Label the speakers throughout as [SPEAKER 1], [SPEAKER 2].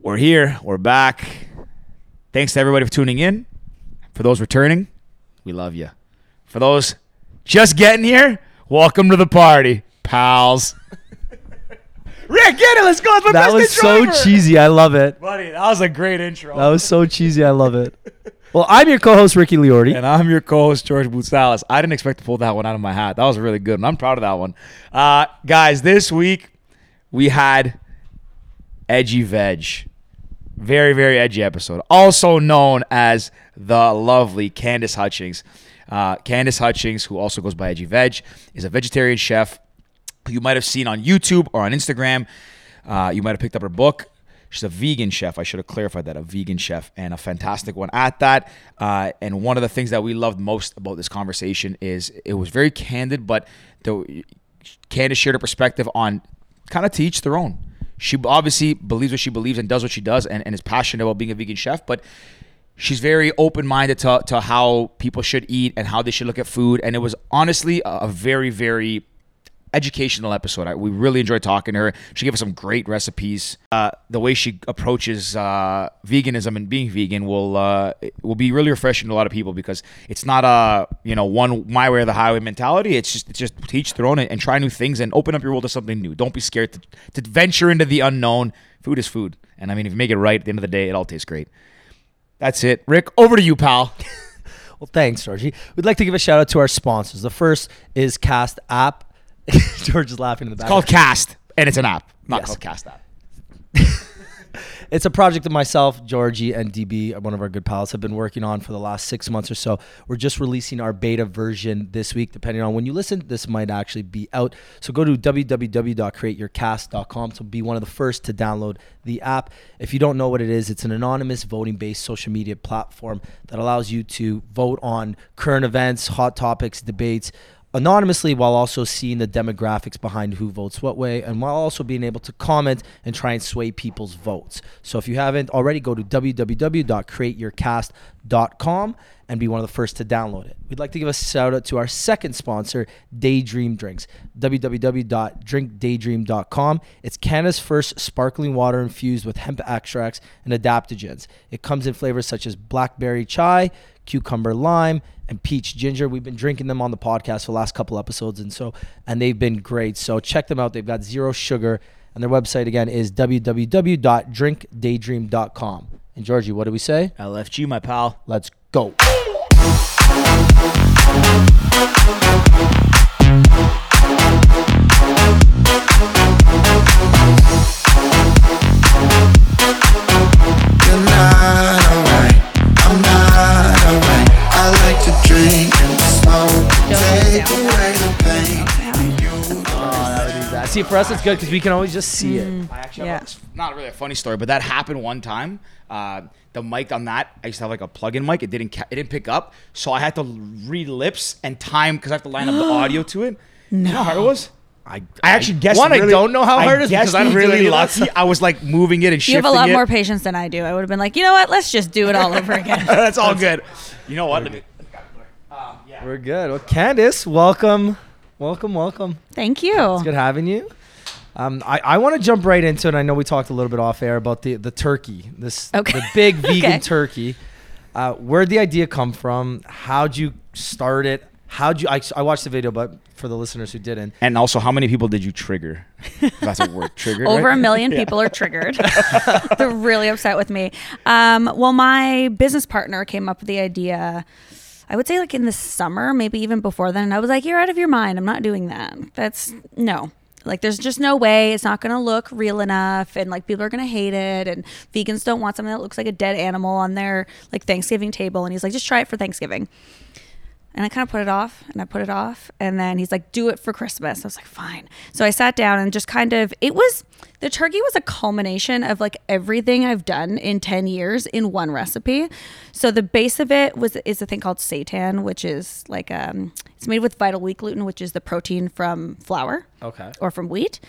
[SPEAKER 1] We're here. We're back. Thanks to everybody for tuning in. For those returning, we love you. For those just getting here, welcome to the party, pals. Rick, get it. Let's go. It's my
[SPEAKER 2] That
[SPEAKER 1] best
[SPEAKER 2] was
[SPEAKER 1] intro
[SPEAKER 2] so
[SPEAKER 1] ever.
[SPEAKER 2] cheesy. I love it.
[SPEAKER 1] Buddy, that was a great intro.
[SPEAKER 2] That was so cheesy. I love it. Well, I'm your co-host Ricky Liordi.
[SPEAKER 1] And I'm your co-host George Boutsalis. I didn't expect to pull that one out of my hat. That was really good, and I'm proud of that one. Uh, guys, this week we had Edgy Veg, very very edgy episode, also known as the lovely Candace Hutchings. Uh, Candace Hutchings, who also goes by Edgy Veg, is a vegetarian chef who you might have seen on YouTube or on Instagram. Uh, you might have picked up her book. She's a vegan chef. I should have clarified that a vegan chef and a fantastic one at that. Uh, and one of the things that we loved most about this conversation is it was very candid, but the, Candace shared her perspective on kind of to each their own. She obviously believes what she believes and does what she does and, and is passionate about being a vegan chef, but she's very open-minded to, to how people should eat and how they should look at food. And it was honestly a, a very, very educational episode. I, we really enjoyed talking to her. She gave us some great recipes. Uh, the way she approaches uh, veganism and being vegan will uh, it will be really refreshing to a lot of people because it's not a you know one my way or the highway mentality. It's just it's just teach their own and, and try new things and open up your world to something new. Don't be scared to, to venture into the unknown. Food is food, and I mean if you make it right at the end of the day, it all tastes great. That's it, Rick. Over to you, pal.
[SPEAKER 2] Well, thanks, Georgie. We'd like to give a shout out to our sponsors. The first is Cast App. George is laughing in the back.
[SPEAKER 1] called Cast, and it's an app, not
[SPEAKER 2] Yes.
[SPEAKER 1] called Cast app.
[SPEAKER 2] It's a project that myself, Georgie, and DB, one of our good pals, have been working on for the last six months or so. We're just releasing our beta version this week. Depending on when you listen, this might actually be out. So go to www.createyourcast.com to be one of the first to download the app. If you don't know what it is, it's an anonymous voting based social media platform that allows you to vote on current events, hot topics, debates anonymously while also seeing the demographics behind who votes what way and while also being able to comment and try and sway people's votes. So if you haven't already, go to www.createyourcast.com and be one of the first to download it. We'd like to give a shout out to our second sponsor, Daydream Drinks, www.drinkdaydream.com. It's Canada's first sparkling water infused with hemp extracts and adaptogens. It comes in flavors such as blackberry chai, cucumber lime and peach ginger we've been drinking them on the podcast for the last couple episodes and so and they've been great so check them out they've got zero sugar and their website again is www.drinkdaydream.com and georgie what do we say
[SPEAKER 1] LFG, my pal.
[SPEAKER 2] let's go
[SPEAKER 3] You're not alright. I'm not alright. I like to drink and smoke. Take away the pain.
[SPEAKER 2] see for us it's good because we can always just see it
[SPEAKER 1] I actually
[SPEAKER 4] Yeah.
[SPEAKER 1] have a- it's not really a funny story, but that happened one time. Uh, the mic on that, I used to have like a plug-in mic. It didn't, ca- it didn't pick up, so I had to re-lips and time because I have to line up the audio to it. You know how hard it was?
[SPEAKER 2] i,
[SPEAKER 1] I actually guessed.
[SPEAKER 2] one
[SPEAKER 1] really-
[SPEAKER 2] i don't know how hard it is
[SPEAKER 1] guessed
[SPEAKER 2] because i'm
[SPEAKER 1] really
[SPEAKER 2] really lost
[SPEAKER 1] lucky. I was like moving it and
[SPEAKER 4] You
[SPEAKER 1] shifting
[SPEAKER 4] have a lot
[SPEAKER 1] it.
[SPEAKER 4] more patience than I do. I would have been like, you know what? Let's just do it all over again.
[SPEAKER 1] That's all good. You know what? Let me-
[SPEAKER 2] we're good well candace welcome welcome welcome
[SPEAKER 4] Thank you.
[SPEAKER 2] It's good having you. Um, I, I want to jump right into it. I know we talked a little bit off air about the, the turkey, this
[SPEAKER 4] Okay.
[SPEAKER 2] the big vegan
[SPEAKER 4] Okay.
[SPEAKER 2] turkey. Uh, where'd the idea come from? How'd you start it? How'd you? I, I watched the video, but for the listeners who didn't,
[SPEAKER 1] And also, how many people did you trigger? That's a word, trigger.
[SPEAKER 4] Over
[SPEAKER 1] right?
[SPEAKER 4] a million people are triggered. They're really upset with me. Um, well, my business partner came up with the idea. I would say like in the summer, maybe even before then. And I was like, you're out of your mind. I'm not doing that. That's no. Like there's just no way. It's not gonna look real enough and like people are gonna hate it and vegans don't want something that looks like a dead animal on their like Thanksgiving table. And he's like, just try it for Thanksgiving. And I kind of put it off and I put it off. And then he's like, do it for Christmas. I was like, fine. So I sat down and just kind of, it was, the turkey was a culmination of like everything I've done in 10 years in one recipe. So the base of it was, is a thing called seitan, which is like, um, it's made with vital wheat gluten, which is the protein from flour
[SPEAKER 2] Okay.
[SPEAKER 4] or from wheat.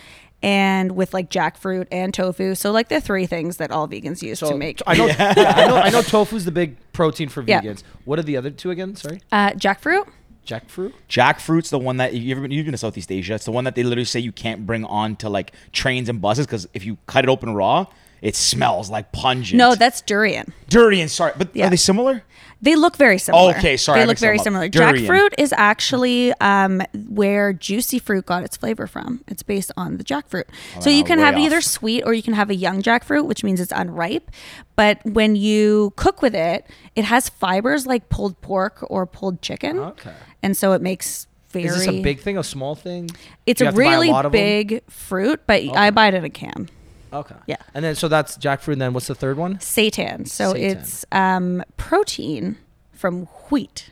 [SPEAKER 4] And with like jackfruit and tofu. So like the three things that all vegans use to make.
[SPEAKER 2] I know, yeah, I know, I know tofu's the big protein for
[SPEAKER 4] Yeah.
[SPEAKER 2] vegans. What are the other two again? Sorry,
[SPEAKER 4] Uh, jackfruit.
[SPEAKER 2] jackfruit.
[SPEAKER 1] Jackfruit's the one that you ever, you've been to Southeast Asia. It's the one that they literally say you can't bring on to like trains and buses because if you cut it open raw, It smells like pungent.
[SPEAKER 4] No, that's durian.
[SPEAKER 1] durian. Sorry, but
[SPEAKER 4] Yeah.
[SPEAKER 1] are they similar?
[SPEAKER 4] They look very similar.
[SPEAKER 1] Okay, sorry, I
[SPEAKER 4] They look
[SPEAKER 1] mixed them
[SPEAKER 4] very
[SPEAKER 1] up.
[SPEAKER 4] similar.
[SPEAKER 1] Durian.
[SPEAKER 4] Jackfruit is actually um, where juicy fruit got its flavor from. It's based on the jackfruit.
[SPEAKER 2] Oh,
[SPEAKER 4] so you
[SPEAKER 1] wow,
[SPEAKER 4] can
[SPEAKER 1] way
[SPEAKER 4] have either
[SPEAKER 1] off.
[SPEAKER 4] sweet or you can have a young jackfruit, which means it's unripe. But when you cook with it, it has fibers like pulled pork or pulled chicken.
[SPEAKER 2] Okay.
[SPEAKER 4] And so it makes very.
[SPEAKER 2] Is this a big thing, a small thing?
[SPEAKER 4] It's
[SPEAKER 2] Do you
[SPEAKER 4] a
[SPEAKER 2] have to buy
[SPEAKER 4] really
[SPEAKER 2] lot of 'em?
[SPEAKER 4] big fruit, but I buy it in a can.
[SPEAKER 2] Okay.
[SPEAKER 4] Yeah.
[SPEAKER 2] And then so that's jackfruit. And then what's the third one?
[SPEAKER 4] Seitan. So
[SPEAKER 2] Seitan.
[SPEAKER 4] it's um, protein from wheat.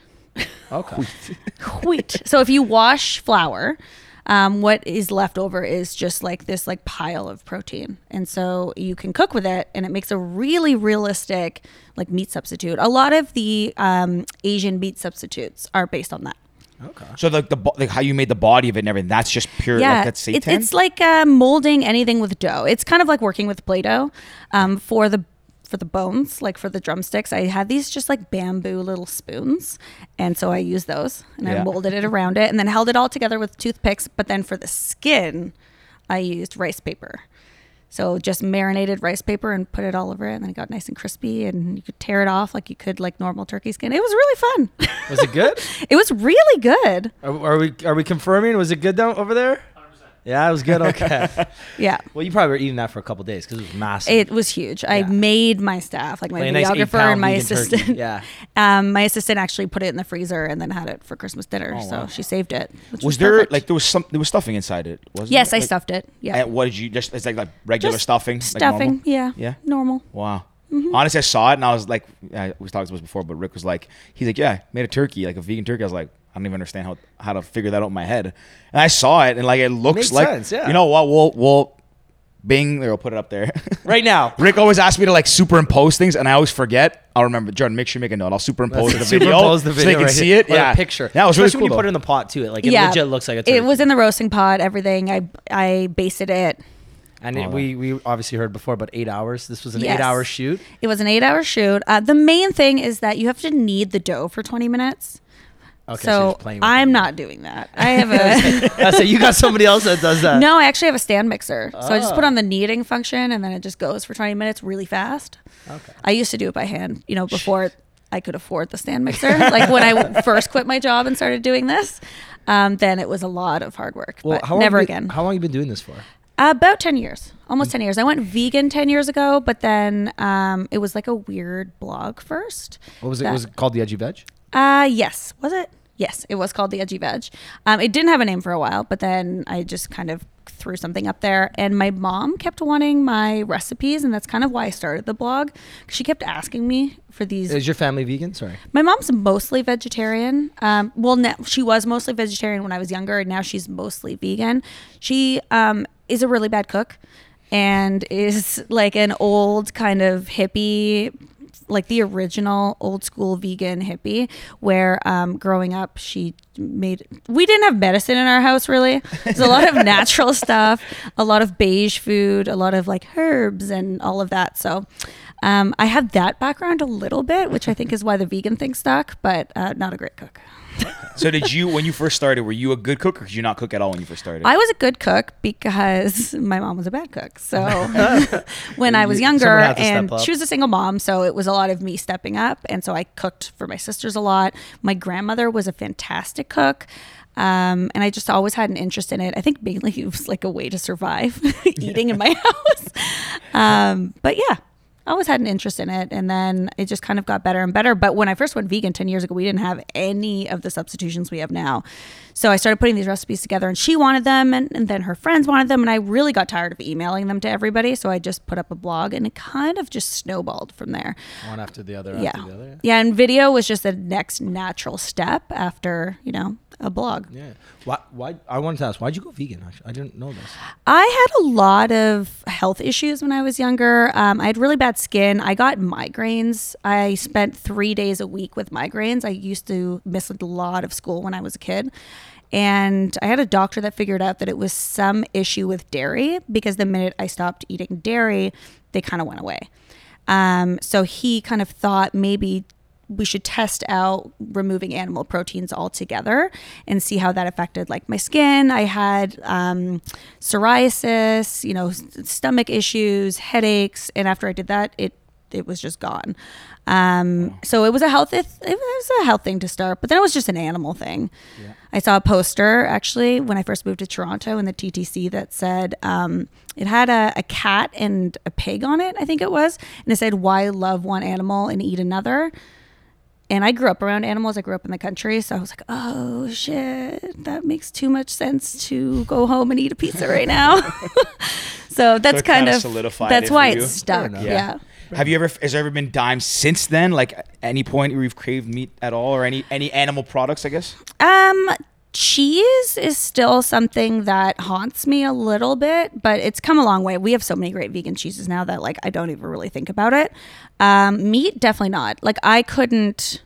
[SPEAKER 2] Okay.
[SPEAKER 4] wheat. So if you wash flour, um, what is left over is just like this like pile of protein, and so you can cook with it, and it makes a really realistic like meat substitute. A lot of the um, Asian meat substitutes are based on that.
[SPEAKER 2] okay.
[SPEAKER 1] So like the bo- like how you made the body of it and everything. That's just pure.
[SPEAKER 4] yeah,
[SPEAKER 1] like that's seitan.
[SPEAKER 4] It's, it's like uh, molding anything with dough. It's kind of like working with Play-Doh um, for the for the bones, like for the drumsticks. I had these just like bamboo little spoons, and so I used those and
[SPEAKER 1] Yeah.
[SPEAKER 4] I molded it around it, and then held it all together with toothpicks. But then for the skin, I used rice paper. So just marinated rice paper and put it all over it, and then it got nice and crispy. And you could tear it off like you could like normal turkey skin. It was really fun.
[SPEAKER 2] Was it good?
[SPEAKER 4] it was really good.
[SPEAKER 2] Are, are we are we confirming? Was it good down over there? Yeah, it was good. Okay.
[SPEAKER 4] Yeah.
[SPEAKER 2] well, you probably were eating that for a couple days because it was massive.
[SPEAKER 4] It was huge. I
[SPEAKER 2] Yeah.
[SPEAKER 4] made my staff, like my
[SPEAKER 2] Like a nice
[SPEAKER 4] videographer
[SPEAKER 2] eight-pound
[SPEAKER 4] and my
[SPEAKER 2] vegan turkey.
[SPEAKER 4] assistant.
[SPEAKER 2] Yeah.
[SPEAKER 4] Um, my assistant actually put it in the freezer and then had it for Christmas dinner. so she saved it. which
[SPEAKER 1] was there
[SPEAKER 4] perfect.
[SPEAKER 1] like there was some there was stuffing inside it? Wasn't
[SPEAKER 4] Yes,
[SPEAKER 1] there?
[SPEAKER 4] I
[SPEAKER 1] Like,
[SPEAKER 4] stuffed it. Yeah.
[SPEAKER 1] and what did you just? It's like like regular
[SPEAKER 4] Just
[SPEAKER 1] stuffing. like normal?
[SPEAKER 4] Stuffing. yeah.
[SPEAKER 1] Yeah.
[SPEAKER 4] Normal.
[SPEAKER 1] Wow.
[SPEAKER 2] Mm-hmm.
[SPEAKER 1] Honestly, I saw it and I was like, I was talking about this before, but Rick was like, he's like, yeah, made a turkey, like a vegan turkey. I was like, I don't even understand how how to figure that out in my head. And I saw it and like it looks
[SPEAKER 2] Makes
[SPEAKER 1] like,
[SPEAKER 2] sense, yeah.
[SPEAKER 1] you know what? We'll we'll Bing, there, we'll put it up there.
[SPEAKER 2] right now.
[SPEAKER 1] Rick always asks me to like superimpose things, and I always forget. I'll remember, Jordan. Make sure you make a note. I'll superimpose the video,
[SPEAKER 2] Superimpose the
[SPEAKER 1] so they
[SPEAKER 2] video
[SPEAKER 1] can
[SPEAKER 2] right
[SPEAKER 1] see
[SPEAKER 2] here.
[SPEAKER 1] it.
[SPEAKER 2] With
[SPEAKER 1] Yeah,
[SPEAKER 2] a picture.
[SPEAKER 1] That was really
[SPEAKER 2] Especially
[SPEAKER 1] cool.
[SPEAKER 2] when you
[SPEAKER 1] though.
[SPEAKER 2] put it in the pot too. It like it legit looks like a turkey.
[SPEAKER 4] It was in the roasting pot, everything. I I basted it.
[SPEAKER 2] and it, we we obviously heard before, but eight hours. This was an
[SPEAKER 4] Yes.
[SPEAKER 2] eight hour shoot.
[SPEAKER 4] It was an eight hour shoot. Uh, the main thing is that you have to knead the dough for 20 minutes.
[SPEAKER 2] Okay, so you're
[SPEAKER 4] so
[SPEAKER 2] just playing with
[SPEAKER 4] I'm
[SPEAKER 2] it.
[SPEAKER 4] not doing that. I have a.
[SPEAKER 2] I said Oh, you got somebody else that does that.
[SPEAKER 4] No, I actually have a stand mixer. So I just put
[SPEAKER 2] Ah.
[SPEAKER 4] on the kneading function and then it just goes for 20 minutes really fast.
[SPEAKER 2] Okay.
[SPEAKER 4] I used to do it by hand, you know, before I could afford the stand mixer. like when I first quit my job and started doing this, um, then it was a lot of hard work. but
[SPEAKER 2] long
[SPEAKER 4] never
[SPEAKER 2] you been-
[SPEAKER 4] again.
[SPEAKER 2] How Mm. long you been doing this for?
[SPEAKER 4] About 10 years, almost 10 years. I went vegan 10 years ago, but then um, it was like a weird blog first.
[SPEAKER 2] What was it?
[SPEAKER 4] that-
[SPEAKER 2] Was it called the Edgy Veg?
[SPEAKER 4] uh yes. Was it? Yes, it was called the Edgy Veg. Um, it didn't have a name for a while, but then I just kind of threw something up there. And my mom kept wanting my recipes, and that's kind of why I started the blog. She kept asking me for these
[SPEAKER 2] Is your family vegan? Sorry.
[SPEAKER 4] my mom's mostly vegetarian. Um, well, now, she was mostly vegetarian when I was younger, and now she's mostly vegan. She um, is a really bad cook and is like an old kind of hippie, like the original old school vegan hippie, where um, growing up, she made, we didn't have medicine in our house really. There's a lot of natural stuff, a lot of beige food, a lot of like herbs and all of that. So, um, I have that background a little bit, which I think is why the vegan thing stuck, but uh, not a great cook.
[SPEAKER 1] so did you when you first started? Were you a good cook, or did you not cook at all when you first started?
[SPEAKER 4] I was a good cook because my mom was a bad cook. So when I was
[SPEAKER 2] Someone
[SPEAKER 4] younger,
[SPEAKER 2] had to step
[SPEAKER 4] and
[SPEAKER 2] up.
[SPEAKER 4] she was a single mom, so it was a lot of me stepping up. And so I cooked for my sisters a lot. My grandmother was a fantastic cook. Um, and I just always had an interest in it. I think mainly it was like a way to survive eating in my house. Um, but yeah, I always had an interest in it. And then it just kind of got better and better. But when I first went vegan 10 years ago, we didn't have any of the substitutions we have now. So I started putting these recipes together and she wanted them and, and then her friends wanted them. And I really got tired of emailing them to everybody. So I just put up a blog and it kind of just snowballed from there.
[SPEAKER 2] One after the other.
[SPEAKER 4] Yeah.
[SPEAKER 2] After the other.
[SPEAKER 4] Yeah. And video was just the next natural step after, you know, a blog.
[SPEAKER 2] Yeah. Why? Why? I wanted to ask. Why'd you go vegan? Actually, I didn't know this.
[SPEAKER 4] I had a lot of health issues when I was younger. Um, I had really bad skin. I got migraines. I spent three days a week with migraines. I used to miss a lot of school when I was a kid. And I had a doctor that figured out that it was some issue with dairy because the minute I stopped eating dairy, they kind of went away. Um, so he kind of thought maybe we should test out removing animal proteins altogether and see how that affected like my skin. I had um, psoriasis, you know, s- stomach issues, headaches, and after I did that, it it was just gone. Um, so it was a health it, it was a health thing to start, but then it was just an animal thing. I saw a poster actually when I first moved to Toronto in the TTC that said um, it had a, a cat and a pig on it, I think it was, and it said why love one animal and eat another. And I grew up around animals. I grew up in the country, so I was like, "Oh shit, that makes too much sense to go home and eat a pizza right now." so that's
[SPEAKER 1] it
[SPEAKER 4] kind
[SPEAKER 1] kinda
[SPEAKER 4] of
[SPEAKER 1] solidified it
[SPEAKER 4] that's
[SPEAKER 1] for
[SPEAKER 4] why
[SPEAKER 1] you.
[SPEAKER 4] it's stuck.
[SPEAKER 2] enough.
[SPEAKER 4] Yeah.
[SPEAKER 1] Have you ever? Has there ever been times since then? Like at any point where you've craved meat at all, or any any animal products? I guess.
[SPEAKER 4] Um, cheese is still something that haunts me a little bit, but it's come a long way. We have so many great vegan cheeses now that like I don't even really think about it. Um, meat definitely not. Like I couldn't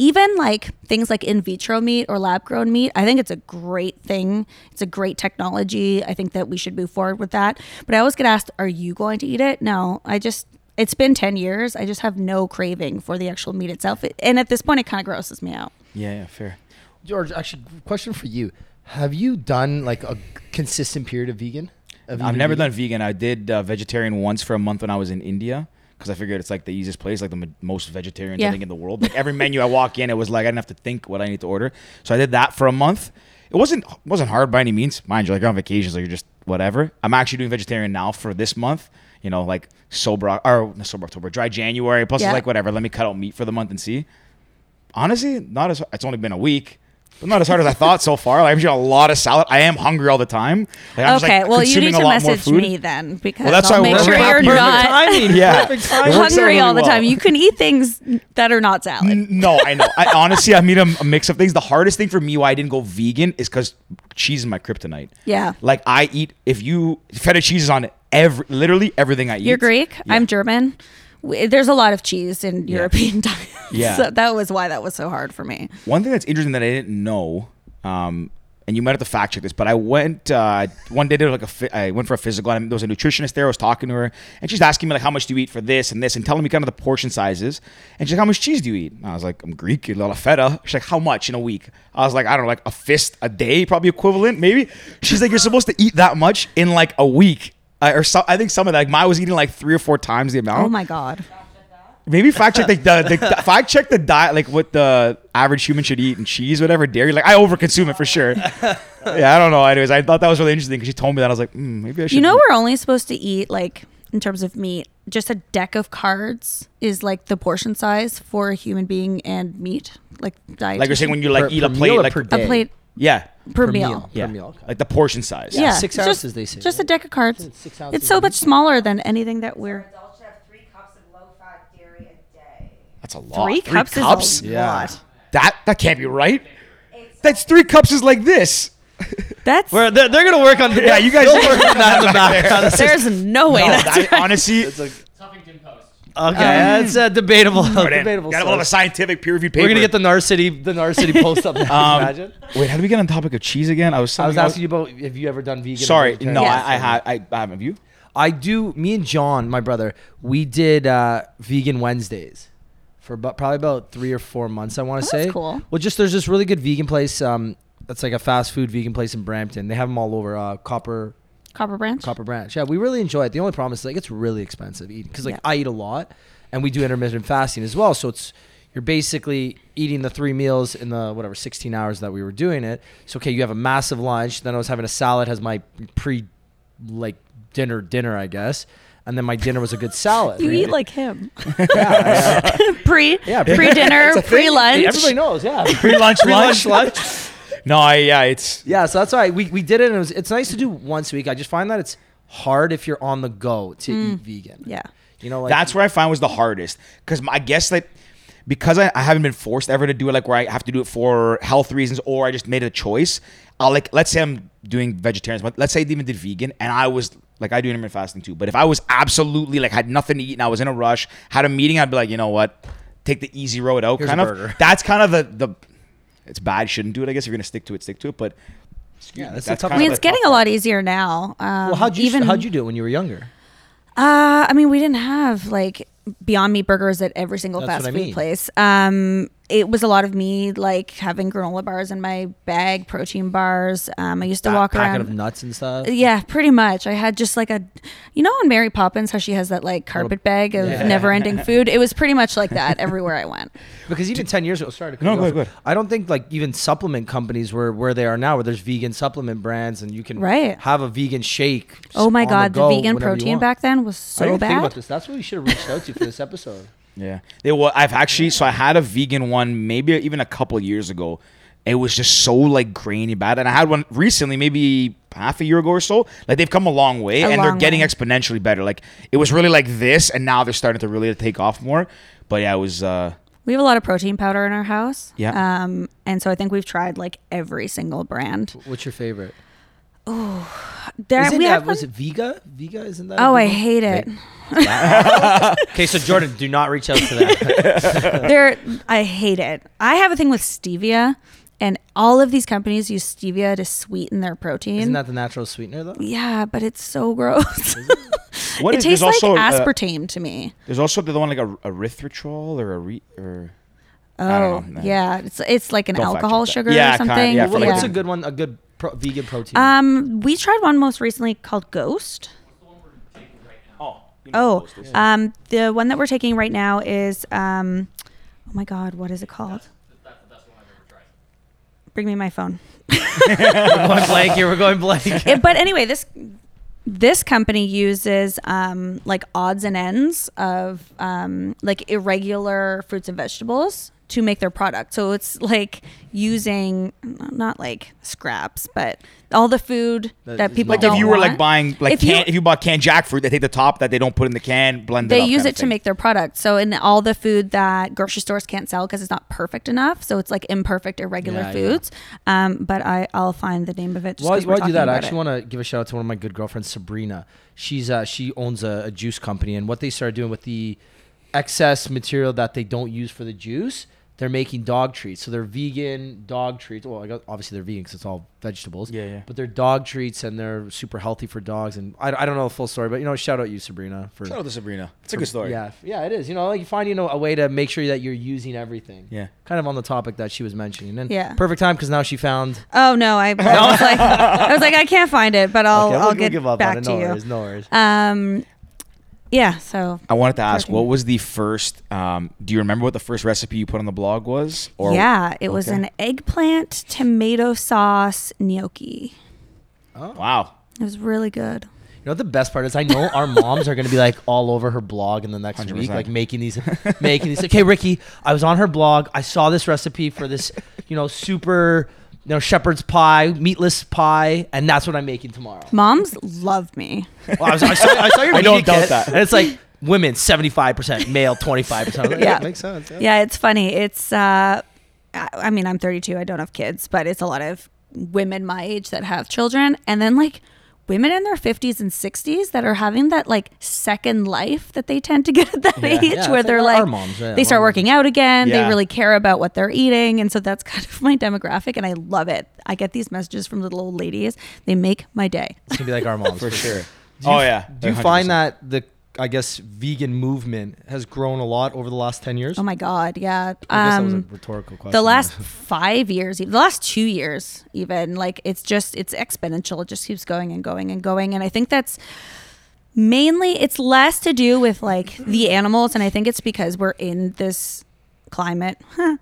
[SPEAKER 4] even like things like in vitro meat or lab grown meat, I think it's a great thing. It's a great technology. I think that we should move forward with that. But I always get asked, are you going to eat it? No, I just, it's been 10 years. I just have no craving for the actual meat itself. And at this point, it kind of grosses me out.
[SPEAKER 1] Yeah, yeah, fair.
[SPEAKER 2] George, actually, question for you: Have you done like a consistent period of vegan? Of
[SPEAKER 1] I've
[SPEAKER 2] eating
[SPEAKER 1] never done
[SPEAKER 2] vegan?
[SPEAKER 1] vegan. I did uh, vegetarian once for a month when I was in India because I figured it's like the easiest place, like the m- most vegetarians I
[SPEAKER 4] Yeah.
[SPEAKER 1] think in the world. Like every menu I walk in, it was like I didn't have to think what I need to order. So I did that for a month. It wasn't wasn't hard by any means, mind you. Like you're on vacation, so you're just whatever. I'm actually doing vegetarian now for this month. You know, like sober or not sober October, dry January. Plus,
[SPEAKER 4] Yeah.
[SPEAKER 1] it's like whatever. Let me cut out meat for the month and see. Honestly, not as it's only been a week. But not as hard as I thought so far. Like, I'm eating a lot of salad. I am hungry all the time. Like, I'm just,
[SPEAKER 4] okay,
[SPEAKER 1] like,
[SPEAKER 4] well, you
[SPEAKER 1] consuming
[SPEAKER 4] need
[SPEAKER 1] a
[SPEAKER 4] to
[SPEAKER 1] lot more
[SPEAKER 4] message
[SPEAKER 1] food.
[SPEAKER 4] me then because
[SPEAKER 1] Well, that's
[SPEAKER 4] I'll
[SPEAKER 1] why
[SPEAKER 4] make
[SPEAKER 1] we're
[SPEAKER 4] sure
[SPEAKER 1] happy
[SPEAKER 4] you're
[SPEAKER 1] with it.
[SPEAKER 4] not
[SPEAKER 2] Timing,
[SPEAKER 1] Yeah.
[SPEAKER 2] perfect timing.
[SPEAKER 1] It works out
[SPEAKER 4] hungry
[SPEAKER 1] really
[SPEAKER 4] all the
[SPEAKER 1] well.
[SPEAKER 4] time. You can eat things that are not salad.
[SPEAKER 1] N- No, I know. I honestly, I mean, I'm a mix of things. The hardest thing for me why I didn't go vegan is because cheese is my kryptonite.
[SPEAKER 4] Yeah.
[SPEAKER 1] Like I eat if you feta cheese is on every literally everything I eat.
[SPEAKER 4] You're Greek. I'm German. W- There's a lot of cheese in European diets.
[SPEAKER 1] Yeah.
[SPEAKER 4] So that was why that was so hard for me.
[SPEAKER 1] One thing that's interesting that I didn't know, um, and you might have to fact check this, but I went uh, one day to like a phy- I went for a physical, and there was a nutritionist there. I was talking to her, and she's asking me like, how much do you eat for this and this, and telling me kind of the portion sizes. And she's like, how much cheese do you eat? And I was like, I'm Greek, eat a lot of feta. She's like, how much in a week? I was like, I don't know, like a fist a day, probably equivalent, maybe. She's like, you're supposed to eat that much in like a week. Uh, or so, I think some of that, like mine was eating like three or four times the amount
[SPEAKER 4] Oh my God.
[SPEAKER 1] maybe fact check the, the, the fact check the diet like what the average human should eat and cheese whatever dairy like I overconsume it for sure. yeah, I don't know. Anyways, I thought that was really interesting because she told me that I was like, mm, maybe I should.
[SPEAKER 4] You know, we're only supposed to eat, like, in terms of meat, just a deck of cards is like the portion size for a human being and meat. Like, diet.
[SPEAKER 1] like you're saying when you like
[SPEAKER 2] Per-
[SPEAKER 1] eat
[SPEAKER 2] per
[SPEAKER 1] a plate
[SPEAKER 2] meal or
[SPEAKER 1] like
[SPEAKER 2] per
[SPEAKER 4] a
[SPEAKER 2] day?
[SPEAKER 4] plate
[SPEAKER 1] yeah
[SPEAKER 2] Per
[SPEAKER 4] per, meal.
[SPEAKER 2] meal.
[SPEAKER 1] yeah
[SPEAKER 2] meal, okay.
[SPEAKER 1] like the portion size
[SPEAKER 4] Yeah.
[SPEAKER 2] Six
[SPEAKER 4] it's
[SPEAKER 2] ounces,
[SPEAKER 4] just-
[SPEAKER 2] they say,
[SPEAKER 4] Just a
[SPEAKER 2] right?
[SPEAKER 4] deck of cards.
[SPEAKER 2] Six
[SPEAKER 4] It's
[SPEAKER 2] ounces
[SPEAKER 4] so
[SPEAKER 2] of
[SPEAKER 4] much smaller than anything that we're.
[SPEAKER 5] Adults should have three cups of low-fat dairy a day.
[SPEAKER 1] that's a lot.
[SPEAKER 4] Three, cups, is a
[SPEAKER 2] Yeah.
[SPEAKER 4] lot.
[SPEAKER 1] That that can't be right. That's three cups is like this.
[SPEAKER 4] That's
[SPEAKER 2] Where they're, they're gonna work on the
[SPEAKER 1] Yeah, you guys.
[SPEAKER 2] They'll work on that in the background.
[SPEAKER 4] there's no way.
[SPEAKER 1] No,
[SPEAKER 4] Oh, that's Um,
[SPEAKER 1] that- honestly,
[SPEAKER 2] Okay, that's uh, debatable. debatable.
[SPEAKER 1] got a
[SPEAKER 2] source.
[SPEAKER 1] lot of scientific peer-reviewed paper.
[SPEAKER 2] We're gonna get the Narcity the Narcity post up. Now,
[SPEAKER 1] Um,
[SPEAKER 2] imagine.
[SPEAKER 1] Wait, how do we get on the topic of cheese again? I was.
[SPEAKER 2] I was
[SPEAKER 1] something-
[SPEAKER 2] asking you about have you ever done vegan? or
[SPEAKER 1] Sorry,
[SPEAKER 2] vegetarian?
[SPEAKER 1] no,
[SPEAKER 4] Yes.
[SPEAKER 1] I, I, ha- I, I haven't. Have you?
[SPEAKER 2] I do. Me and John, my brother, we did uh, vegan Wednesdays for about, probably about three or four months. I want to
[SPEAKER 4] Oh,
[SPEAKER 2] say.
[SPEAKER 4] that's cool.
[SPEAKER 2] Well, just there's this really good vegan place. Um, that's like a fast food vegan place in Brampton. They have them all over. Uh, Copper
[SPEAKER 4] Copper branch.
[SPEAKER 2] Copper Branch. Yeah, we really enjoy it. The only problem is like it's really expensive eating because like
[SPEAKER 4] Yeah.
[SPEAKER 2] I eat a lot, and we do intermittent fasting as well. So it's you're basically eating the three meals in the whatever 16 hours that we were doing it. So okay, you have a massive lunch. Then I was having a salad as my pre like dinner dinner I guess, and then my dinner was a good salad.
[SPEAKER 4] You
[SPEAKER 2] right?
[SPEAKER 4] eat like him. pre
[SPEAKER 2] Yeah, pre-
[SPEAKER 4] pre dinner, pre lunch.
[SPEAKER 2] everybody knows. Yeah,
[SPEAKER 1] Pre-lunch, lunch,
[SPEAKER 2] lunch.
[SPEAKER 1] No, I, yeah, it's
[SPEAKER 2] Yeah, so that's all right. We, we did it, and it was, it's nice to do once a week. I just find that it's hard if you're on the go to eat vegan.
[SPEAKER 4] Mm. Yeah.
[SPEAKER 2] you know, like
[SPEAKER 1] that's where I find was the hardest because I guess that because I, I haven't been forced ever to do it like where I have to do it for health reasons or I just made a choice. I'll like let's say I'm doing vegetarian, but let's say I even did vegan and I was like I do intermittent fasting too. But if I was absolutely like had nothing to eat and I was in a rush, had a meeting, I'd be like, you know what, take the easy road out.
[SPEAKER 2] Here's a
[SPEAKER 1] kind of
[SPEAKER 2] burger.
[SPEAKER 1] that's kind of the the it's bad. Shouldn't do it. I guess if you're gonna stick to it, stick to it. But excuse
[SPEAKER 2] Yeah,
[SPEAKER 1] me,
[SPEAKER 2] that's the
[SPEAKER 1] that's
[SPEAKER 2] tough
[SPEAKER 1] kind
[SPEAKER 4] I
[SPEAKER 1] of
[SPEAKER 4] mean,
[SPEAKER 1] the
[SPEAKER 4] it's getting
[SPEAKER 1] tough
[SPEAKER 4] a lot easier now. Um,
[SPEAKER 2] Well, how'd you
[SPEAKER 4] even,
[SPEAKER 2] how'd you do it when you were younger?
[SPEAKER 4] Uh, I mean, we didn't have like Beyond Meat burgers at every single
[SPEAKER 2] That's
[SPEAKER 4] fast
[SPEAKER 2] what I
[SPEAKER 4] food
[SPEAKER 2] mean.
[SPEAKER 4] place. Um, it was a lot of me like having granola bars in my bag, protein bars. Um, I used to
[SPEAKER 2] That
[SPEAKER 4] walk
[SPEAKER 2] packet
[SPEAKER 4] around.
[SPEAKER 2] of nuts and stuff.
[SPEAKER 4] Yeah, pretty much. I had just like a, you know, in Mary Poppins, how she has that like carpet bag of
[SPEAKER 2] Yeah.
[SPEAKER 4] never ending food. It was pretty much like that everywhere I went.
[SPEAKER 2] Because even ten years ago, sorry to cut
[SPEAKER 1] No,
[SPEAKER 2] you
[SPEAKER 1] go
[SPEAKER 2] off.
[SPEAKER 1] ahead, go ahead.
[SPEAKER 2] I don't think like even supplement companies were where they are now, where there's vegan supplement brands and you can
[SPEAKER 4] Right.
[SPEAKER 2] have a vegan shake. s-
[SPEAKER 4] Oh my
[SPEAKER 2] on
[SPEAKER 4] God, the,
[SPEAKER 2] go
[SPEAKER 4] vegan
[SPEAKER 2] whenever you
[SPEAKER 4] protein
[SPEAKER 2] want.
[SPEAKER 4] back then
[SPEAKER 2] I
[SPEAKER 4] was so
[SPEAKER 2] didn't think
[SPEAKER 4] bad.
[SPEAKER 2] about this. That's what we should have reached out to for this episode.
[SPEAKER 1] Yeah. They were I've actually so I had a vegan one maybe even a couple years ago. It was just so like grainy bad. And I had one recently, maybe half a year ago or so. Like they've come a long way
[SPEAKER 4] A
[SPEAKER 1] and they're
[SPEAKER 4] long
[SPEAKER 1] getting
[SPEAKER 4] way.
[SPEAKER 1] exponentially better. Like it was really like this and now they're starting to really take off more. But yeah, it was uh
[SPEAKER 4] We have a lot of protein powder in our house.
[SPEAKER 1] Yeah.
[SPEAKER 4] Um, and so I think we've tried like every single brand.
[SPEAKER 2] What's your favorite?
[SPEAKER 4] There,
[SPEAKER 2] Isn't
[SPEAKER 4] we
[SPEAKER 2] that
[SPEAKER 4] have
[SPEAKER 2] was
[SPEAKER 4] one-
[SPEAKER 2] it Vega? Vega isn't that? a
[SPEAKER 4] Oh,
[SPEAKER 2] big
[SPEAKER 4] I
[SPEAKER 2] one?
[SPEAKER 4] hate it.
[SPEAKER 2] Okay, so Jordan, do not reach out to that.
[SPEAKER 4] there, I hate it. I have a thing with stevia, and all of these companies use stevia to sweeten their protein.
[SPEAKER 2] Isn't that the natural sweetener though?
[SPEAKER 4] yeah, but it's so gross.
[SPEAKER 1] what
[SPEAKER 4] it
[SPEAKER 1] is
[SPEAKER 4] tastes
[SPEAKER 1] there's also
[SPEAKER 4] like
[SPEAKER 1] uh,
[SPEAKER 4] aspartame to me.
[SPEAKER 1] there's also the one like a erythritol or a re or I
[SPEAKER 4] Oh,
[SPEAKER 1] don't know.
[SPEAKER 4] yeah. It's it's like an
[SPEAKER 1] Don't fact
[SPEAKER 4] alcohol
[SPEAKER 1] check that.
[SPEAKER 4] sugar
[SPEAKER 1] Yeah,
[SPEAKER 4] or
[SPEAKER 1] kinda,
[SPEAKER 4] something.
[SPEAKER 1] yeah,
[SPEAKER 2] Well,
[SPEAKER 1] for like
[SPEAKER 2] What's
[SPEAKER 1] the-
[SPEAKER 2] a good one? A good pro- vegan protein.
[SPEAKER 4] Um, we tried one most recently called Ghost.
[SPEAKER 1] Oh.
[SPEAKER 4] Oh, um, the one that we're taking right now is um, oh my god, what is it called? Bring me my phone.
[SPEAKER 2] we're going blank here. We're going blank.
[SPEAKER 4] It- but anyway, this this company uses um, like odds and ends of um, like irregular fruits and vegetables to make their product. So it's like using not like scraps, but all the food that,
[SPEAKER 2] is
[SPEAKER 4] people
[SPEAKER 1] Like
[SPEAKER 4] don't
[SPEAKER 1] if you were like
[SPEAKER 4] want.
[SPEAKER 1] buying like
[SPEAKER 4] If you-
[SPEAKER 1] can if you bought canned jackfruit, they take the top that they don't put in the can, blend it
[SPEAKER 4] they
[SPEAKER 1] up
[SPEAKER 4] use
[SPEAKER 1] kinda
[SPEAKER 4] it to
[SPEAKER 1] thing.
[SPEAKER 4] make their product. So in all the food that grocery stores can't sell because it's not perfect enough, so it's like imperfect, irregular
[SPEAKER 2] Yeah, yeah.
[SPEAKER 4] foods. Um, but I I'll find the name of it. Just
[SPEAKER 2] While,
[SPEAKER 4] 'cause we're
[SPEAKER 2] while I do
[SPEAKER 4] talking
[SPEAKER 2] that, I
[SPEAKER 4] about
[SPEAKER 2] actually
[SPEAKER 4] it.
[SPEAKER 2] want to give a shout out to one of my good girlfriends, Sabrina. She's uh, she owns a, a juice company, and what they started doing with the excess material that they don't use for the juice, they're making dog treats. So they're vegan dog treats. Well, I guess obviously they're vegan because it's all vegetables.
[SPEAKER 1] Yeah, yeah.
[SPEAKER 2] But they're dog treats, and they're super healthy for dogs. And I, I don't know the full story, but you know, shout out you, Sabrina, for
[SPEAKER 1] Shout out to Sabrina. It's a good story.
[SPEAKER 2] yeah, f- yeah, it is. You know, like you find you know a way to make sure that you're using everything.
[SPEAKER 1] Yeah.
[SPEAKER 2] Kind of on the topic that she was mentioning, and
[SPEAKER 4] Yeah.
[SPEAKER 2] perfect time because now she found.
[SPEAKER 4] Oh no, I, I was like I was like I can't find it, but I'll
[SPEAKER 2] Okay, we'll-
[SPEAKER 4] I'll
[SPEAKER 2] we'll
[SPEAKER 4] get
[SPEAKER 2] give up on
[SPEAKER 4] back
[SPEAKER 2] it.
[SPEAKER 4] to
[SPEAKER 2] No
[SPEAKER 4] you.
[SPEAKER 2] worries, no worries.
[SPEAKER 4] Um, yeah. So
[SPEAKER 1] I wanted to ask,
[SPEAKER 4] Protein.
[SPEAKER 1] what was the first? Um, do you remember what the first recipe you put on the blog was?
[SPEAKER 4] yeah, it was
[SPEAKER 1] Okay.
[SPEAKER 4] an eggplant tomato sauce gnocchi.
[SPEAKER 1] Wow.
[SPEAKER 4] It was really good.
[SPEAKER 2] You know what the best part is? I know our moms are going to be like all over her blog in the next week,
[SPEAKER 1] 100%.
[SPEAKER 2] like making these, making these. Okay, Ricky, I was on her blog. I saw this recipe for this, you know, super, you know, shepherd's pie, meatless pie, and that's what I'm making tomorrow.
[SPEAKER 4] Moms love me.
[SPEAKER 2] Well, I, was, I, saw, I saw your
[SPEAKER 1] I don't
[SPEAKER 2] media
[SPEAKER 1] doubt
[SPEAKER 2] kit,
[SPEAKER 1] that.
[SPEAKER 2] And it's like women 75%, male 25%. I'm like,
[SPEAKER 4] Yeah.
[SPEAKER 2] makes sense. Yeah.
[SPEAKER 4] Yeah, it's funny. It's uh, I, I mean, I'm 32. I don't have kids, but it's a lot of women my age that have children, and then like women in their 50s and 60s that are having that like second life that they tend to get at that age
[SPEAKER 2] Yeah,
[SPEAKER 4] where
[SPEAKER 2] it's
[SPEAKER 4] they're
[SPEAKER 2] like our
[SPEAKER 4] like
[SPEAKER 2] moms, yeah,
[SPEAKER 4] they
[SPEAKER 2] our
[SPEAKER 4] start
[SPEAKER 2] moms.
[SPEAKER 4] working out again
[SPEAKER 1] Yeah.
[SPEAKER 4] they really care about what they're eating and so that's kind of my demographic and i love it i get these messages from little old ladies they make my day
[SPEAKER 2] It's going to be like our moms.
[SPEAKER 1] For sure.
[SPEAKER 2] Do you-
[SPEAKER 1] Oh yeah.
[SPEAKER 2] Do you find that the, I guess, vegan movement has grown a lot over the last 10 years?
[SPEAKER 4] oh my god yeah
[SPEAKER 2] I guess that was a
[SPEAKER 4] um,
[SPEAKER 2] rhetorical question.
[SPEAKER 4] the last five years, even the last two years, even like it's just it's exponential. It just keeps going and going and going. And I think that's mainly it's less to do with like the animals, and I think it's because we're in this climate. Huh,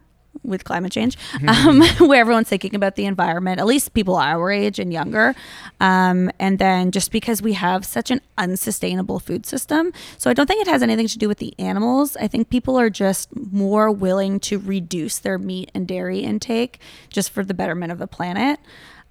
[SPEAKER 4] with climate change, um, where everyone's thinking about the environment, at least people our age and younger. Um, and then just because we have such an unsustainable food system. So I don't think it has anything to do with the animals. I think people are just more willing to reduce their meat and dairy intake just for the betterment of the planet.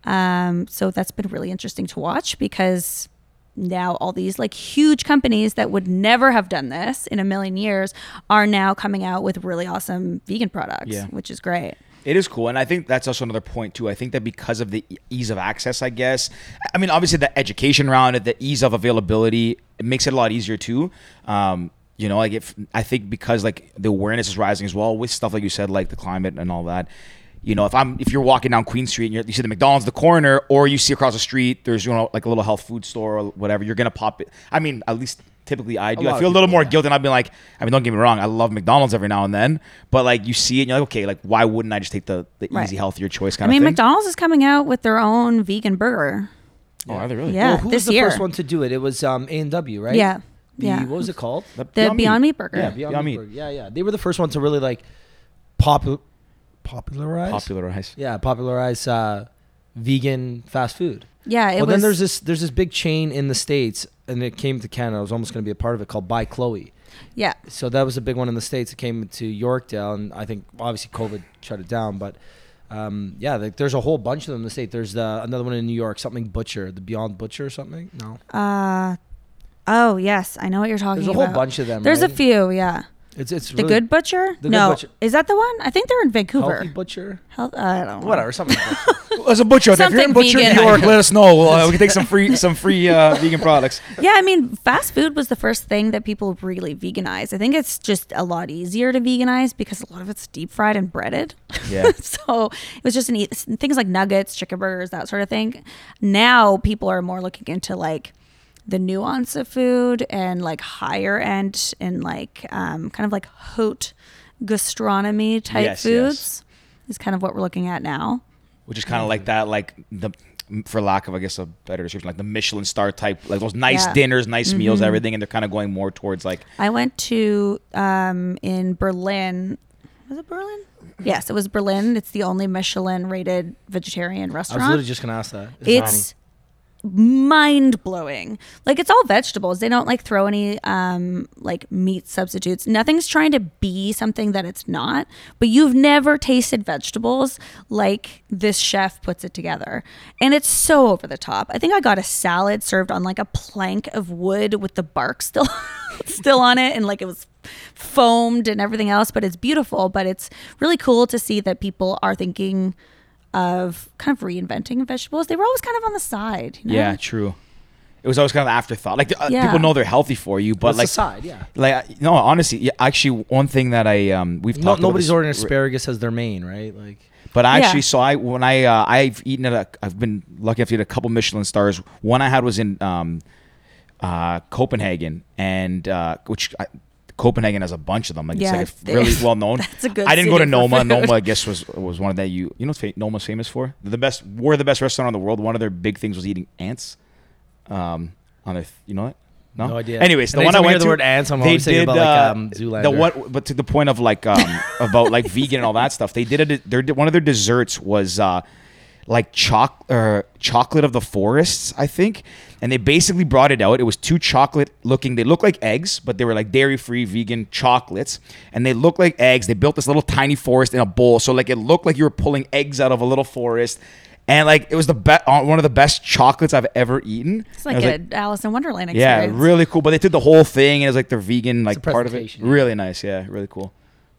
[SPEAKER 4] Um, so that's been really interesting to watch because now all these like huge companies that would never have done this in a million years are now coming out with really awesome vegan products,
[SPEAKER 1] Yeah.
[SPEAKER 4] which is great.
[SPEAKER 1] It is cool, and I think that's also another point too. I think that because of the e- ease of access, I guess. I mean, obviously the education around it, the ease of availability, it makes it a lot easier too. Um, you know, like if I think because like the awareness is rising as well with stuff like you said, like the climate and all that. You know, if I'm if you're walking down Queen Street and you're, you see the McDonald's at the corner, or you see across the street, there's you know like a little health food store or whatever, you're gonna pop it. I mean, at least typically I do. I
[SPEAKER 2] lot of
[SPEAKER 1] feel a little
[SPEAKER 2] people,
[SPEAKER 1] more
[SPEAKER 2] yeah.
[SPEAKER 1] guilty, and I've been like, I mean, don't get me wrong, I love McDonald's every now and then, but like you see it, and you're like, okay, like why wouldn't I just take the, the
[SPEAKER 4] Right.
[SPEAKER 1] easy, healthier choice
[SPEAKER 4] I
[SPEAKER 1] kind of
[SPEAKER 4] mean,
[SPEAKER 1] thing?
[SPEAKER 4] McDonald's is coming out with their own vegan burger.
[SPEAKER 1] Oh, are they really?
[SPEAKER 4] Yeah,
[SPEAKER 2] Well, who was
[SPEAKER 4] this
[SPEAKER 2] the
[SPEAKER 4] year.
[SPEAKER 2] first one to do it? It was um, A&W, right?
[SPEAKER 4] Yeah,
[SPEAKER 2] The-
[SPEAKER 4] yeah.
[SPEAKER 2] What was it called?
[SPEAKER 1] The
[SPEAKER 4] Beyond Meat burger.
[SPEAKER 1] Yeah,
[SPEAKER 4] Yeah,
[SPEAKER 1] Beyond, Meat.
[SPEAKER 2] Burger. Yeah, yeah. They were the first one to really like popu- popularize.
[SPEAKER 1] Popularized.
[SPEAKER 2] Yeah, popularize uh, vegan fast food.
[SPEAKER 4] Yeah, it
[SPEAKER 2] well,
[SPEAKER 4] was.
[SPEAKER 2] then there's this there's this big chain in the states, and it came to Canada. I was almost going to be a part of it called By Chloe.
[SPEAKER 4] yeah,
[SPEAKER 2] So that was a big one in the states. It came to Yorkdale, and I think obviously COVID shut it down. But um, yeah, like, there's a whole bunch of them in the state. There's the, another one in New York, something Butcher, the Beyond Butcher or something. No,
[SPEAKER 4] uh, oh yes, I know what you're talking
[SPEAKER 2] there's a
[SPEAKER 4] about.
[SPEAKER 2] whole bunch of them.
[SPEAKER 4] There's
[SPEAKER 2] right?
[SPEAKER 4] a few, yeah.
[SPEAKER 2] It's it's
[SPEAKER 4] The Good Butcher?
[SPEAKER 2] The Good
[SPEAKER 4] no,
[SPEAKER 2] Butcher.
[SPEAKER 4] is that the one? I think they're in Vancouver.
[SPEAKER 2] healthy butcher.
[SPEAKER 4] Health, I don't know.
[SPEAKER 2] Whatever, something. Like that.
[SPEAKER 1] As a butcher, out there, if you're in
[SPEAKER 4] Something
[SPEAKER 1] butcher in
[SPEAKER 4] vegan.
[SPEAKER 1] New York, let us know. We'll, uh, we can take some free some free uh, vegan products.
[SPEAKER 4] Yeah, I mean, fast food was the first thing that people really veganized. I think it's just a lot easier to veganize because a lot of it's deep fried and breaded.
[SPEAKER 1] Yeah.
[SPEAKER 4] so it was just an e- things like nuggets, chicken burgers, that sort of thing. Now people are more looking into like the nuance of food and like higher end and like um, kind of like haute gastronomy type
[SPEAKER 1] Yes, yes.
[SPEAKER 4] foods is kind of what we're looking at now.
[SPEAKER 1] which is kind of like that, like the for lack of I guess a better description, like the Michelin star type, like those nice
[SPEAKER 4] Yeah. Mm-hmm.
[SPEAKER 1] dinners, nice meals, everything, and they're kind of going more towards like
[SPEAKER 4] I went to um, in Berlin. Was it Berlin? Yes, it was Berlin. It's the only Michelin rated vegetarian
[SPEAKER 2] I was literally
[SPEAKER 4] restaurant.
[SPEAKER 2] just gonna ask that.
[SPEAKER 4] It's mind blowing. Like it's all vegetables. They don't like throw any um like meat substitutes. Nothing's trying to be something that it's not. But you've never tasted vegetables like this chef puts it together. And it's so over the top. I think I got a salad served on like a plank of wood with the bark still still on it and like it was foamed and everything else, but it's beautiful, but it's really cool to see that people are thinking of kind of reinventing vegetables. They were always kind of on the side. You know?
[SPEAKER 1] yeah, true. It was always kind of an afterthought. Like uh,
[SPEAKER 4] Yeah.
[SPEAKER 1] people know they're healthy for you, but
[SPEAKER 2] but
[SPEAKER 1] like
[SPEAKER 2] side, yeah.
[SPEAKER 1] like uh, no, honestly, yeah, actually, one thing that I um we've
[SPEAKER 2] No,
[SPEAKER 1] talked about
[SPEAKER 2] nobody's
[SPEAKER 1] this-
[SPEAKER 2] ordering asparagus as their main, right? Like
[SPEAKER 1] But I
[SPEAKER 4] Yeah.
[SPEAKER 1] actually, so I when I uh, I've eaten at a, I've been lucky enough to eat a couple Michelin stars. One I had was in um, uh, Copenhagen, and uh, which I, Copenhagen has a bunch of them. Like
[SPEAKER 4] Yeah,
[SPEAKER 1] it's like
[SPEAKER 4] they-
[SPEAKER 1] a, really well known.
[SPEAKER 4] that's a good
[SPEAKER 1] I didn't go to
[SPEAKER 4] city for
[SPEAKER 1] Noma.
[SPEAKER 4] food.
[SPEAKER 1] Noma, I guess, was was one of that you you know what fa- Noma's famous for the best were the best restaurant in the world. One of their big things was eating ants. Um, on their th- you know it. No?
[SPEAKER 2] No idea.
[SPEAKER 1] Anyways, the one
[SPEAKER 2] Anytime
[SPEAKER 1] I
[SPEAKER 2] I hear
[SPEAKER 1] went
[SPEAKER 2] the
[SPEAKER 1] to,
[SPEAKER 2] word ants, I'm
[SPEAKER 1] they
[SPEAKER 2] always thinking
[SPEAKER 1] did,
[SPEAKER 2] about, like,
[SPEAKER 1] uh,
[SPEAKER 2] um,
[SPEAKER 1] The
[SPEAKER 2] Zoolander.
[SPEAKER 1] what but to the point of like um about like vegan and all that stuff they did it their one of their desserts was uh like choc- or chocolate of the forests i think and they basically brought it out it was two chocolate looking they looked like eggs but they were like dairy free vegan chocolates and they looked like eggs they built this little tiny forest in a bowl so like it looked like you were pulling eggs out of a little forest and like it was the best one of the best chocolates i've ever eaten
[SPEAKER 4] It's
[SPEAKER 1] And I
[SPEAKER 4] like
[SPEAKER 1] was
[SPEAKER 4] an Alice in Wonderland
[SPEAKER 1] yeah,
[SPEAKER 4] experience.
[SPEAKER 1] really cool. But they did the whole thing, and it was like their vegan like part of it.
[SPEAKER 2] presentation, yeah.
[SPEAKER 1] Really nice. Yeah, really cool.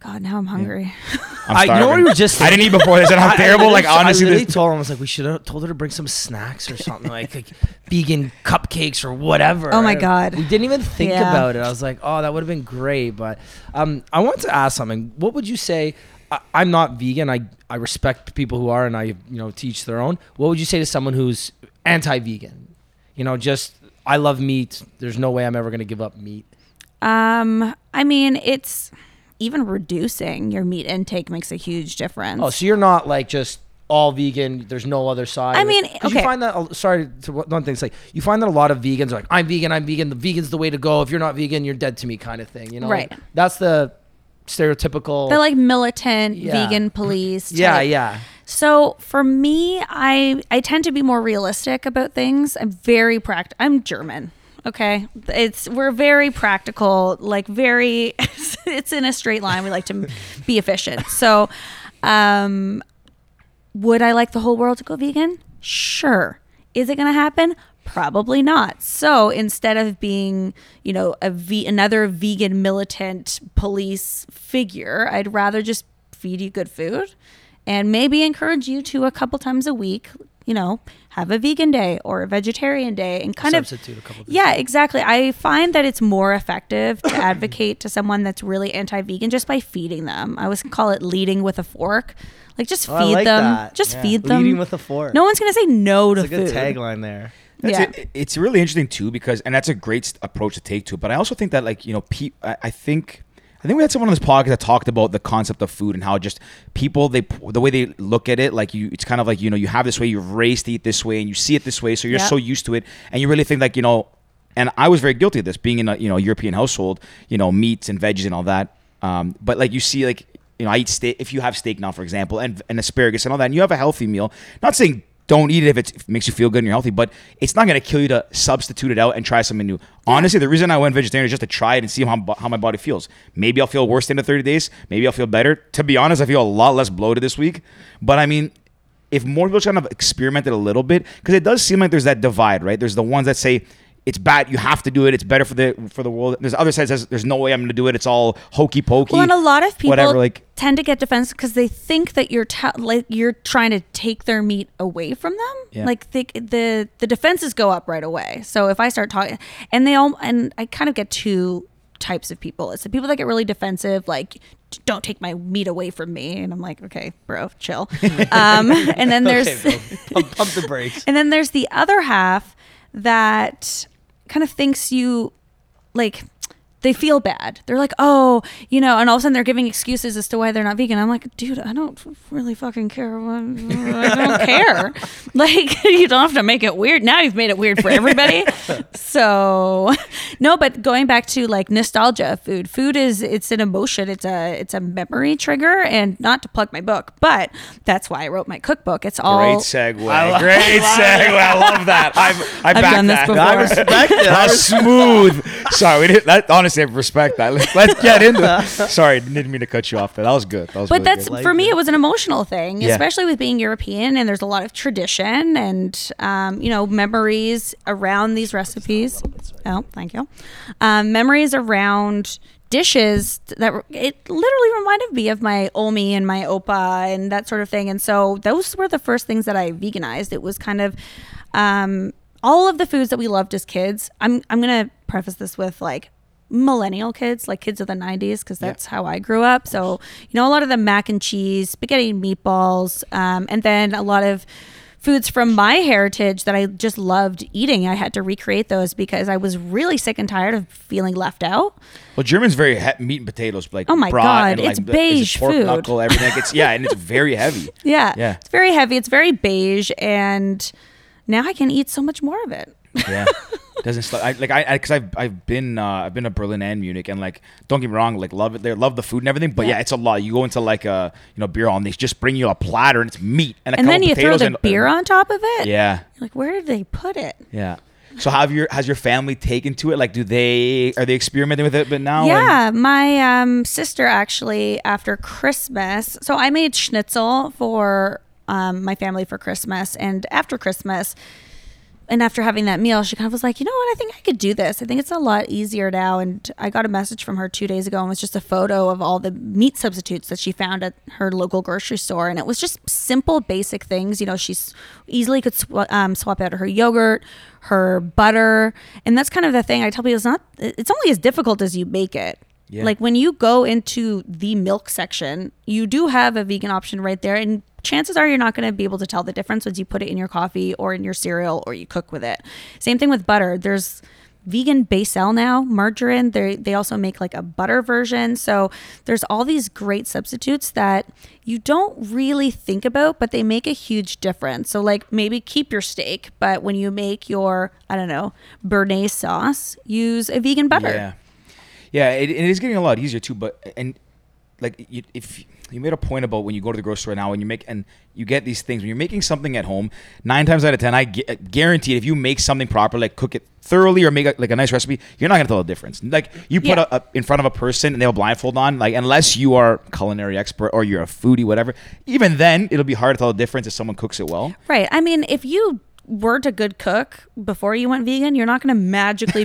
[SPEAKER 4] God, now I'm hungry.
[SPEAKER 1] I'm
[SPEAKER 2] I- you know
[SPEAKER 1] starving.
[SPEAKER 2] what we were just
[SPEAKER 1] I didn't eat before this, and I'm terrible. Like honestly,
[SPEAKER 2] I literally
[SPEAKER 1] this,
[SPEAKER 2] told him I was like, we should have told her to bring some snacks or something like, like vegan cupcakes or whatever.
[SPEAKER 4] Oh my
[SPEAKER 2] And
[SPEAKER 4] God.
[SPEAKER 2] we didn't even think
[SPEAKER 4] Yeah.
[SPEAKER 2] about it. I was like, oh, that would have been great. But um, I wanted to ask something. What would you say? I, I'm not vegan. I I respect people who are, and I you know teach their own. What would you say to someone who's anti-vegan? You know, just I love meat. There's no way I'm ever going to give up meat.
[SPEAKER 4] um, I mean, it's even reducing your meat intake makes a huge difference.
[SPEAKER 2] Oh, so you're not like just all vegan. There's no other side.
[SPEAKER 4] I
[SPEAKER 2] Like,
[SPEAKER 4] mean,
[SPEAKER 2] 'cause You
[SPEAKER 4] okay.
[SPEAKER 2] find that a- sorry to one thing. It's like you find that a lot of vegans are like, I'm vegan. I'm vegan. The vegan's the way to go. If you're not vegan, you're dead to me, kind of thing. You know,
[SPEAKER 4] Right.
[SPEAKER 2] Like, that's the stereotypical.
[SPEAKER 4] They're like militant
[SPEAKER 2] Yeah.
[SPEAKER 4] vegan police.
[SPEAKER 2] yeah,
[SPEAKER 4] type.
[SPEAKER 2] yeah.
[SPEAKER 4] So for me, I I tend to be more realistic about things. I'm very practical. I'm German. Okay, it's we're very practical, like very. it's in a straight line. We like to be efficient. So, um, would I like the whole world to go vegan? Sure. Is it going to happen? Probably not. So instead of being, you know, a ve- another vegan militant police figure, I'd rather just feed you good food and maybe encourage you to a couple times a week, you know, have a vegan day or a vegetarian day and kind
[SPEAKER 2] Substitute a
[SPEAKER 4] of
[SPEAKER 2] couple of
[SPEAKER 4] yeah, exactly. I find that it's more effective to advocate to someone that's really anti-vegan just by feeding them. I always call it leading with a fork. Like just
[SPEAKER 2] Oh, I
[SPEAKER 4] feed
[SPEAKER 2] like
[SPEAKER 4] them.
[SPEAKER 2] that.
[SPEAKER 4] Just
[SPEAKER 2] Yeah.
[SPEAKER 4] feed them.
[SPEAKER 2] Leading with a fork.
[SPEAKER 4] No one's gonna say no to food.
[SPEAKER 2] there.
[SPEAKER 1] That's
[SPEAKER 4] Yeah.
[SPEAKER 1] it. It's really interesting too because, and that's a great st- approach to take to it. But I also think that like you know, pe- I, I think. I think we had someone on this podcast that talked about the concept of food and how just people they the way they look at it like you it's kind of like you know you have this way you're raised to eat this way and you see it this way so you're
[SPEAKER 4] Yeah.
[SPEAKER 1] so used to it and you really think like you know and I was very guilty of this being in a you know European household you know meats and veggies and all that um, but like you see like you know I eat steak if you have steak now for example and and asparagus and all that and you have a healthy meal not saying don't eat it if it's- if it makes you feel good and you're healthy, but it's not going to kill you to substitute it out and try something new. Honestly, the reason I went vegetarian is just to try it and see how, bo- how my body feels. Maybe I'll feel worse in the 30 days. Maybe I'll feel better. To be honest, I feel a lot less bloated this week. But I mean, if more people kind of experimented a little bit, because it does seem like there's that divide, right? There's the ones that say it's bad, you have to do it, it's better for the for the world. There's other sides that says there's no way I'm going to do it. It's all hokey pokey.
[SPEAKER 4] Well, and a lot of people
[SPEAKER 1] whatever, like
[SPEAKER 4] tend to get defensive because they think that you're te- like you're trying to take their meat away from them.
[SPEAKER 1] Yeah.
[SPEAKER 4] Like they, the the defenses go up right away. So if I start talking, and they all, and I kind of get two types of people. It's the people that get really defensive, like don't take my meat away from me, and I'm like, okay, bro, chill. um, and then there's
[SPEAKER 2] Okay, Bill. pump, pump the brakes.
[SPEAKER 4] and then there's the other half that kind of thinks you like they feel bad. They're like, oh, you know, and all of a sudden they're giving excuses as to why they're not vegan. I'm like, dude, I don't really fucking care. I don't care. Like, you don't have to make it weird. Now you've made it weird for everybody. so, no, but going back to like nostalgia, of food. Food is it's an emotion. It's a it's a memory trigger. And not to plug my book, but that's why I wrote my cookbook. It's all
[SPEAKER 1] Great segue.
[SPEAKER 2] I lo-
[SPEAKER 1] Great segue. I love that. I've I
[SPEAKER 4] I've
[SPEAKER 1] back
[SPEAKER 4] done this
[SPEAKER 1] that.
[SPEAKER 4] before. I
[SPEAKER 2] respect it. I
[SPEAKER 1] That's smooth. Sorry, we didn't, that, honestly, I respect that. Let's, let's get into it. Sorry, didn't mean to cut you off. There, that was good. That was
[SPEAKER 4] but
[SPEAKER 1] really
[SPEAKER 4] that's
[SPEAKER 1] good.
[SPEAKER 2] Like
[SPEAKER 4] for me
[SPEAKER 2] it.
[SPEAKER 4] it was an emotional thing
[SPEAKER 1] Yeah.
[SPEAKER 4] especially with being european and there's a lot of tradition and um, you know memories around these recipes oh thank you um, memories around dishes that were- it literally reminded me of my omi and my opa and that sort of thing and so those were the first things that i veganized it was kind of um, all of the foods that we loved as kids i'm, I'm gonna preface this with like millennial kids, like kids of the 90s, because that's how I grew up. So, you know, a lot of the mac and cheese, spaghetti and meatballs, um, and then a lot of foods from my heritage that I just loved eating. I had to recreate those because I was really sick and tired of feeling left out.
[SPEAKER 1] Well, German's very he- meat and potatoes. Like
[SPEAKER 4] Oh my
[SPEAKER 1] brat
[SPEAKER 4] God,
[SPEAKER 1] and, like,
[SPEAKER 4] it's
[SPEAKER 1] the- is it
[SPEAKER 4] beige
[SPEAKER 1] pork
[SPEAKER 4] food.
[SPEAKER 1] knuckle, everything. It's yeah, and it's very heavy.
[SPEAKER 4] Yeah.
[SPEAKER 1] Yeah.
[SPEAKER 4] It's very heavy, it's very beige, and now I can eat so much more of it.
[SPEAKER 1] Yeah. Doesn't stop. I, like I because I've I've been uh, I've been to Berlin and Munich and like don't get me wrong like love it there love the food and everything but yeah,
[SPEAKER 4] Yeah.
[SPEAKER 1] it's a lot you go into like a you know beer hall and they just bring you a platter and it's meat and a
[SPEAKER 4] And
[SPEAKER 1] couple
[SPEAKER 4] then you throw
[SPEAKER 1] potatoes
[SPEAKER 4] the
[SPEAKER 1] and,
[SPEAKER 4] beer on top of it.
[SPEAKER 1] yeah
[SPEAKER 4] You're Like, where did they put it?
[SPEAKER 1] Yeah. So have your has your family taken to it? Like, do they are they experimenting with it? But now,
[SPEAKER 4] Yeah, my um, sister actually after Christmas. So I made schnitzel for um, my family for Christmas, and after Christmas, and after having that meal, she kind of was like, you know what? I think I could do this. I think it's a lot easier now. And I got a message from her two days ago, and it was just a photo of all the meat substitutes that she found at her local grocery store. And it was just simple, basic things. You know, she s- easily could sw- um, swap out her yogurt, her butter, and that's kind of the thing I tell people. It's not. It's only as difficult as you make it.
[SPEAKER 1] Yeah.
[SPEAKER 4] Like when you go into the milk section, you do have a vegan option right there. And chances are you're not going to be able to tell the difference once you put it in your coffee or in your cereal or you cook with it. Same thing with butter. There's vegan Basel now, margarine. They they also make like a butter version. So there's all these great substitutes that you don't really think about, but they make a huge difference. So like maybe keep your steak, but when you make your, I don't know, béarnaise sauce, use a vegan butter.
[SPEAKER 1] yeah, yeah, it, it is getting a lot easier too. But and like, you, if you made a point about when you go to the grocery store now and you make and you get these things when you're making something at home, nine times out of ten, I gu- uh, guarantee if you make something proper, like cook it thoroughly or make a, like a nice recipe, you're not gonna tell the difference. Like you put
[SPEAKER 4] Yeah.
[SPEAKER 1] a, a in front of a person and they have a blindfold on, like unless you are a culinary expert or you're a foodie, whatever. Even then, it'll be hard to tell the difference if someone cooks it well.
[SPEAKER 4] Right. I mean, if you weren't a good cook before you went vegan, you're not going to magically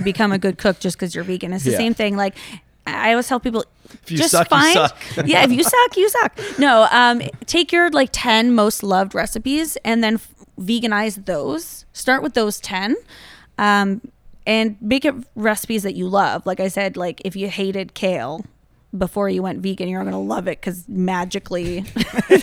[SPEAKER 4] become a good cook just because you're vegan. It's the
[SPEAKER 1] Yeah.
[SPEAKER 4] same thing. Like, I always tell people.
[SPEAKER 2] you
[SPEAKER 4] just
[SPEAKER 2] suck, you
[SPEAKER 4] find,
[SPEAKER 2] suck.
[SPEAKER 4] yeah. If you suck, you suck. No, um, take your like ten most loved recipes and then f- veganize those. Start with those ten, um, and make it recipes that you love. Like I said, like if you hated kale, before you went vegan, you're going to love it because magically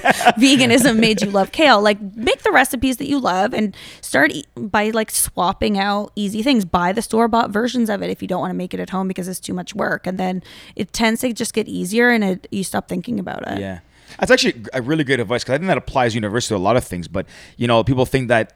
[SPEAKER 4] veganism made you love kale. Like, make the recipes that you love and start e- by like swapping out easy things. Buy the store bought versions of it if you don't want to make it at home because it's too much work. And then it tends to just get easier and it, you stop thinking about it.
[SPEAKER 1] Yeah. That's actually a really great advice because I think that applies universally to a lot of things. But, you know, people think that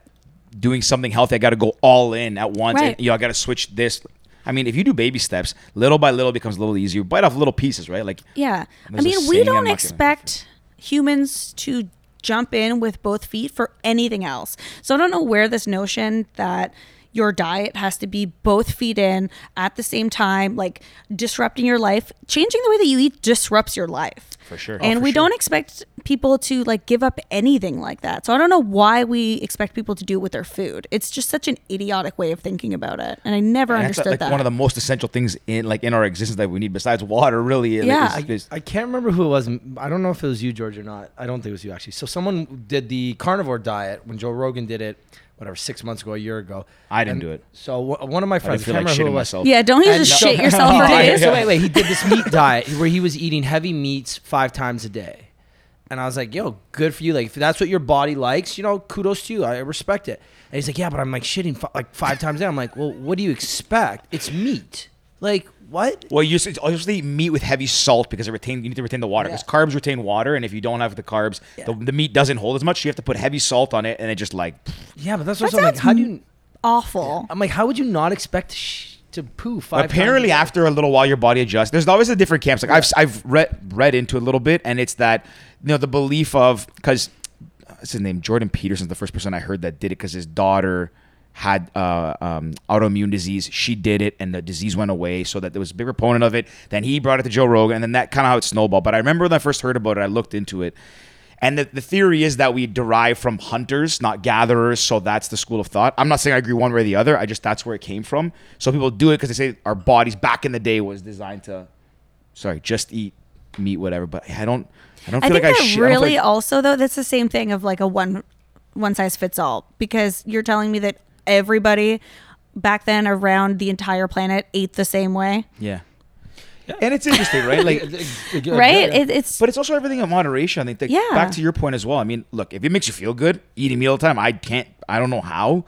[SPEAKER 1] doing something healthy, I got to go all in at once.
[SPEAKER 4] Right.
[SPEAKER 1] And, you know, I got to switch this. I mean, if you do baby steps, little by little it becomes a little easier. Bite off little pieces, right? Like,
[SPEAKER 4] Yeah. I
[SPEAKER 1] There's a
[SPEAKER 4] mean, we
[SPEAKER 1] saying, I'm
[SPEAKER 4] don't
[SPEAKER 1] not gonna-
[SPEAKER 4] expect humans to jump in with both feet for anything else. So I don't know where this notion that your diet has to be both feet in at the same time, like disrupting your life. Changing the way that you eat disrupts your life.
[SPEAKER 1] For sure. Oh,
[SPEAKER 4] And
[SPEAKER 1] for
[SPEAKER 4] we
[SPEAKER 1] sure.
[SPEAKER 4] don't expect people to like give up anything like that. So I don't know why we expect people to do it with their food. It's just such an idiotic way of thinking about it. And I never
[SPEAKER 1] and that's
[SPEAKER 4] understood
[SPEAKER 1] like
[SPEAKER 4] that.
[SPEAKER 1] one of the most essential things in like in our existence that we need besides water, really. Like,
[SPEAKER 4] Yeah.
[SPEAKER 1] is- is-
[SPEAKER 2] I can't remember who it was. I don't know if it was you, George, or not. I don't think it was you actually. So someone did the carnivore diet when Joe Rogan did it, whatever, six months ago, a year ago.
[SPEAKER 1] I didn't
[SPEAKER 2] And
[SPEAKER 1] do it.
[SPEAKER 2] So w- one of my friends, I
[SPEAKER 1] feel
[SPEAKER 2] can't
[SPEAKER 1] like
[SPEAKER 2] remember who
[SPEAKER 1] shitting
[SPEAKER 2] it was.
[SPEAKER 1] myself.
[SPEAKER 4] yeah, don't you
[SPEAKER 2] And
[SPEAKER 4] just
[SPEAKER 2] no-
[SPEAKER 4] shit yourself
[SPEAKER 1] Oh,
[SPEAKER 2] No,
[SPEAKER 4] for
[SPEAKER 2] I-
[SPEAKER 4] days?
[SPEAKER 2] So wait, wait. He did this meat diet where he was eating heavy meats five times a day, and I was like, "Yo, good for you. Like, if that's what your body likes, you know, kudos to you. I respect it." And he's like, "Yeah, but I'm like shitting fi- like five times a day." I'm like, "Well, what do you expect? It's meat. Like, what?"
[SPEAKER 1] Well, you just, you just eat meat with heavy salt because it retain you need to retain the water because
[SPEAKER 2] Yeah.
[SPEAKER 1] carbs retain water, and if you don't have the carbs, the, the meat doesn't hold as much. You have to put heavy salt on it, and it just like pff,
[SPEAKER 2] Yeah, but that's
[SPEAKER 4] That
[SPEAKER 2] what I'm like.
[SPEAKER 4] sounds
[SPEAKER 2] How do you?
[SPEAKER 4] awful.
[SPEAKER 2] I'm like, how would you not expect to, sh- to poo five?
[SPEAKER 1] apparently
[SPEAKER 2] times?
[SPEAKER 1] after a little while your body adjusts there's always a different camps like i've i've read read into it a little bit and it's that you know the belief of because what's his name jordan peterson's the first person i heard that did it because his daughter had uh, um, autoimmune disease. She did it, and the disease went away. So that there was a big proponent of it. Then he brought it to Joe Rogan, and then that kind of how it snowballed. But I remember when I first heard about it, I looked into it, and the, the theory is that we derive from hunters, not gatherers. So that's the school of thought. I'm not saying I agree one way or the other. I just that's where it came from. So people do it because they say our bodies back in the day was designed to, sorry, just eat meat, whatever. But I don't, I don't
[SPEAKER 4] I
[SPEAKER 1] feel
[SPEAKER 4] think
[SPEAKER 1] like I should.
[SPEAKER 4] that
[SPEAKER 1] I don't feel
[SPEAKER 4] really
[SPEAKER 1] like-
[SPEAKER 4] also though that's the same thing of like a one one size fits all because you're telling me that everybody back then around the entire planet ate the same way,
[SPEAKER 1] yeah. And it's interesting, right? Like
[SPEAKER 4] right? It, it's
[SPEAKER 1] But it's also everything in moderation. I think that
[SPEAKER 4] Yeah.
[SPEAKER 1] back to your point as well. I mean, look, if it makes you feel good eating meal time, I can't. I don't know how.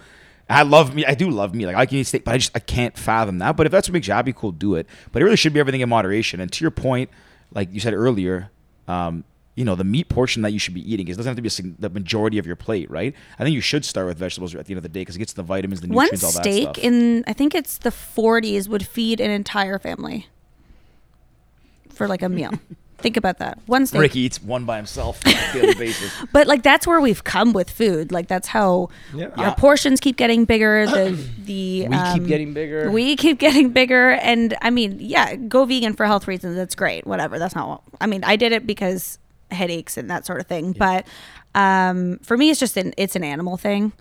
[SPEAKER 1] I love me. I do love me. Like I can eat steak, but I just I can't fathom that. But if that's what makes you happy, cool, do it. But it really should be everything in moderation. And to your point, like you said earlier, um, you know, the meat portion that you should be eating is doesn't have to be a, sig- the majority of your plate, right? I think you should start with vegetables at the end of the day because it gets the vitamins, the
[SPEAKER 4] one
[SPEAKER 1] nutrients, all that
[SPEAKER 4] steak
[SPEAKER 1] stuff.
[SPEAKER 4] in I think it's the 40s would feed an entire family for like a meal. think about that. One steak.
[SPEAKER 1] Rick eats one by himself on a daily basis.
[SPEAKER 4] But like that's where we've come with food. Like that's how
[SPEAKER 2] Yeah.
[SPEAKER 4] our portions keep getting bigger. The the
[SPEAKER 2] We keep
[SPEAKER 4] um,
[SPEAKER 2] getting bigger.
[SPEAKER 4] We keep getting bigger. And I mean, yeah, go vegan for health reasons. That's great. Whatever. That's not. What, I mean, I did it because headaches and that sort of thing. But um, for me, it's just an it's an animal thing,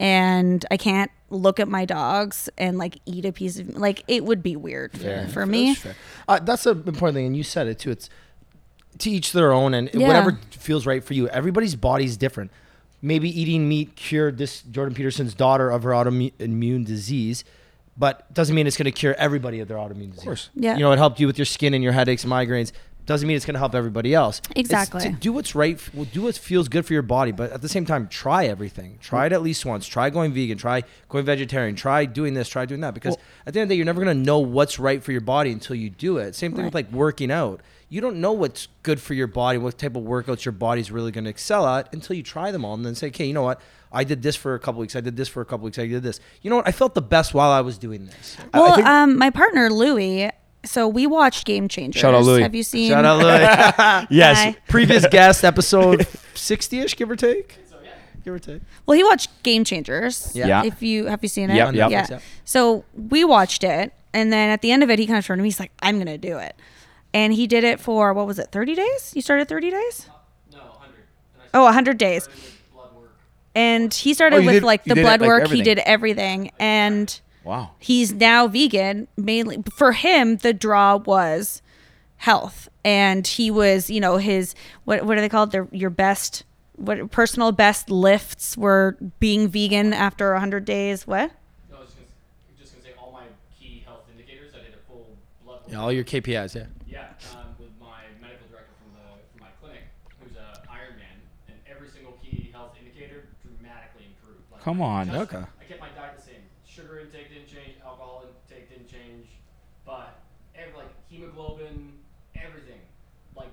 [SPEAKER 4] and I can't look at my dogs and like eat a piece of like it would be weird for, for me.
[SPEAKER 2] That's fair. Uh, that's an important thing, and you said it too. It's to each their own, and
[SPEAKER 4] Yeah.
[SPEAKER 2] whatever feels right for you. Everybody's body's different. Maybe eating meat cured this Jordan Peterson's daughter of her autoimmune disease, but doesn't mean it's going to cure everybody of their autoimmune disease. Of
[SPEAKER 1] course.
[SPEAKER 4] Yeah.
[SPEAKER 2] You know, it helped you with your skin and your headaches, migraines. Doesn't mean it's going to help everybody else. It's
[SPEAKER 4] Exactly.
[SPEAKER 2] to do what's right. f- Well, do what feels good for your body, but at the same time, try everything. Try it at least once. Try going vegan. Try going vegetarian. Try doing this. Try doing that. Because at the end of the day, you're never gonna know what's right for your body until you do it. Same thing with
[SPEAKER 4] Right.
[SPEAKER 2] like working out. You don't know what's good for your body, what type of workouts your body's really gonna excel at until you try them all, and then say, okay, you know what? I did this for a couple weeks. I did this for a couple weeks. I did this. You know what? I felt the best while I was doing this.
[SPEAKER 4] Well, um, my partner Louie. So we watched Game Changers.
[SPEAKER 1] Shout out Louis.
[SPEAKER 4] Have you seen?
[SPEAKER 2] Shout out, Louis.
[SPEAKER 1] Yes,
[SPEAKER 4] Hi.
[SPEAKER 2] Previous guest episode sixty-ish, give or take. Give or take.
[SPEAKER 4] Well, he watched Game Changers.
[SPEAKER 2] Yeah.
[SPEAKER 1] Yeah.
[SPEAKER 4] If you have you seen it?
[SPEAKER 1] Yep, yep.
[SPEAKER 4] Yeah.
[SPEAKER 2] Yep.
[SPEAKER 4] So we watched it, and then at the end of it, he kind of turned to me. He's like, "I'm gonna do it," and he did it for what was it? Thirty days? You started thirty days? No, hundred. Oh, 100 days. And he started
[SPEAKER 1] Oh, you
[SPEAKER 4] with
[SPEAKER 1] did-
[SPEAKER 4] like
[SPEAKER 1] you
[SPEAKER 4] the
[SPEAKER 1] did it,
[SPEAKER 4] blood
[SPEAKER 1] like,
[SPEAKER 4] work. He
[SPEAKER 1] everything.
[SPEAKER 4] did everything, and
[SPEAKER 1] Wow.
[SPEAKER 4] he's now vegan mainly for him the draw was health and he was you know his what what are they called their your best what personal best lifts were being vegan after 100 days what
[SPEAKER 6] No, I was just gonna, just gonna say all my key health indicators. I did a full blood work.
[SPEAKER 2] all your KPIs, yeah.
[SPEAKER 6] Yeah. Um,
[SPEAKER 1] come on.
[SPEAKER 2] Okay.
[SPEAKER 6] I kept my diet the same. Sugar intake didn't change. Alcohol intake didn't change. But ev like hemoglobin, everything, like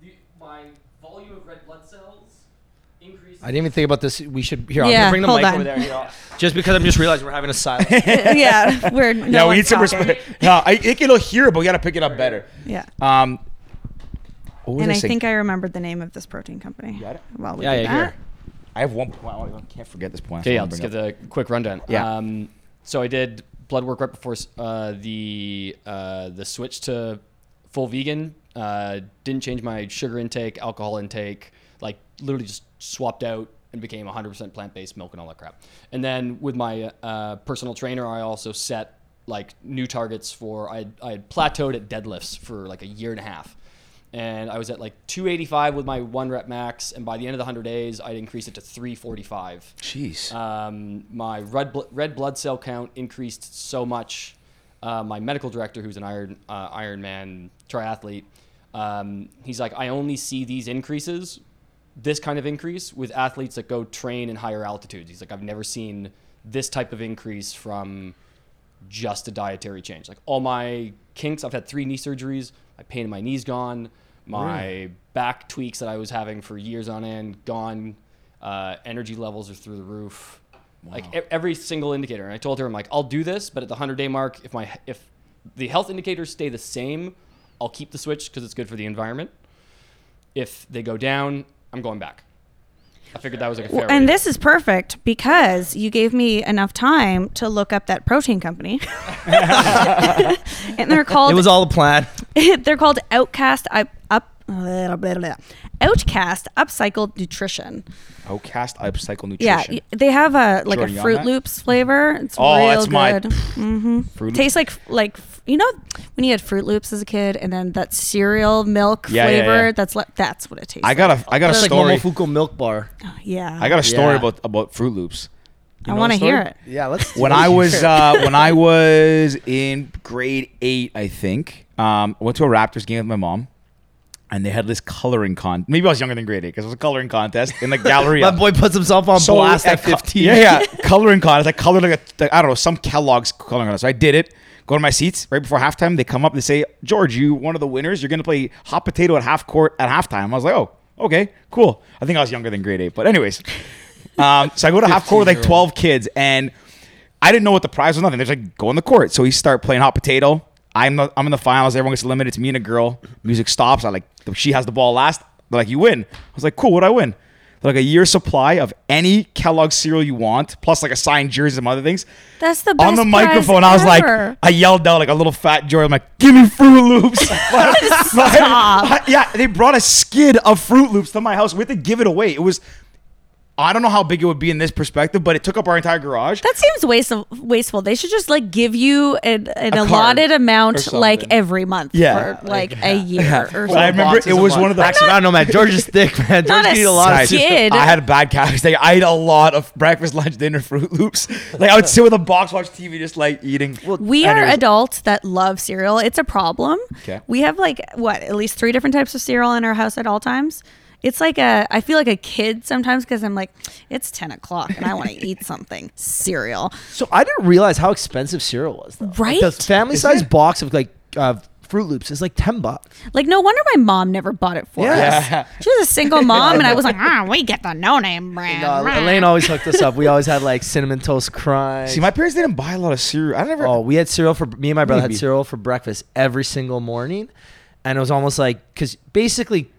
[SPEAKER 6] the, my volume of red blood cells increased.
[SPEAKER 2] I didn't even think about this. We should here. I'll
[SPEAKER 4] Yeah,
[SPEAKER 2] bring the
[SPEAKER 4] hold
[SPEAKER 2] mic
[SPEAKER 4] on.
[SPEAKER 2] over there. You know, just because I'm just realizing we're having a silence.
[SPEAKER 4] yeah, we're no
[SPEAKER 1] yeah, we
[SPEAKER 4] one's
[SPEAKER 1] need some
[SPEAKER 4] talking.
[SPEAKER 1] respect. No, I think it'll hear, but we gotta pick it up better.
[SPEAKER 4] Yeah.
[SPEAKER 1] Um, what was
[SPEAKER 4] and I
[SPEAKER 1] saying?
[SPEAKER 4] think I remembered the name of this protein company.
[SPEAKER 1] got it?
[SPEAKER 4] Well, we
[SPEAKER 6] Yeah,
[SPEAKER 4] did
[SPEAKER 6] yeah,
[SPEAKER 4] that.
[SPEAKER 6] here.
[SPEAKER 1] I have one point. I can't forget this point. I
[SPEAKER 6] Okay, yeah,
[SPEAKER 1] wanna
[SPEAKER 6] let's
[SPEAKER 1] bring
[SPEAKER 6] give
[SPEAKER 1] up.
[SPEAKER 6] the quick rundown.
[SPEAKER 1] Yeah.
[SPEAKER 6] Um, so I did blood work right before uh, the uh, the switch to full vegan. Uh, didn't change my sugar intake, alcohol intake. Like literally just swapped out and became 100% plant based milk and all that crap. And then with my uh, personal trainer, I also set like new targets for I I had plateaued at deadlifts for like a year and a half. And I was at like 285 with my one rep max, and by the end of the 100 days, I'd increased it to 345.
[SPEAKER 1] Jeez.
[SPEAKER 6] Um, my red, bl- red blood cell count increased so much. Uh, my medical director, who's an Iron uh, Ironman triathlete, um, he's like, I only see these increases, this kind of increase with athletes that go train in higher altitudes. He's like, I've never seen this type of increase from just a dietary change. Like all my kinks, I've had three knee surgeries. My pain in my knees gone. My back tweaks that I was having for years on end gone. Uh, energy levels are through the roof. Like e- every single indicator. And I told her, I'm like, I'll do this, but at the hundred day mark, if my if the health indicators stay the same, I'll keep the switch because it's good for the environment. If they go down, I'm going back. I figured that was like a fair.
[SPEAKER 4] Well, and
[SPEAKER 6] way to-
[SPEAKER 4] this is perfect because you gave me enough time to look up that protein company. and they're called
[SPEAKER 2] It was all a plan.
[SPEAKER 4] they're called Outcast I, up blah, blah, blah. Outcast Upcycled Nutrition.
[SPEAKER 1] Outcast Upcycle
[SPEAKER 4] Yeah,
[SPEAKER 1] Nutrition.
[SPEAKER 4] y- they have a like
[SPEAKER 1] Jordan, you
[SPEAKER 4] a
[SPEAKER 1] on
[SPEAKER 4] Fruit
[SPEAKER 1] that?
[SPEAKER 4] Loops flavor. It's
[SPEAKER 1] Oh,
[SPEAKER 4] real
[SPEAKER 1] that's
[SPEAKER 4] good.
[SPEAKER 1] my-
[SPEAKER 4] hmm
[SPEAKER 1] Fruit Loops?
[SPEAKER 4] Tastes like like you know when you had Fruit Loops as a kid, and then that cereal milk
[SPEAKER 1] Yeah, yeah,
[SPEAKER 4] flavor.
[SPEAKER 1] yeah.
[SPEAKER 4] That's le- that's what it tastes.
[SPEAKER 1] I got a I got a
[SPEAKER 2] It's like
[SPEAKER 1] story.
[SPEAKER 2] Momofuku milk bar.
[SPEAKER 4] like. Oh, yeah.
[SPEAKER 1] I got a story
[SPEAKER 2] Yeah.
[SPEAKER 1] about about Fruit Loops.
[SPEAKER 4] I want to hear it.
[SPEAKER 2] Yeah, let's.
[SPEAKER 1] when I was uh, when I was in grade eight, I think, um, I went to a Raptors game with my mom, and they had this coloring con. Maybe I was younger than grade eight because it was a coloring contest in the gallery.
[SPEAKER 2] my boy puts himself on blast at
[SPEAKER 1] co-
[SPEAKER 2] 15.
[SPEAKER 1] Yeah, yeah. coloring contest. I colored like a like, I don't know some Kellogg's coloring contest. So I did it. Go to my seats right before halftime. They come up. They say, "George, you one of the winners. You're gonna play hot potato at half court at halftime." I was like, "Oh, okay, cool." I think I was younger than grade eight, but anyways. Um, so I go to half court with like 12 kids, and I didn't know what the prize was. Nothing. They're just like, go on the court. So we start playing hot potato. I'm the, I'm in the finals. Everyone gets limited to me and a girl. Music stops. I like she has the ball last. They're like, you win. I was like, cool. What do I win? They're like a year supply of any Kellogg's cereal you want, plus like a signed jersey and other things.
[SPEAKER 4] That's the
[SPEAKER 1] on the
[SPEAKER 4] best prize
[SPEAKER 1] microphone. I was
[SPEAKER 4] ever.
[SPEAKER 1] like, I yelled out like a little fat Jory. I'm like, give me Fruit Loops.
[SPEAKER 4] Stop.
[SPEAKER 1] yeah, they brought a skid of Fruit Loops to my house. We had to give it away. It was I don't know how big it would be in this perspective, but it took up our entire garage.
[SPEAKER 4] That seems wasteful. Wasteful. They should just like give you an, an
[SPEAKER 1] A card
[SPEAKER 4] allotted
[SPEAKER 1] or
[SPEAKER 4] amount, like
[SPEAKER 1] something.
[SPEAKER 4] every month,
[SPEAKER 1] Yeah.
[SPEAKER 4] for like a year or
[SPEAKER 1] But I
[SPEAKER 4] something.
[SPEAKER 1] remember it was one of the
[SPEAKER 2] I don't know, man. George is thick, man.
[SPEAKER 4] Not
[SPEAKER 2] George
[SPEAKER 4] a
[SPEAKER 2] eat a lot of
[SPEAKER 4] Guys,
[SPEAKER 2] shit.
[SPEAKER 4] kid.
[SPEAKER 1] I had a bad calories day. I ate a lot of breakfast, lunch, dinner, Fruit Loops. Like I would sit with a box, watch TV, just like eating.
[SPEAKER 4] We
[SPEAKER 1] And it
[SPEAKER 4] are
[SPEAKER 1] was-
[SPEAKER 4] adults that love cereal. It's a problem.
[SPEAKER 1] 'Kay.
[SPEAKER 4] We have like what at least three different types of cereal in our house at all times. It's like a I feel like a kid sometimes because I'm like it's ten o'clock and I want to eat something cereal.
[SPEAKER 2] So I didn't realize how expensive cereal was, though.
[SPEAKER 4] Right?
[SPEAKER 2] Like, the family size box of like uh, Fruit Loops is like ten bucks.
[SPEAKER 4] Like no wonder my mom never bought it for
[SPEAKER 2] Yeah.
[SPEAKER 4] us. She was a single mom and I was like ah we get the no name brand.
[SPEAKER 2] No, Elaine always hooked us up. We always had like cinnamon toast crunch.
[SPEAKER 1] See, my parents didn't buy a lot of cereal. I never.
[SPEAKER 2] oh, we had cereal for me and my brother
[SPEAKER 1] Maybe.
[SPEAKER 2] had cereal for breakfast every single morning, and it was almost like because basically,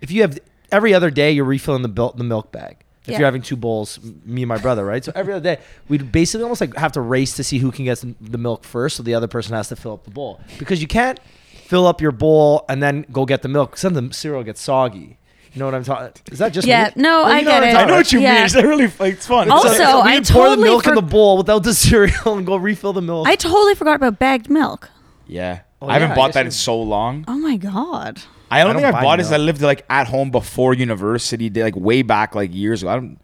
[SPEAKER 2] if you have every other day, you're refilling the bil- the milk bag. If
[SPEAKER 4] Yeah.
[SPEAKER 2] you're having two bowls, m- me and my brother, right? So every other day, we'd basically almost like have to race to see who can get the milk first, so the other person has to fill up the bowl because you can't fill up your bowl and then go get the milk. 'cause Then the cereal gets soggy. You know what I'm talking? Is that just
[SPEAKER 4] Yeah,
[SPEAKER 2] me?
[SPEAKER 4] no,
[SPEAKER 2] Well,
[SPEAKER 4] I
[SPEAKER 2] you know
[SPEAKER 4] get
[SPEAKER 2] what I'm
[SPEAKER 4] it.
[SPEAKER 2] talking
[SPEAKER 1] I know
[SPEAKER 2] about.
[SPEAKER 1] what you mean.
[SPEAKER 4] Yeah.
[SPEAKER 1] It's really like, it's fun.
[SPEAKER 4] Also,
[SPEAKER 1] it's like,
[SPEAKER 4] I
[SPEAKER 2] we pour the
[SPEAKER 4] totally
[SPEAKER 2] milk in the
[SPEAKER 4] for-
[SPEAKER 2] bowl without the cereal and go refill the milk.
[SPEAKER 4] I totally forgot about bagged milk.
[SPEAKER 1] yeah.
[SPEAKER 2] Oh,
[SPEAKER 1] I haven't
[SPEAKER 2] yeah, I
[SPEAKER 1] bought
[SPEAKER 2] guess
[SPEAKER 1] that
[SPEAKER 2] you-
[SPEAKER 1] in so long.
[SPEAKER 4] Oh my god.
[SPEAKER 1] I don't,
[SPEAKER 2] I don't
[SPEAKER 1] think I
[SPEAKER 2] buy
[SPEAKER 1] bought it. since I
[SPEAKER 2] milk.
[SPEAKER 1] lived like at home before university, day, like way back, like years ago. I don't.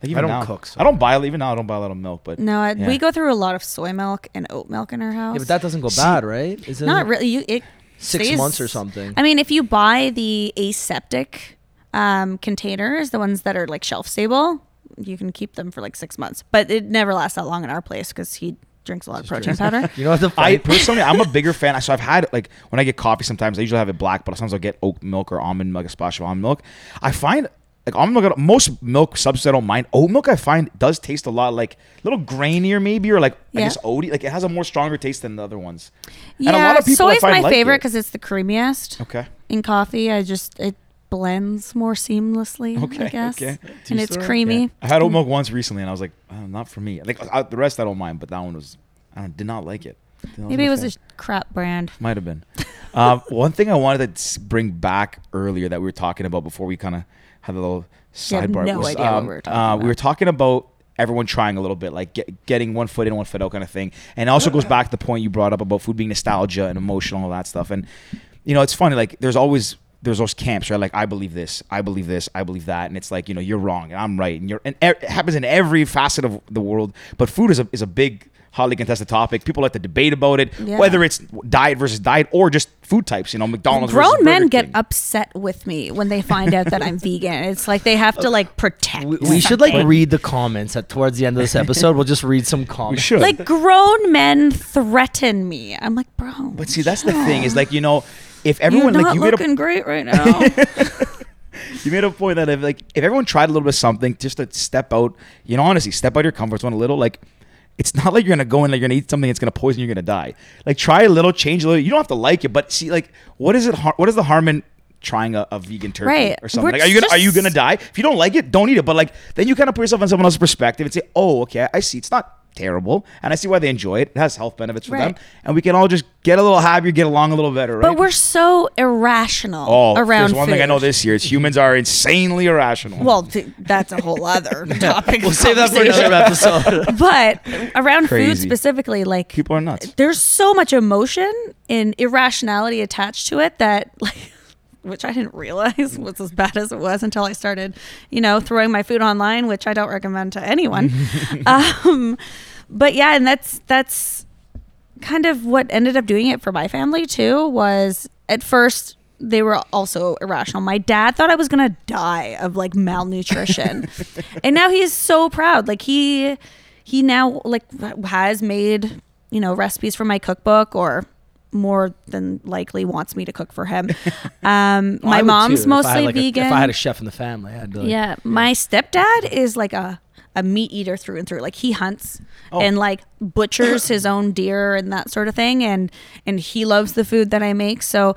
[SPEAKER 1] Like, even
[SPEAKER 2] don't
[SPEAKER 1] now.
[SPEAKER 2] cook, so-
[SPEAKER 1] I don't buy even now. I don't buy a lot of milk, but
[SPEAKER 4] No, I,
[SPEAKER 1] yeah.
[SPEAKER 4] we go through a lot of soy milk and oat milk in our house.
[SPEAKER 2] Yeah, but that doesn't go bad, right? Is it
[SPEAKER 4] Not really. You it
[SPEAKER 2] Six
[SPEAKER 4] stays-
[SPEAKER 2] months or something.
[SPEAKER 4] I mean, if you buy the aseptic um, containers, the ones that are like shelf stable, you can keep them for like six months, but it never lasts that long in our place because he drinks a lot of protein powder.
[SPEAKER 2] You know what the
[SPEAKER 1] I
[SPEAKER 2] funny
[SPEAKER 1] personally, I'm a bigger fan. So I've had like when I get coffee, sometimes I usually have it black, but sometimes I'll get oat milk or almond milk, a splash of almond milk. I find like almond milk, I don't- most milk substitutes I don't mind. Oat milk, I find does taste a lot like a little grainier, maybe, or like I
[SPEAKER 4] Yeah.
[SPEAKER 1] guess oaty. Like it has a more stronger taste than the other ones.
[SPEAKER 4] Yeah,
[SPEAKER 1] and a lot of people I
[SPEAKER 4] soy's
[SPEAKER 1] find
[SPEAKER 4] my
[SPEAKER 1] like
[SPEAKER 4] favorite
[SPEAKER 1] it.
[SPEAKER 4] because it's the creamiest.
[SPEAKER 1] Okay.
[SPEAKER 4] In coffee, I just it blends more seamlessly.
[SPEAKER 1] Okay,
[SPEAKER 4] I guess,
[SPEAKER 1] okay.
[SPEAKER 4] and it's creamy.
[SPEAKER 1] I had oat milk once recently, and I was like, oh, not for me. Like I, the rest, I don't mind, but that one was I don't, did not like it.
[SPEAKER 4] Maybe it was
[SPEAKER 1] a
[SPEAKER 4] a crap brand.
[SPEAKER 1] Might have been. um, one thing I wanted to s- bring back earlier that we were talking about before we kind of had a little
[SPEAKER 4] You have
[SPEAKER 1] sidebar
[SPEAKER 4] no idea what
[SPEAKER 1] um,
[SPEAKER 4] we were talking
[SPEAKER 1] uh, We were
[SPEAKER 4] about.
[SPEAKER 1] talking about everyone trying a little bit, like get, getting one foot in, one foot out kind of thing. And it also goes back to the point you brought up about food being nostalgia and emotional and all that stuff. And, you know, it's funny, like, there's always. There's those camps, right? Like I believe this, I believe this, I believe that, and it's like you know you're wrong and I'm right, and you're and e- it happens in every facet of the world. But food is a is a big, hotly contested topic. People like to debate about it,
[SPEAKER 4] Yeah.
[SPEAKER 1] whether it's diet versus diet or just food types. You know, McDonald's. versus
[SPEAKER 4] Grown men
[SPEAKER 1] Burger
[SPEAKER 4] get
[SPEAKER 1] King.
[SPEAKER 4] upset with me when they find out that I'm vegan. It's like they have to like protect.
[SPEAKER 2] we, we should like
[SPEAKER 4] something.
[SPEAKER 2] read the comments at towards the end of this episode. We'll just read some comments.
[SPEAKER 1] Should.
[SPEAKER 4] like grown men threaten me. I'm like, bro.
[SPEAKER 1] but see, that's the thing is like you know, if everyone
[SPEAKER 4] you're
[SPEAKER 1] like
[SPEAKER 4] not
[SPEAKER 1] you made
[SPEAKER 4] looking
[SPEAKER 1] a
[SPEAKER 4] great right now.
[SPEAKER 1] you made a point that if like if everyone tried a little bit of something just to step out, you know, honestly, step out of your comfort zone a little, like. It's not like you're gonna go in like you're gonna eat something that's gonna poison you. You're gonna die. Like try a little, change a little. You don't have to like it, but see, like what is it? har- What is the harm in trying a, a vegan turkey
[SPEAKER 4] Right.
[SPEAKER 1] or something?
[SPEAKER 4] We're
[SPEAKER 1] Like, are you gonna are you
[SPEAKER 4] just-
[SPEAKER 1] gonna die if you don't like it? Don't eat it. But like then you kind of put yourself in someone else's perspective and say, oh, okay, I see. It's not terrible, and I see why they enjoy it. It has health benefits for
[SPEAKER 4] Right.
[SPEAKER 1] them, and we can all just get a little happier, get along a little better. Right?
[SPEAKER 4] but we're so irrational
[SPEAKER 1] all
[SPEAKER 4] around
[SPEAKER 1] Oh, There's one thing I know
[SPEAKER 4] food.
[SPEAKER 1] this year: is humans are insanely irrational.
[SPEAKER 4] Well, th- that's a whole other topic.
[SPEAKER 2] We'll save that for another episode.
[SPEAKER 4] but around food
[SPEAKER 1] Crazy.
[SPEAKER 4] specifically, like
[SPEAKER 1] people are nuts.
[SPEAKER 4] there's so much emotion and irrationality attached to it that like which I didn't realize was as bad as it was until I started, you know, throwing my food online, which I don't recommend to anyone. um, but yeah, and that's that's kind of what ended up doing it for my family too was at first they were also irrational. My dad thought I was going to die of like malnutrition. and now he is so proud. Like he he now like has made, you know, recipes for my cookbook or more than likely wants me to cook for him. Um
[SPEAKER 2] I
[SPEAKER 4] my
[SPEAKER 2] would
[SPEAKER 4] mom's
[SPEAKER 2] too, if I had,
[SPEAKER 4] mostly
[SPEAKER 2] like, a-
[SPEAKER 4] vegan.
[SPEAKER 2] if I had a chef in the family, I'd be like,
[SPEAKER 4] Yeah, my stepdad is like a a meat eater through and through. Like he hunts
[SPEAKER 1] Oh.
[SPEAKER 4] and like butchers his own deer and that sort of thing and and he loves the food that I make. So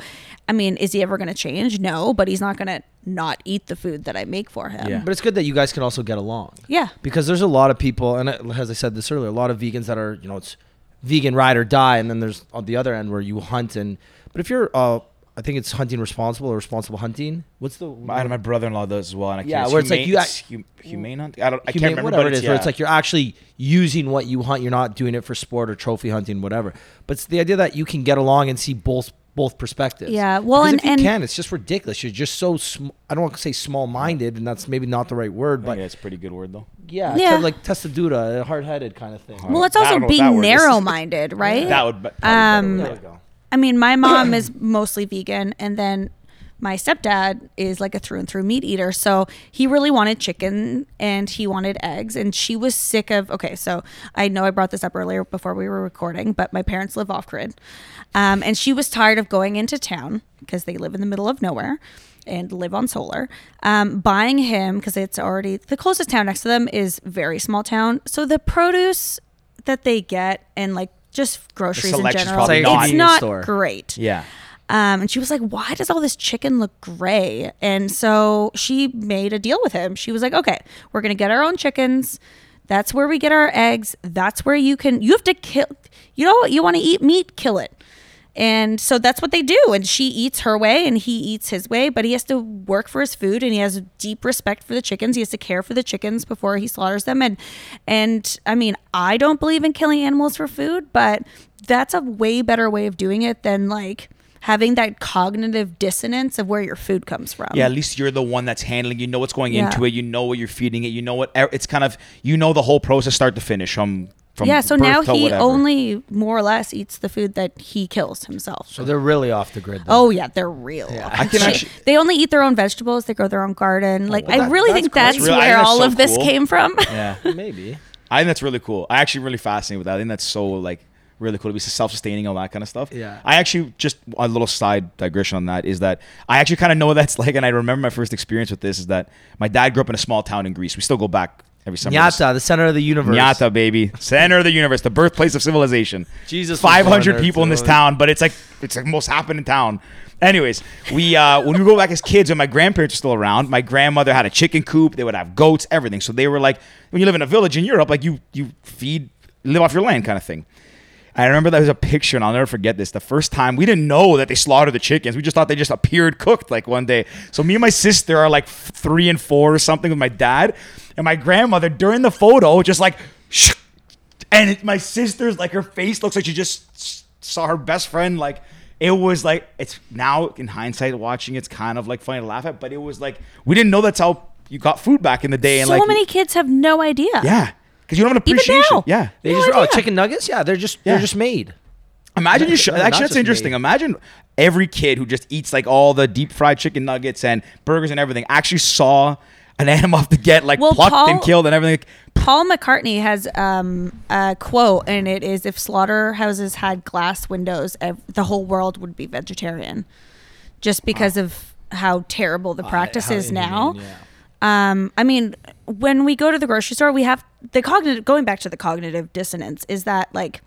[SPEAKER 4] I mean, is he ever going to change? No, but he's not going to not eat the food that I make for him.
[SPEAKER 1] Yeah.
[SPEAKER 2] But it's good that you guys can also get along.
[SPEAKER 4] Yeah.
[SPEAKER 2] Because there's a lot of people, and uh, as I said this earlier, a lot of vegans that are, you know, it's vegan ride or die, and then there's on the other end where you hunt and. But if you're, uh, I think it's hunting responsible or responsible hunting. What's the
[SPEAKER 1] I, my brother-in-law does as well, and I
[SPEAKER 2] Yeah,
[SPEAKER 1] can't,
[SPEAKER 2] where it's like you
[SPEAKER 1] it's hu- humane hunting. I don't. I
[SPEAKER 2] humane-
[SPEAKER 1] can't remember
[SPEAKER 2] whatever
[SPEAKER 1] but
[SPEAKER 2] it is, where it's
[SPEAKER 1] yeah.
[SPEAKER 2] like you're actually using what you hunt. You're not doing it for sport or trophy hunting, whatever. But it's the idea that you can get along and see both both perspectives.
[SPEAKER 4] Yeah, well,
[SPEAKER 2] Because
[SPEAKER 4] and-
[SPEAKER 2] if you
[SPEAKER 4] and-
[SPEAKER 2] can, it's just ridiculous. You're just so sm- I don't want to say small minded, and that's maybe not the right word,
[SPEAKER 1] But
[SPEAKER 2] but
[SPEAKER 1] yeah, it's a pretty good word though.
[SPEAKER 2] yeah,
[SPEAKER 4] Yeah.
[SPEAKER 2] yeah. like testaduda, hard headed kind of thing.
[SPEAKER 4] Well, it's
[SPEAKER 1] I don't
[SPEAKER 4] also
[SPEAKER 1] know what that
[SPEAKER 4] being
[SPEAKER 1] word is.
[SPEAKER 4] narrow-minded,
[SPEAKER 2] Eh,
[SPEAKER 4] right?
[SPEAKER 1] That would. Be,
[SPEAKER 4] Um,
[SPEAKER 1] um.
[SPEAKER 2] There we go.
[SPEAKER 4] I mean, my mom is mostly vegan, and then my stepdad is like a through and through meat eater. So he really wanted chicken and he wanted eggs. And she was sick of, okay, so I know I brought this up earlier before we were recording, but my parents live off grid. Um, and she was tired of going into town because they live in the middle of nowhere and live on solar. Um, buying him because it's already the closest town next to them is very small town. So the produce that they get and like just groceries in
[SPEAKER 1] selection's
[SPEAKER 4] general,
[SPEAKER 1] probably
[SPEAKER 4] it's
[SPEAKER 1] not-
[SPEAKER 4] not,
[SPEAKER 2] Convenience store.
[SPEAKER 4] great.
[SPEAKER 1] Yeah.
[SPEAKER 4] Um, and she was like, "Why does all this chicken look gray?" And so she made a deal with him. She was like, "Okay, we're gonna get our own chickens. That's where we get our eggs. That's where you can. You have to kill. You know what? You want to eat meat, kill it." And so that's what they do. And she eats her way and he eats his way, but he has to work for his food and he has deep respect for the chickens. He has to care for the chickens before he slaughters them. And and I mean, I don't believe in killing animals for food, but that's a way better way of doing it than like having that cognitive dissonance of where your food comes from.
[SPEAKER 1] Yeah. At least you're the one that's handling. You know what's going
[SPEAKER 4] Yeah.
[SPEAKER 1] er, into it. You know what you're feeding it. You know what. It's kind of. You know the whole process, start to finish, from from
[SPEAKER 4] yeah, so
[SPEAKER 1] birth
[SPEAKER 4] now
[SPEAKER 1] till
[SPEAKER 4] he
[SPEAKER 1] whatever.
[SPEAKER 4] only more or less eats the food that he kills himself.
[SPEAKER 2] So they're really off the grid.
[SPEAKER 4] Oh yeah, they're real.
[SPEAKER 1] I can
[SPEAKER 4] Shit.
[SPEAKER 1] actually- Oh,
[SPEAKER 4] They only eat their own vegetables. They grow their own garden. Like I
[SPEAKER 2] that-
[SPEAKER 4] really
[SPEAKER 2] that's
[SPEAKER 4] think
[SPEAKER 2] great.
[SPEAKER 4] that's
[SPEAKER 1] That's really- I
[SPEAKER 4] where
[SPEAKER 1] think that's
[SPEAKER 4] all
[SPEAKER 1] so
[SPEAKER 4] of this
[SPEAKER 1] cool.
[SPEAKER 4] came from.
[SPEAKER 1] Yeah.
[SPEAKER 2] maybe.
[SPEAKER 1] I think that's really cool. I actually really fascinated with that. I think that's so like really cool to be self-sustaining all that kind of stuff.
[SPEAKER 2] Yeah.
[SPEAKER 1] I actually just a little side digression on that is that I actually kind of know what that's like, and I remember my first experience with this is that my dad grew up in a small town in Greece. We still go back every summer.
[SPEAKER 2] Nyata, the center of the universe.
[SPEAKER 1] Nyata, baby, center of the universe, the birthplace of civilization.
[SPEAKER 2] Jesus was
[SPEAKER 1] five
[SPEAKER 2] born
[SPEAKER 1] hundred
[SPEAKER 2] there,
[SPEAKER 1] people in this
[SPEAKER 2] too.
[SPEAKER 1] town, but it's like it's like most happened in town. Anyways, we uh, when we go back as kids, when my grandparents were still around, my grandmother had a chicken coop. They would have goats, everything. So they were like, when you live in a village in Europe, like you you feed, live off your land, kind of thing. I remember there was a picture, and I'll never forget this. The first time we didn't know that they slaughtered the chickens, we just thought they just appeared cooked like one day. So me and my sister are like f- three and four or something with my dad, and my grandmother during the photo just like, sh- and it, my sister's like her face looks like she just s- saw her best friend. Like it was like it's now in hindsight watching, it's kind of like funny to laugh at, but it was like we didn't know that's how you got food back in the day, and
[SPEAKER 4] so
[SPEAKER 1] like
[SPEAKER 4] many kids have no idea.
[SPEAKER 1] yeah, because you don't have an
[SPEAKER 4] Even
[SPEAKER 1] appreciation.
[SPEAKER 4] now.
[SPEAKER 1] Yeah,
[SPEAKER 2] They
[SPEAKER 4] No
[SPEAKER 2] just oh
[SPEAKER 4] idea.
[SPEAKER 2] chicken nuggets. Yeah, they're just
[SPEAKER 1] Yeah.
[SPEAKER 2] they're just made.
[SPEAKER 1] Imagine you
[SPEAKER 2] Not-
[SPEAKER 1] should.
[SPEAKER 2] not
[SPEAKER 1] Actually,
[SPEAKER 2] just
[SPEAKER 1] that's
[SPEAKER 2] me.
[SPEAKER 1] interesting. Imagine every kid who just eats like all the deep fried chicken nuggets and burgers and everything actually saw an animal to get like
[SPEAKER 4] Well,
[SPEAKER 1] plucked and
[SPEAKER 4] Paul-
[SPEAKER 1] killed and everything.
[SPEAKER 4] Paul McCartney has um, a quote, and it is If slaughterhouses had glass windows, ev- the whole world would be vegetarian just because of how terrible the practice
[SPEAKER 2] How
[SPEAKER 4] is
[SPEAKER 2] inhumane,
[SPEAKER 4] now.
[SPEAKER 2] yeah.
[SPEAKER 4] Um, I mean, when we go to the grocery store, we have the cognitive, going back to the cognitive dissonance, is that like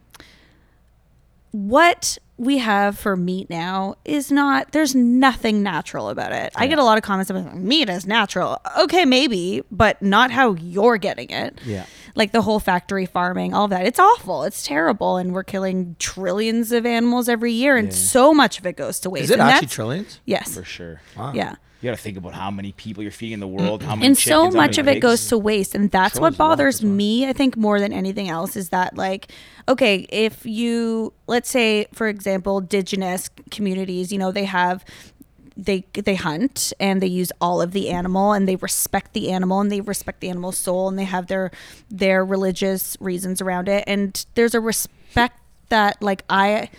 [SPEAKER 4] what we have for meat now is not, there's nothing natural about it. I get a lot of comments about meat is natural. Okay, maybe, but not how you're getting it.
[SPEAKER 2] Yeah.
[SPEAKER 4] Like the whole factory farming, all of that. It's awful. It's terrible. And we're killing trillions of animals every year, and so much of it goes to waste.
[SPEAKER 2] Is it
[SPEAKER 4] and
[SPEAKER 2] actually
[SPEAKER 4] that's-
[SPEAKER 2] trillions?
[SPEAKER 4] Yes.
[SPEAKER 1] For sure.
[SPEAKER 4] Yeah
[SPEAKER 1] You got to think about how many people you're feeding in the world. How many
[SPEAKER 4] and so
[SPEAKER 1] chickens, how
[SPEAKER 4] much
[SPEAKER 1] many
[SPEAKER 4] of it
[SPEAKER 1] pigs.
[SPEAKER 4] goes to waste and that's
[SPEAKER 2] Throws
[SPEAKER 4] what
[SPEAKER 2] a lot
[SPEAKER 4] bothers
[SPEAKER 2] of money.
[SPEAKER 4] me i think more than anything else is that like okay if you let's say for example indigenous communities you know they have they they hunt and they use all of the animal and they respect the animal and they respect the animal's soul and they have their their religious reasons around it and there's a respect that like i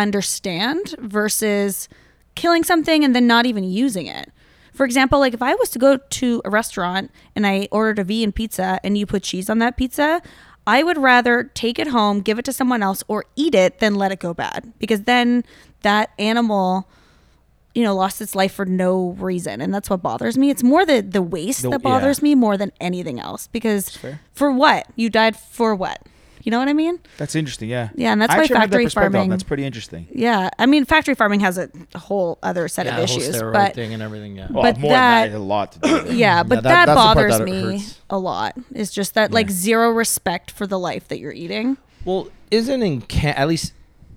[SPEAKER 4] understand versus killing something and then not even using it. For example, like if I was to go to a restaurant and I ordered a vegan pizza and you put cheese on that pizza, I would rather take it home, give it to someone else, or eat it than let it go bad because then that animal, you know, lost its life for no reason, and that's what bothers me. It's more the the waste
[SPEAKER 2] The-
[SPEAKER 4] that bothers
[SPEAKER 2] yeah.
[SPEAKER 4] me more than anything else because for what you died for what, you know what I mean?
[SPEAKER 1] That's interesting. Yeah.
[SPEAKER 4] Yeah, and that's
[SPEAKER 1] I
[SPEAKER 4] why
[SPEAKER 1] actually haven't had that
[SPEAKER 4] factory
[SPEAKER 1] perspective on it.
[SPEAKER 4] farming-
[SPEAKER 1] That's pretty interesting.
[SPEAKER 4] Yeah, I mean, factory farming has a whole other set
[SPEAKER 2] Yeah,
[SPEAKER 4] of
[SPEAKER 2] the whole
[SPEAKER 4] issues,
[SPEAKER 2] steroid
[SPEAKER 4] but
[SPEAKER 2] thing and everything. Yeah.
[SPEAKER 1] Well,
[SPEAKER 4] But
[SPEAKER 1] more than that,
[SPEAKER 4] that-
[SPEAKER 1] it had a lot to do. with it.
[SPEAKER 4] yeah, but
[SPEAKER 2] that-
[SPEAKER 4] that,
[SPEAKER 2] that's the part
[SPEAKER 4] bothers
[SPEAKER 2] that
[SPEAKER 4] me
[SPEAKER 2] hurts.
[SPEAKER 4] a lot. It's just that like zero respect for the life that you're eating.
[SPEAKER 2] Well, isn't in Can at least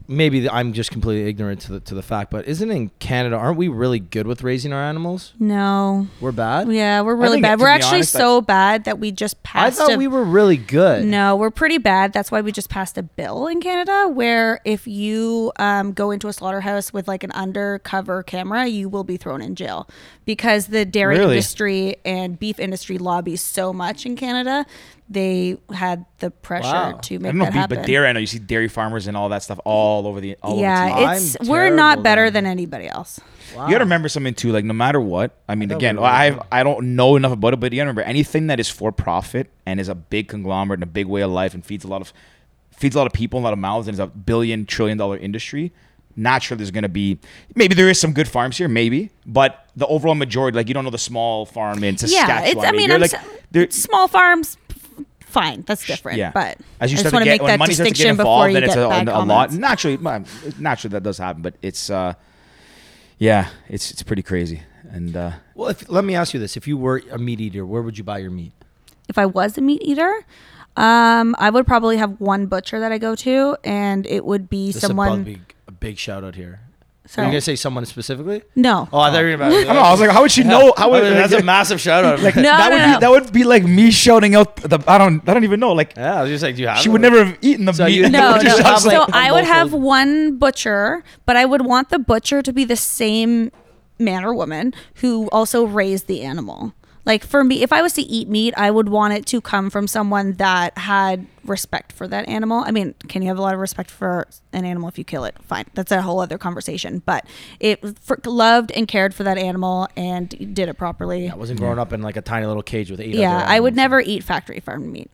[SPEAKER 2] maybe the, I'm just completely ignorant to the to the fact, but isn't in Canada? Aren't we really good with raising our animals?
[SPEAKER 4] No.
[SPEAKER 2] We're bad.
[SPEAKER 4] Yeah, we're really
[SPEAKER 1] think,
[SPEAKER 4] bad.
[SPEAKER 1] to
[SPEAKER 4] We're
[SPEAKER 1] be
[SPEAKER 4] actually
[SPEAKER 1] honest, I-
[SPEAKER 4] so bad that we just
[SPEAKER 2] I
[SPEAKER 4] passed.
[SPEAKER 2] thought
[SPEAKER 4] a-
[SPEAKER 2] we were really good.
[SPEAKER 4] No, we're pretty bad. That's why we just passed a bill in Canada where if you um, go into a slaughterhouse with like an undercover camera, you will be thrown in jail because the dairy
[SPEAKER 1] Really?
[SPEAKER 4] industry and beef industry lobbies so much in Canada. They had the pressure
[SPEAKER 2] Wow.
[SPEAKER 4] to
[SPEAKER 1] I
[SPEAKER 4] make
[SPEAKER 1] don't know,
[SPEAKER 4] that
[SPEAKER 1] beef,
[SPEAKER 4] happen.
[SPEAKER 1] but dairy. I know you see dairy farmers and all that stuff all over the all over the
[SPEAKER 4] yeah,
[SPEAKER 1] town.
[SPEAKER 4] it's
[SPEAKER 2] I'm
[SPEAKER 4] we're not
[SPEAKER 2] terrible
[SPEAKER 4] better
[SPEAKER 2] then.
[SPEAKER 4] than anybody else.
[SPEAKER 2] Wow.
[SPEAKER 1] You gotta remember something too. Like no matter what, I mean,
[SPEAKER 2] thought
[SPEAKER 1] again,
[SPEAKER 2] we were
[SPEAKER 1] I I don't know enough about it, but you gotta remember anything that is for profit and is a big conglomerate and a big way of life and feeds a lot of feeds a lot of people, a lot of mouths, and is a billion trillion dollar industry. Naturally, there's gonna be maybe there is some good farms here, maybe, but the overall majority, like you don't know the small farm in Saskatchewan.
[SPEAKER 4] Yeah, it's. I mean,
[SPEAKER 1] You're
[SPEAKER 4] I'm
[SPEAKER 1] like
[SPEAKER 4] s-
[SPEAKER 1] there-
[SPEAKER 4] small farms. f- Fine, that's different.
[SPEAKER 1] yeah,
[SPEAKER 4] But
[SPEAKER 1] as you
[SPEAKER 4] I just
[SPEAKER 1] start
[SPEAKER 4] want
[SPEAKER 1] to
[SPEAKER 4] to
[SPEAKER 1] get
[SPEAKER 4] make
[SPEAKER 1] when
[SPEAKER 4] that
[SPEAKER 1] money starts to get
[SPEAKER 4] distinction before
[SPEAKER 1] involved,
[SPEAKER 4] you
[SPEAKER 1] then it's
[SPEAKER 4] get
[SPEAKER 1] a,
[SPEAKER 4] bad
[SPEAKER 1] a lot.
[SPEAKER 4] comments.
[SPEAKER 1] Naturally, well, naturally that does happen, but it's uh, yeah, it's it's pretty crazy, and uh,
[SPEAKER 2] Well, if, let me ask you this: If you were a meat eater, where would you buy your meat?
[SPEAKER 4] if I was a meat eater, um, I would probably have one butcher that I go to, and it would be
[SPEAKER 2] This is
[SPEAKER 4] someone.
[SPEAKER 2] a big, a big shout out here. Are
[SPEAKER 4] sorry,
[SPEAKER 2] you gonna say someone specifically?
[SPEAKER 4] no.
[SPEAKER 2] Oh, I thought you were about.
[SPEAKER 1] I, don't know, I was like, how would she know? How would
[SPEAKER 2] Oh, that's a massive shout out.
[SPEAKER 1] Like
[SPEAKER 4] No,
[SPEAKER 1] that
[SPEAKER 4] no,
[SPEAKER 1] would
[SPEAKER 4] no.
[SPEAKER 1] be that would be like me shouting out the I don't I don't even know like
[SPEAKER 2] yeah, I was just like, do you have?
[SPEAKER 1] she
[SPEAKER 2] it?
[SPEAKER 1] would never have eaten the
[SPEAKER 2] So
[SPEAKER 1] meat.
[SPEAKER 2] you-
[SPEAKER 1] and
[SPEAKER 4] no,
[SPEAKER 1] would
[SPEAKER 4] no.
[SPEAKER 1] just shout
[SPEAKER 2] have,
[SPEAKER 4] So
[SPEAKER 2] like,
[SPEAKER 4] I
[SPEAKER 2] a
[SPEAKER 4] would have
[SPEAKER 2] muffled-
[SPEAKER 4] one butcher, but I would want the butcher to be the same man or woman who also raised the animal. Like for me, if I was to eat meat, I would want it to come from someone that had respect for that animal. I mean, can you have a lot of respect for an animal if you kill it? Fine, that's a whole other conversation. But it for, loved and cared for that animal and did it properly.
[SPEAKER 2] I wasn't growing up in like a tiny little cage with eight.
[SPEAKER 4] Yeah,
[SPEAKER 2] other
[SPEAKER 4] I would
[SPEAKER 2] animals.
[SPEAKER 4] never eat factory farm meat.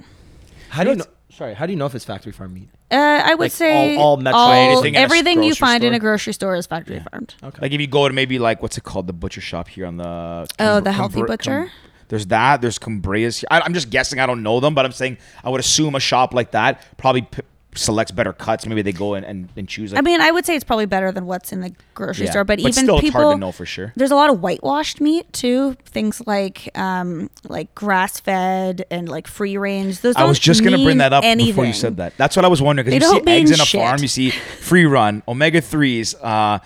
[SPEAKER 2] How do you know? Sorry, how do you know if it's factory farm meat?
[SPEAKER 4] Uh, I would
[SPEAKER 2] Like,
[SPEAKER 4] say
[SPEAKER 2] all- all metro-
[SPEAKER 1] Anything in a
[SPEAKER 4] everything you
[SPEAKER 1] grocery
[SPEAKER 4] find in
[SPEAKER 1] store?
[SPEAKER 4] a grocery store is factory farmed.
[SPEAKER 1] Like if you go to maybe like what's it called the butcher shop here on the
[SPEAKER 4] Oh, the Healthy Butcher?
[SPEAKER 1] there's that. There's Cumbria's. I, I'm just guessing. I don't know them, but I'm saying I would assume a shop like that probably p- selects better cuts. Maybe they go and and, and choose. Like,
[SPEAKER 4] I mean, I would say it's probably better than what's in the grocery
[SPEAKER 1] Yeah,
[SPEAKER 4] store, but,
[SPEAKER 1] but
[SPEAKER 4] even
[SPEAKER 1] still, it's
[SPEAKER 4] people
[SPEAKER 1] hard to know for sure.
[SPEAKER 4] There's a lot of whitewashed meat too, things like um, like grass fed and like free range. Those
[SPEAKER 1] I was
[SPEAKER 4] don't
[SPEAKER 1] just gonna
[SPEAKER 4] mean
[SPEAKER 1] bring that up before you
[SPEAKER 4] anything.
[SPEAKER 1] said that. That's what I was wondering
[SPEAKER 4] They
[SPEAKER 1] because you
[SPEAKER 4] don't
[SPEAKER 1] see eggs
[SPEAKER 4] mean
[SPEAKER 1] in a
[SPEAKER 4] shit.
[SPEAKER 1] farm, you see free run, omega threes, uh,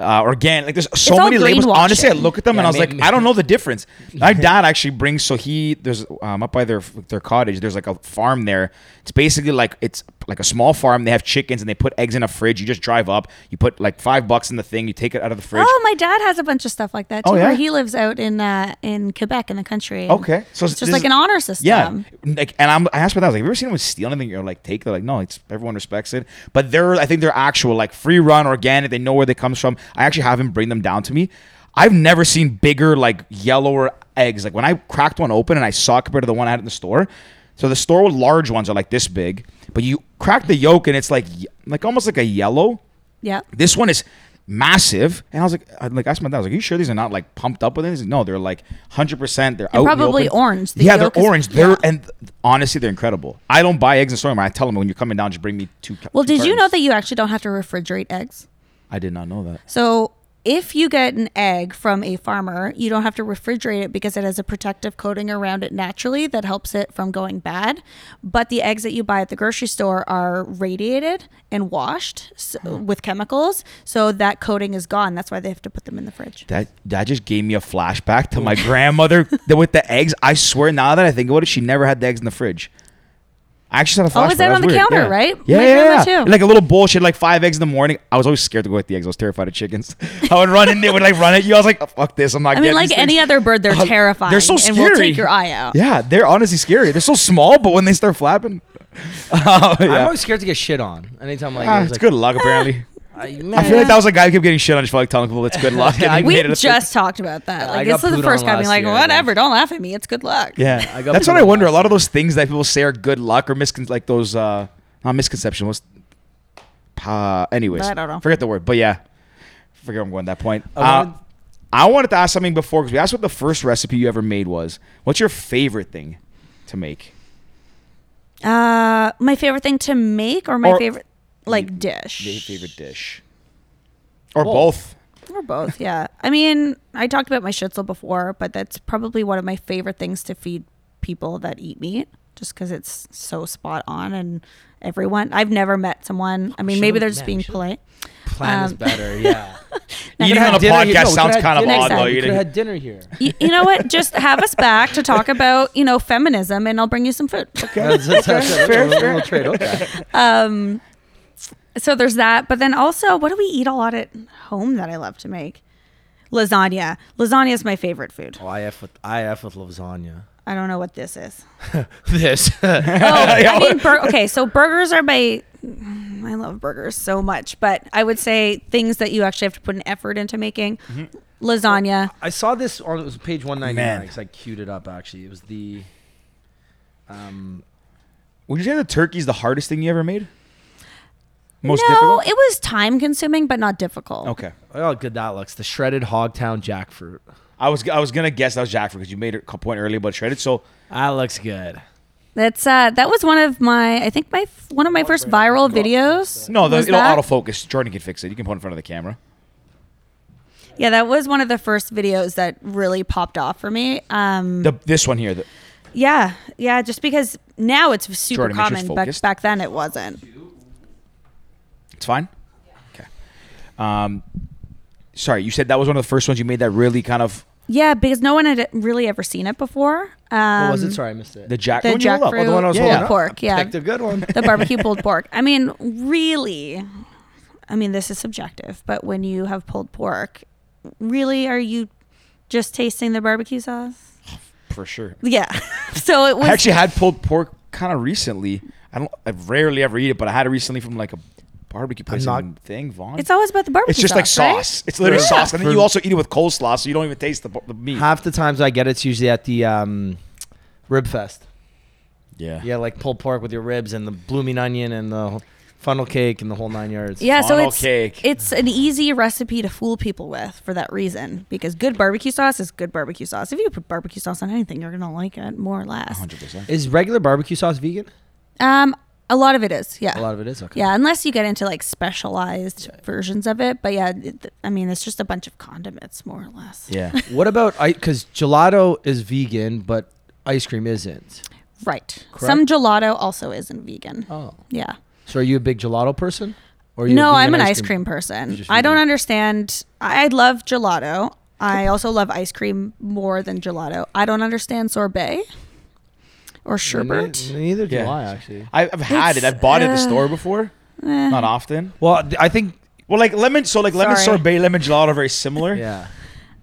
[SPEAKER 1] uh, organic. Like there's so
[SPEAKER 4] all
[SPEAKER 1] many labels.
[SPEAKER 4] greenwashing.
[SPEAKER 1] Honestly, I look at them and
[SPEAKER 2] Yeah,
[SPEAKER 1] I was
[SPEAKER 2] ma-
[SPEAKER 1] like, I don't know the difference. My dad actually brings so he there's um, up by their their cottage. There's like a farm there. It's basically like it's like a small farm. They have chickens and they put eggs in a fridge. You just drive up. You put like five bucks in the thing. You take it out of the fridge.
[SPEAKER 4] Oh, my dad has a bunch of stuff like that too.
[SPEAKER 1] Oh, yeah?
[SPEAKER 4] where he lives out in uh, in Quebec in the country. and
[SPEAKER 1] Okay, so
[SPEAKER 4] it's
[SPEAKER 1] this
[SPEAKER 4] just like
[SPEAKER 1] is-
[SPEAKER 4] an honor system.
[SPEAKER 1] Yeah, like, and I'm, I asked about that. I was like, "Have you ever seen anyone steal anything?" You're like, "Take." They're like, "No, it's everyone respects it." But they're, I think they're actual, like free run, organic. They know where they come from. I actually have him bring them down to me. I've never seen bigger, like yellower eggs. Like when I cracked one open and I saw it compared to the one I had in the store. So the store with large ones are like this big, but you crack the yolk and it's like, ye- like almost like a yellow.
[SPEAKER 4] yeah.
[SPEAKER 1] This one is massive, and I was like, I like I asked my dad, I was like, "Are you sure these are not like pumped up with it?" He's like, no, they're like hundred percent. They're out in the
[SPEAKER 4] probably
[SPEAKER 1] open."
[SPEAKER 4] orange. The
[SPEAKER 1] yeah, they're
[SPEAKER 4] yolk is-
[SPEAKER 1] orange. They're
[SPEAKER 4] yeah.
[SPEAKER 1] and th- honestly, they're incredible. I don't buy eggs in store anymore. I tell them when you're coming down, just bring me two. ca-
[SPEAKER 4] Well,
[SPEAKER 1] two
[SPEAKER 4] did you
[SPEAKER 1] cartons."
[SPEAKER 4] know that you actually don't have to refrigerate eggs?
[SPEAKER 1] I did not know that.
[SPEAKER 4] So if you get an egg from a farmer, you don't have to refrigerate it because it has a protective coating around it naturally that helps it from going bad. But the eggs that you buy at the grocery store are radiated and washed so,
[SPEAKER 1] Hmm.
[SPEAKER 4] with chemicals, so that coating is gone. That's why they have to put them in the fridge.
[SPEAKER 1] That that just gave me a flashback to my grandmother th- with the eggs. I swear, now that I think about it, she never had the eggs in the fridge. I actually had a flashback.
[SPEAKER 4] Oh, was that
[SPEAKER 1] That's
[SPEAKER 4] on the
[SPEAKER 1] weird.
[SPEAKER 4] counter,
[SPEAKER 1] Yeah.
[SPEAKER 4] right?
[SPEAKER 1] Yeah,
[SPEAKER 4] My
[SPEAKER 1] yeah,
[SPEAKER 4] grandma
[SPEAKER 1] yeah.
[SPEAKER 4] too.
[SPEAKER 1] And, Like a little bowl. She had like five eggs in the morning. I was always scared to go with the eggs. I was terrified of chickens. I would run in there, would like run at you. I was like, oh, fuck this. I'm not.
[SPEAKER 4] I mean,
[SPEAKER 1] getting
[SPEAKER 4] like
[SPEAKER 1] these
[SPEAKER 4] any
[SPEAKER 1] things.
[SPEAKER 4] other bird, they're
[SPEAKER 1] Uh,
[SPEAKER 4] terrifying.
[SPEAKER 1] They're so
[SPEAKER 4] and
[SPEAKER 1] scary.
[SPEAKER 4] will take your eye out.
[SPEAKER 1] Yeah, they're honestly scary. They're so small, but when they start flapping, Uh, yeah.
[SPEAKER 2] I'm always scared to get shit on. Anytime like,
[SPEAKER 1] Ah,
[SPEAKER 2] I was
[SPEAKER 1] it's
[SPEAKER 2] like,
[SPEAKER 1] good luck apparently.
[SPEAKER 2] I,
[SPEAKER 1] I feel like that was a guy who kept getting shit on. Just for, like telling people it's good luck.
[SPEAKER 2] Yeah,
[SPEAKER 1] and he
[SPEAKER 4] We
[SPEAKER 1] made it a thing.
[SPEAKER 4] just talked about that.
[SPEAKER 2] I
[SPEAKER 4] Like
[SPEAKER 2] got
[SPEAKER 4] this is the
[SPEAKER 2] pooed
[SPEAKER 4] first
[SPEAKER 2] on
[SPEAKER 4] guy being
[SPEAKER 2] last
[SPEAKER 4] like,
[SPEAKER 2] year, I
[SPEAKER 4] whatever,
[SPEAKER 2] think.
[SPEAKER 4] don't laugh at me. It's good luck.
[SPEAKER 1] Yeah,
[SPEAKER 2] I got
[SPEAKER 1] that's what
[SPEAKER 2] put
[SPEAKER 1] I
[SPEAKER 2] on
[SPEAKER 1] wonder. A
[SPEAKER 2] last
[SPEAKER 1] lot of
[SPEAKER 2] night.
[SPEAKER 1] those things that people say are good luck or miscon like those uh not misconception. What's uh, anyways?
[SPEAKER 4] I don't know.
[SPEAKER 1] Forget the word, but yeah, forget where I'm going at that point.
[SPEAKER 2] I
[SPEAKER 1] Uh,
[SPEAKER 2] wanted-
[SPEAKER 1] I wanted to ask something before because we asked what the first recipe you ever made was. What's your favorite thing to make?
[SPEAKER 4] Uh, my favorite thing to make, or my
[SPEAKER 1] Or-
[SPEAKER 4] favorite like
[SPEAKER 1] Your
[SPEAKER 4] dish,
[SPEAKER 1] favorite dish, or both?
[SPEAKER 2] Both.
[SPEAKER 4] or both. Yeah, I mean, I talked about my schnitzel before, but that's probably one of my favorite things to feed people that eat meat, just because it's so spot on and everyone. I've never met someone. I mean,
[SPEAKER 2] should've
[SPEAKER 4] maybe they're just
[SPEAKER 2] met-
[SPEAKER 4] being
[SPEAKER 2] should've-
[SPEAKER 4] polite.
[SPEAKER 2] plan is
[SPEAKER 4] Um,
[SPEAKER 2] better. Yeah.
[SPEAKER 1] Eating on a
[SPEAKER 2] Dinner here-
[SPEAKER 1] podcast
[SPEAKER 2] no, we
[SPEAKER 1] sounds
[SPEAKER 2] could've had
[SPEAKER 1] kind of
[SPEAKER 2] dinner-
[SPEAKER 1] odd,
[SPEAKER 4] Next
[SPEAKER 1] though.
[SPEAKER 4] time.
[SPEAKER 2] We
[SPEAKER 1] You
[SPEAKER 2] could
[SPEAKER 1] didn't-
[SPEAKER 2] have had dinner here.
[SPEAKER 4] You, you know what? Just have us back to talk about you know feminism, and I'll bring you some food.
[SPEAKER 2] That's, that's, that's a little- little trade. Okay.
[SPEAKER 4] Um, so there's that. But then also, what do we eat a lot at home that I love to make? Lasagna. Lasagna is my favorite food.
[SPEAKER 2] Oh, I f with I f with lasagna.
[SPEAKER 4] I don't know what this is.
[SPEAKER 2] This.
[SPEAKER 4] Oh, I mean, bur- okay. So burgers are my. I love burgers so much, but I would say things that you actually have to put an effort into making. Lasagna.
[SPEAKER 2] I saw this on it was page one ninety nine
[SPEAKER 1] Man.
[SPEAKER 2] because I queued it up actually. It was the. Um,
[SPEAKER 1] Would you say the turkey's the hardest thing you ever made? Most
[SPEAKER 4] no,
[SPEAKER 1] difficult.
[SPEAKER 4] it was time consuming, but not difficult.
[SPEAKER 1] Okay.
[SPEAKER 2] oh, how good that looks. The shredded Hogtown jackfruit.
[SPEAKER 1] I was I was gonna guess that was jackfruit because you made a point earlier about shredded. So
[SPEAKER 2] That looks good.
[SPEAKER 4] That's uh, that was one of my. I think my f- one of my first viral videos.
[SPEAKER 1] No, the,
[SPEAKER 4] was
[SPEAKER 1] it'll
[SPEAKER 4] that.
[SPEAKER 1] autofocus. Jordan can fix it. You can put it in front of the camera.
[SPEAKER 4] Yeah, that was one of the first videos that really popped off for me. Um,
[SPEAKER 1] The, this one here. The,
[SPEAKER 4] yeah, yeah, just because now it's super
[SPEAKER 1] Jordan, make sure it's
[SPEAKER 4] common, but
[SPEAKER 1] focused.
[SPEAKER 4] back then it wasn't.
[SPEAKER 1] it's fine. Okay. Um, sorry, you said that was one of the first ones you made that really kind of
[SPEAKER 4] Yeah, because no one had really ever seen it before. Um,
[SPEAKER 2] what was it? Sorry, I missed it.
[SPEAKER 1] the jack.
[SPEAKER 4] The
[SPEAKER 1] one you held up, or the one I was
[SPEAKER 4] jackfruit
[SPEAKER 1] holding
[SPEAKER 4] pulled
[SPEAKER 1] up.
[SPEAKER 4] pork, yeah.
[SPEAKER 2] Picked a good one.
[SPEAKER 4] the barbecue pulled pork. I mean, really, I mean, this is subjective, but when you have pulled pork, really, are you just tasting the barbecue sauce?
[SPEAKER 1] for sure.
[SPEAKER 4] Yeah. so it was
[SPEAKER 1] I actually had pulled pork kind of recently. I don't. I rarely ever eat it, but I had it recently from like a barbecue place.
[SPEAKER 2] not-
[SPEAKER 1] in thing, Vaughn.
[SPEAKER 4] It's always about the barbecue.
[SPEAKER 1] It's just like sauce. It's literally
[SPEAKER 4] Yeah.
[SPEAKER 1] sauce, and then
[SPEAKER 2] For-
[SPEAKER 1] you also eat it with coleslaw, so you don't even taste the, the meat.
[SPEAKER 2] Half the times I get it's usually at the um, rib fest.
[SPEAKER 1] yeah.
[SPEAKER 2] Yeah, like pulled pork with your ribs and the blooming onion and the funnel cake and the whole nine yards.
[SPEAKER 4] Yeah, so
[SPEAKER 1] Funnel
[SPEAKER 4] it's
[SPEAKER 1] cake.
[SPEAKER 4] it's an easy recipe to fool people with for that reason because good barbecue sauce is good barbecue sauce. If you put barbecue sauce on anything, you're gonna like it more or less.
[SPEAKER 1] Hundred percent.
[SPEAKER 2] Is regular barbecue sauce vegan?
[SPEAKER 4] Um, a lot of it is, yeah.
[SPEAKER 2] A lot of it is. Okay.
[SPEAKER 4] Yeah, unless you get into like specialized versions of it, but yeah, it, I mean it's just a bunch of condiments more or less.
[SPEAKER 1] Yeah.
[SPEAKER 2] What about I? Because gelato is vegan, but ice cream isn't.
[SPEAKER 4] Right.
[SPEAKER 2] Correct.
[SPEAKER 4] Some gelato also isn't vegan.
[SPEAKER 2] Oh.
[SPEAKER 4] Yeah.
[SPEAKER 2] So are you a big gelato person? Or are you a
[SPEAKER 4] No,
[SPEAKER 2] vegan
[SPEAKER 4] I'm an ice cream,
[SPEAKER 2] You're
[SPEAKER 4] person.
[SPEAKER 2] just
[SPEAKER 4] I don't
[SPEAKER 2] vegan.
[SPEAKER 4] understand. I I love gelato. I also love ice cream more than gelato. I don't understand sorbet or sherbet.
[SPEAKER 2] Ne- Neither do
[SPEAKER 1] Yeah.
[SPEAKER 2] I actually.
[SPEAKER 1] I, I've had it.
[SPEAKER 4] It's,
[SPEAKER 1] I've bought it at
[SPEAKER 4] uh, uh-huh.
[SPEAKER 1] the store before.
[SPEAKER 4] Eh,
[SPEAKER 1] Not often.
[SPEAKER 2] Well, th- I think
[SPEAKER 1] Well, like lemon. So like lemon
[SPEAKER 4] Sorry.
[SPEAKER 1] sorbet, lemon gelato are very similar.
[SPEAKER 2] yeah.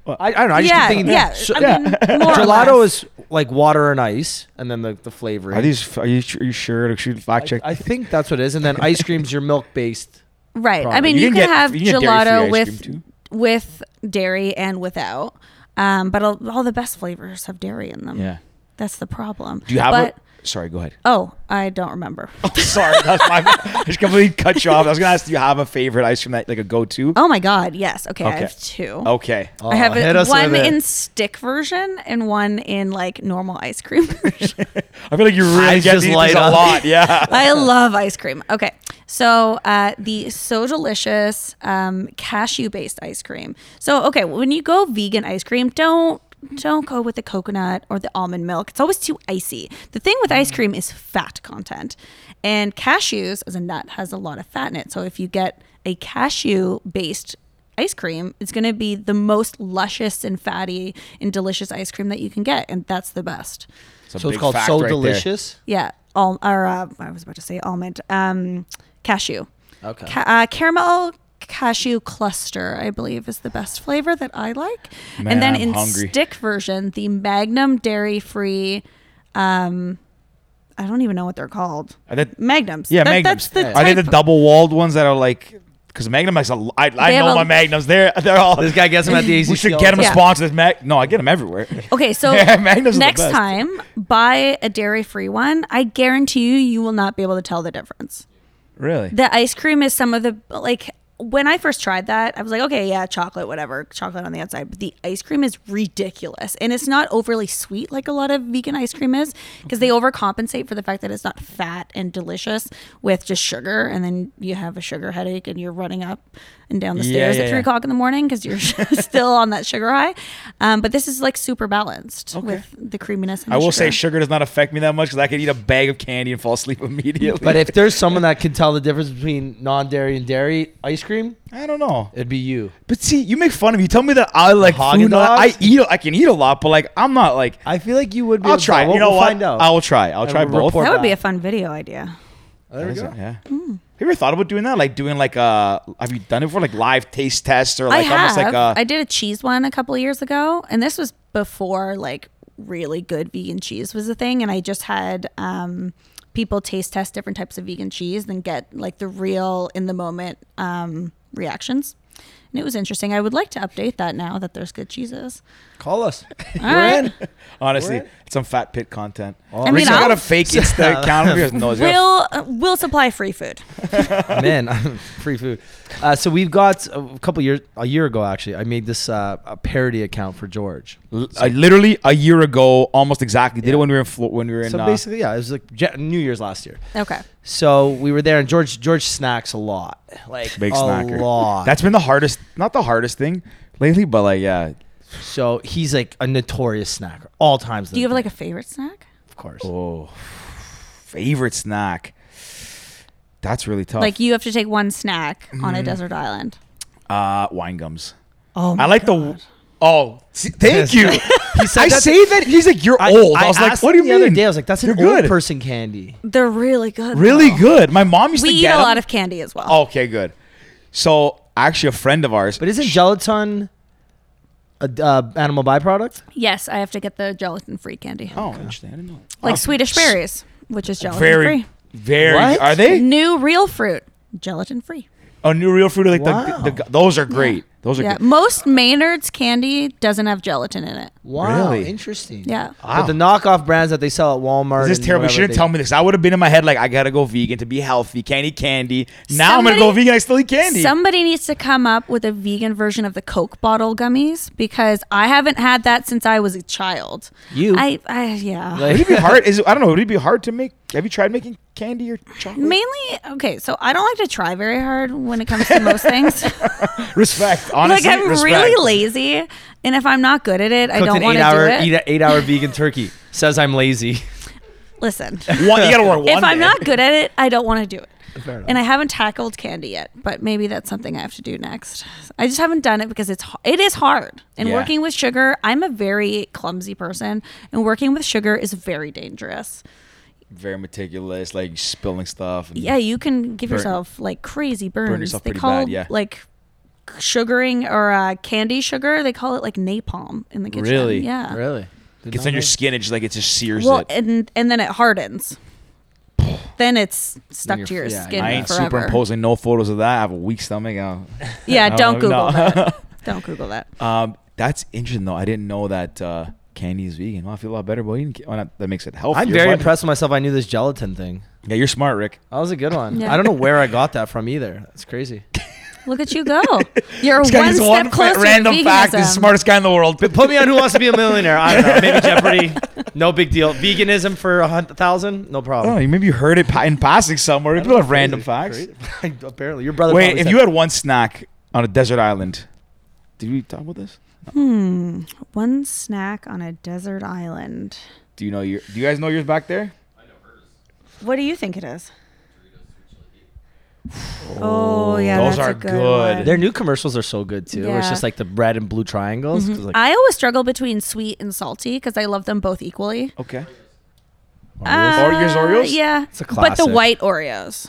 [SPEAKER 2] I, I don't know. I just
[SPEAKER 4] yeah,
[SPEAKER 2] keep thinking
[SPEAKER 4] yeah.
[SPEAKER 2] So-
[SPEAKER 4] I mean, more or
[SPEAKER 2] gelato
[SPEAKER 4] less.
[SPEAKER 2] is like water and ice, and then the the flavoring.
[SPEAKER 1] Are these? Are you, are you sure? Should fact check?
[SPEAKER 2] I, I think that's what it is. And then ice cream's your milk based.
[SPEAKER 4] right. I
[SPEAKER 2] product.
[SPEAKER 4] mean,
[SPEAKER 1] You
[SPEAKER 4] you,
[SPEAKER 1] can
[SPEAKER 4] can,
[SPEAKER 1] get-
[SPEAKER 4] have
[SPEAKER 1] you can get
[SPEAKER 4] gelato
[SPEAKER 1] dairy-free ice
[SPEAKER 4] with
[SPEAKER 1] cream,
[SPEAKER 4] with dairy and without, um, but all, all the best flavors have dairy in them.
[SPEAKER 1] yeah.
[SPEAKER 4] that's the problem.
[SPEAKER 1] Do you have
[SPEAKER 4] but,
[SPEAKER 1] it? Sorry. Go ahead.
[SPEAKER 4] Oh, I don't remember.
[SPEAKER 1] Sorry, that's my. bad. I just completely cut you off. I was gonna ask, do you have a favorite ice cream that like a go-to?
[SPEAKER 4] Oh my god, yes. Okay, I
[SPEAKER 1] Okay.
[SPEAKER 4] have two.
[SPEAKER 1] Okay.
[SPEAKER 4] I have
[SPEAKER 2] Oh, hit
[SPEAKER 4] it,
[SPEAKER 2] us
[SPEAKER 4] one
[SPEAKER 2] with it.
[SPEAKER 4] in stick version and one in like normal ice cream.
[SPEAKER 1] I feel like you really
[SPEAKER 2] Eyes
[SPEAKER 1] get
[SPEAKER 2] just
[SPEAKER 1] these
[SPEAKER 2] light
[SPEAKER 1] these a
[SPEAKER 2] up.
[SPEAKER 1] lot. Yeah.
[SPEAKER 4] I love ice cream. Okay, so uh, the so delicious um, cashew based ice cream. So okay, when you go vegan ice cream, don't don't go with the coconut or the almond milk. It's always too icy. The thing with ice cream is fat content, and cashews as a nut has a lot of fat in it. So if you get a cashew based ice cream it's going to be the most luscious and fatty and delicious ice cream that you can get and that's the best
[SPEAKER 1] a
[SPEAKER 2] So it's
[SPEAKER 1] big
[SPEAKER 2] called
[SPEAKER 1] fact
[SPEAKER 2] so
[SPEAKER 1] right there.
[SPEAKER 2] delicious.
[SPEAKER 4] yeah, al- or uh, I was about to say almond, um, cashew,
[SPEAKER 2] Okay.
[SPEAKER 4] Ca- uh, caramel cashew cluster. I believe is the best flavor that I like.
[SPEAKER 1] Man,
[SPEAKER 4] and then
[SPEAKER 1] I'm
[SPEAKER 4] in
[SPEAKER 1] hungry.
[SPEAKER 4] stick version, the Magnum dairy free. Um, I don't even know what they're called.
[SPEAKER 1] Are
[SPEAKER 2] Mm,
[SPEAKER 1] they-
[SPEAKER 4] Magnums.
[SPEAKER 1] yeah,
[SPEAKER 4] That-
[SPEAKER 1] magnums.
[SPEAKER 4] That's the
[SPEAKER 1] Are they
[SPEAKER 4] type-
[SPEAKER 1] the double-walled ones that are like? Because Magnum has a. l- I, I
[SPEAKER 4] They have
[SPEAKER 1] know
[SPEAKER 4] a-
[SPEAKER 1] my Magnums. They're they're all.
[SPEAKER 2] This guy gets them at the ACC.
[SPEAKER 1] we should get him a
[SPEAKER 4] Yeah.
[SPEAKER 1] sponsor. This Mag. No, I get them everywhere.
[SPEAKER 4] Okay, so
[SPEAKER 1] Magnums are the
[SPEAKER 4] next
[SPEAKER 1] best.
[SPEAKER 4] time buy a dairy free one. I guarantee you, you will not be able to tell the difference.
[SPEAKER 1] Really?
[SPEAKER 4] The ice cream is some of the like when I first tried that, I was like, okay, yeah, chocolate, whatever, chocolate on the outside. But the ice cream is ridiculous, and it's not overly sweet like a lot of vegan ice cream is, because they overcompensate for the fact that it's not fat and delicious with just sugar, and then you have a sugar headache and you're running up and down the
[SPEAKER 1] Yeah,
[SPEAKER 4] stairs
[SPEAKER 1] yeah,
[SPEAKER 4] at three
[SPEAKER 1] yeah.
[SPEAKER 4] o'clock in the morning because you're still on that sugar high. Um, but this is like super balanced with the creaminess. And
[SPEAKER 1] I
[SPEAKER 4] the
[SPEAKER 1] will
[SPEAKER 4] sugar.
[SPEAKER 1] say sugar does not affect me that much because I could eat a bag of candy and fall asleep immediately.
[SPEAKER 2] But if there's someone that can tell the difference between non-dairy and dairy ice cream,
[SPEAKER 1] I don't know.
[SPEAKER 2] it'd be you.
[SPEAKER 1] But see, you make fun of me. You tell me that I like food. and all that. I
[SPEAKER 2] Haagen-Dazs?
[SPEAKER 1] eat. I can eat a lot, but like I'm not like.
[SPEAKER 2] I feel like you would be.
[SPEAKER 1] I'll
[SPEAKER 2] able to
[SPEAKER 1] try.
[SPEAKER 2] tell.
[SPEAKER 1] You know
[SPEAKER 2] we'll
[SPEAKER 1] what?
[SPEAKER 2] Find out.
[SPEAKER 1] I will try. I'll
[SPEAKER 2] And
[SPEAKER 1] try
[SPEAKER 2] we'll
[SPEAKER 1] both.
[SPEAKER 2] report
[SPEAKER 4] that would be a
[SPEAKER 2] back.
[SPEAKER 4] fun video idea.
[SPEAKER 2] There we go.
[SPEAKER 1] Yeah.
[SPEAKER 4] Mm.
[SPEAKER 1] Have you ever thought about doing that? Like doing like uh have you done it for like live taste tests or like
[SPEAKER 4] I
[SPEAKER 1] almost
[SPEAKER 4] have.
[SPEAKER 1] like uh
[SPEAKER 4] I did a cheese one a couple years ago, and this was before like really good vegan cheese was a thing. And I just had um, people taste test different types of vegan cheese and get like the real in the moment um, reactions. And it was interesting. I would like to update that now that there's good cheeses.
[SPEAKER 2] Call us. We're
[SPEAKER 4] right.
[SPEAKER 2] in.
[SPEAKER 1] honestly
[SPEAKER 2] What?
[SPEAKER 1] some fat pit content.
[SPEAKER 2] I
[SPEAKER 1] Rick's
[SPEAKER 4] mean,
[SPEAKER 1] got
[SPEAKER 4] I'll-
[SPEAKER 1] a fake Insta account because no, he's got
[SPEAKER 4] We'll uh, we'll supply free food.
[SPEAKER 2] Man, free food. Uh, so we've got a couple years, a year ago actually. I made this uh, a parody account for George.
[SPEAKER 1] I literally a year ago, almost exactly, did it when we were in Flo- when we were in.
[SPEAKER 2] So
[SPEAKER 1] uh,
[SPEAKER 2] basically, yeah, it was like Ja- New Year's last year.
[SPEAKER 4] Okay.
[SPEAKER 2] So we were there, and George George snacks a lot, like
[SPEAKER 1] big
[SPEAKER 2] a
[SPEAKER 1] snacker.
[SPEAKER 2] lot.
[SPEAKER 1] That's been the hardest, not the hardest thing lately, but like yeah,
[SPEAKER 2] so he's like a notorious snacker, all times.
[SPEAKER 4] Do you have like a favorite snack?
[SPEAKER 2] of course?
[SPEAKER 1] oh, favorite snack. That's really tough.
[SPEAKER 4] Like you have to take one snack on a
[SPEAKER 1] Mm-hmm.
[SPEAKER 4] desert island.
[SPEAKER 1] uh, wine gums.
[SPEAKER 4] Oh,
[SPEAKER 1] I like the. Oh, see, thank you. he said I
[SPEAKER 2] that-
[SPEAKER 1] say that he's like you're
[SPEAKER 2] I,
[SPEAKER 1] old. I, was like,
[SPEAKER 2] asked
[SPEAKER 1] what do
[SPEAKER 2] him
[SPEAKER 1] you
[SPEAKER 2] the
[SPEAKER 1] mean?
[SPEAKER 2] other day, I was like, that's an
[SPEAKER 1] You're
[SPEAKER 2] old
[SPEAKER 1] good.
[SPEAKER 2] person candy.
[SPEAKER 4] They're really good.
[SPEAKER 1] Really
[SPEAKER 4] though.
[SPEAKER 1] good. Oh. My mom used
[SPEAKER 4] We
[SPEAKER 1] to
[SPEAKER 4] eat
[SPEAKER 1] get
[SPEAKER 4] a
[SPEAKER 1] them.
[SPEAKER 4] lot of candy as well.
[SPEAKER 1] Okay, good. So actually, a friend of ours.
[SPEAKER 2] But isn't gelatin a d- uh, animal byproduct?
[SPEAKER 4] Yes, I have to get the gelatin free candy.
[SPEAKER 1] Oh, interesting. I didn't know. Oh.
[SPEAKER 4] Like Swedish berries, which is gelatin
[SPEAKER 1] Very, very.
[SPEAKER 2] What?
[SPEAKER 1] Are they?
[SPEAKER 4] free. New real fruit, gelatin free.
[SPEAKER 1] Oh, new real fruit. Like
[SPEAKER 2] Wow.
[SPEAKER 1] the, the, those are great. Those are
[SPEAKER 4] Yeah,
[SPEAKER 1] good.
[SPEAKER 4] most Maynard's candy doesn't have gelatin in it.
[SPEAKER 2] Wow,
[SPEAKER 1] Really?
[SPEAKER 2] interesting.
[SPEAKER 4] Yeah.
[SPEAKER 2] But the knockoff brands that they sell at Walmart.
[SPEAKER 1] This is
[SPEAKER 2] and
[SPEAKER 1] terrible. You
[SPEAKER 2] whatever,
[SPEAKER 1] shouldn't
[SPEAKER 2] they-
[SPEAKER 1] tell me this. I would have been in my head like, I gotta go vegan to be healthy. Can't eat candy. Now I'm gonna go
[SPEAKER 4] Somebody-
[SPEAKER 1] vegan. I still eat candy.
[SPEAKER 4] Somebody needs to come up with a vegan version of the Coke bottle gummies because I haven't had that since I was a child.
[SPEAKER 2] You.
[SPEAKER 4] I, I yeah.
[SPEAKER 1] would it be hard? Is it, I don't know. Would it be hard to make? Have you tried making candy or chocolate?
[SPEAKER 4] Mainly, okay, so I don't like to try very hard when it comes to most things.
[SPEAKER 1] Respect. Honestly,
[SPEAKER 4] like, I'm
[SPEAKER 1] respect.
[SPEAKER 4] really lazy, and if I'm not good at it, I
[SPEAKER 2] Cooked
[SPEAKER 4] don't
[SPEAKER 2] an
[SPEAKER 4] want to do
[SPEAKER 2] eight-hour,
[SPEAKER 4] it.
[SPEAKER 2] eat an eight-hour vegan turkey. Says I'm lazy.
[SPEAKER 4] Listen,
[SPEAKER 1] One, you gotta work one.
[SPEAKER 4] if I'm
[SPEAKER 1] day.
[SPEAKER 4] not good at it, I don't want to do it.
[SPEAKER 2] Fair enough.
[SPEAKER 4] And I haven't tackled candy yet, but maybe that's something I have to do next. I just haven't done it because it's h- it is hard. And
[SPEAKER 1] Yeah.
[SPEAKER 4] working with sugar, I'm a very clumsy person, and working with sugar is very dangerous.
[SPEAKER 1] very meticulous, like spilling stuff. And
[SPEAKER 4] Yeah, you can give
[SPEAKER 1] Burn-
[SPEAKER 4] yourself like crazy burns.
[SPEAKER 1] yourself
[SPEAKER 4] they
[SPEAKER 1] pretty
[SPEAKER 4] call
[SPEAKER 1] bad, yeah.
[SPEAKER 4] like sugaring or uh, candy sugar. They call it like napalm in the kitchen.
[SPEAKER 1] Really?
[SPEAKER 4] Yeah.
[SPEAKER 2] Really?
[SPEAKER 1] It's on your skin. It's like it just sears
[SPEAKER 4] Well,
[SPEAKER 1] it.
[SPEAKER 4] and and then it hardens. then it's stuck
[SPEAKER 2] you're-
[SPEAKER 4] to your
[SPEAKER 2] yeah,
[SPEAKER 4] skin
[SPEAKER 1] I ain't
[SPEAKER 4] forever.
[SPEAKER 1] superimposing no photos of that. I have a weak stomach. I'll-
[SPEAKER 4] Yeah,
[SPEAKER 1] I
[SPEAKER 4] don't
[SPEAKER 1] don't know.
[SPEAKER 4] Google that. Don't Google that.
[SPEAKER 1] Um, that's interesting though. I didn't know that uh, candy is vegan. Well, I feel a lot better, but eating ca- well, not- that makes it healthier.
[SPEAKER 2] I'm very
[SPEAKER 1] but-
[SPEAKER 2] impressed with myself. I knew this gelatin thing.
[SPEAKER 1] Yeah, you're smart, Rick.
[SPEAKER 2] That was a good one.
[SPEAKER 4] Yeah.
[SPEAKER 2] I don't know where I got that from either. That's crazy.
[SPEAKER 4] Look at you go. You're
[SPEAKER 1] This
[SPEAKER 4] one
[SPEAKER 1] guy
[SPEAKER 4] step
[SPEAKER 1] gets fa-
[SPEAKER 4] closer
[SPEAKER 1] random
[SPEAKER 4] to
[SPEAKER 1] fact. He's the
[SPEAKER 4] veganism.
[SPEAKER 1] smartest guy in the world.
[SPEAKER 2] Put me on Who Wants to Be a Millionaire. I don't know. Maybe Jeopardy. No big deal. Veganism for a hun- thousand? No
[SPEAKER 1] I don't
[SPEAKER 2] problem.
[SPEAKER 1] know, maybe Oh, you heard it pa- in passing somewhere. People have random facts.
[SPEAKER 2] Crazy. Apparently, your brother.
[SPEAKER 1] Wait,
[SPEAKER 2] probably
[SPEAKER 1] if
[SPEAKER 2] said-
[SPEAKER 1] you had one snack on a desert island, did we talk about this?
[SPEAKER 4] Hmm. One snack on a desert island.
[SPEAKER 1] Do you know your? Do you guys know yours back there?
[SPEAKER 4] What do you think it is? Oh, yeah,
[SPEAKER 1] Those
[SPEAKER 4] that's
[SPEAKER 1] are
[SPEAKER 4] a good.
[SPEAKER 1] good.
[SPEAKER 4] one.
[SPEAKER 2] Their new commercials are so good too. Where it's
[SPEAKER 4] Yeah. Mm-hmm.
[SPEAKER 2] just like the red and blue triangles. 'cause, like,
[SPEAKER 4] I always struggle between sweet and salty because I love them both equally.
[SPEAKER 1] Okay.
[SPEAKER 4] Uh,
[SPEAKER 1] Oreos, Oreos?
[SPEAKER 4] Yeah,
[SPEAKER 2] It's a
[SPEAKER 4] But
[SPEAKER 2] classic.
[SPEAKER 4] the white Oreos.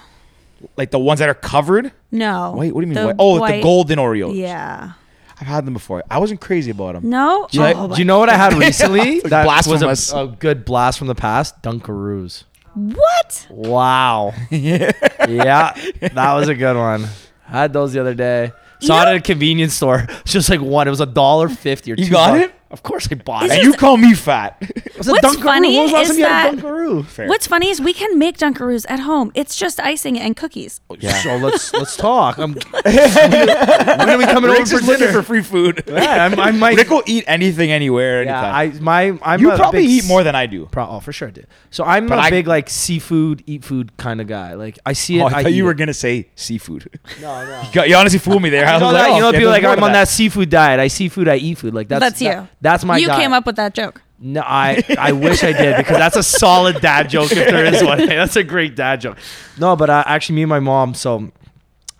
[SPEAKER 1] Like the ones that are covered.
[SPEAKER 4] No.
[SPEAKER 1] Wait, what do you mean?
[SPEAKER 4] The
[SPEAKER 1] white? Oh, the golden Oreos.
[SPEAKER 4] Yeah.
[SPEAKER 1] I've had them before. I wasn't crazy about them.
[SPEAKER 4] No.
[SPEAKER 2] do you,
[SPEAKER 4] Oh,
[SPEAKER 2] do you know what I had recently?
[SPEAKER 1] Like
[SPEAKER 2] that
[SPEAKER 1] blasphemous.
[SPEAKER 2] was a, a good blast from the past. Dunkaroos.
[SPEAKER 4] what?
[SPEAKER 2] Wow. yeah, that was a good one. Had those the other day. Saw it
[SPEAKER 4] know-
[SPEAKER 2] at a convenience store. It's just like one. It was a dollar fifty or
[SPEAKER 1] You
[SPEAKER 2] two
[SPEAKER 1] got
[SPEAKER 2] bucks.
[SPEAKER 1] it?
[SPEAKER 2] Of course I bought it.
[SPEAKER 1] And you call me fat.
[SPEAKER 2] It was a
[SPEAKER 4] What's
[SPEAKER 2] Dunkaroo.
[SPEAKER 4] funny
[SPEAKER 2] When was the last
[SPEAKER 4] is
[SPEAKER 2] time you had a
[SPEAKER 4] that-
[SPEAKER 2] Dunkaroo?
[SPEAKER 1] Fair.
[SPEAKER 4] What's funny is we can make Dunkaroos at home. It's just icing and cookies.
[SPEAKER 1] Yeah.
[SPEAKER 2] So let's let's talk. I'm, when are we coming
[SPEAKER 1] Rick's just
[SPEAKER 2] over for
[SPEAKER 1] looking
[SPEAKER 2] dinner?
[SPEAKER 1] for free food.
[SPEAKER 2] yeah, I'm, I might.
[SPEAKER 1] Rick will eat anything, anywhere,
[SPEAKER 2] yeah,
[SPEAKER 1] anytime.
[SPEAKER 2] I my I'm
[SPEAKER 1] you
[SPEAKER 2] a
[SPEAKER 1] probably
[SPEAKER 2] big
[SPEAKER 1] eat more than I do.
[SPEAKER 2] Pro- oh, for sure, I do. So I'm
[SPEAKER 1] But
[SPEAKER 2] a
[SPEAKER 1] I-
[SPEAKER 2] big like seafood, eat food kind of guy. Like I see it.
[SPEAKER 1] Oh, I thought
[SPEAKER 2] eat
[SPEAKER 1] you were
[SPEAKER 2] it.
[SPEAKER 1] gonna say seafood.
[SPEAKER 2] No, no.
[SPEAKER 1] You, got- you honestly fooled me there. I
[SPEAKER 2] You
[SPEAKER 1] was
[SPEAKER 2] know,
[SPEAKER 1] like,
[SPEAKER 2] that,
[SPEAKER 1] oh,
[SPEAKER 2] you know
[SPEAKER 1] okay,
[SPEAKER 2] people
[SPEAKER 1] there's
[SPEAKER 2] like
[SPEAKER 1] more
[SPEAKER 2] I'm
[SPEAKER 1] to
[SPEAKER 2] on that seafood diet. I see food, I eat food. Like that's
[SPEAKER 4] That's, you.
[SPEAKER 2] that- that's my.
[SPEAKER 4] You
[SPEAKER 2] diet.
[SPEAKER 4] came up with that joke.
[SPEAKER 2] No, I I wish I did because that's a solid dad joke if there is one. That's a great dad joke. No, but uh, actually, me and my mom. So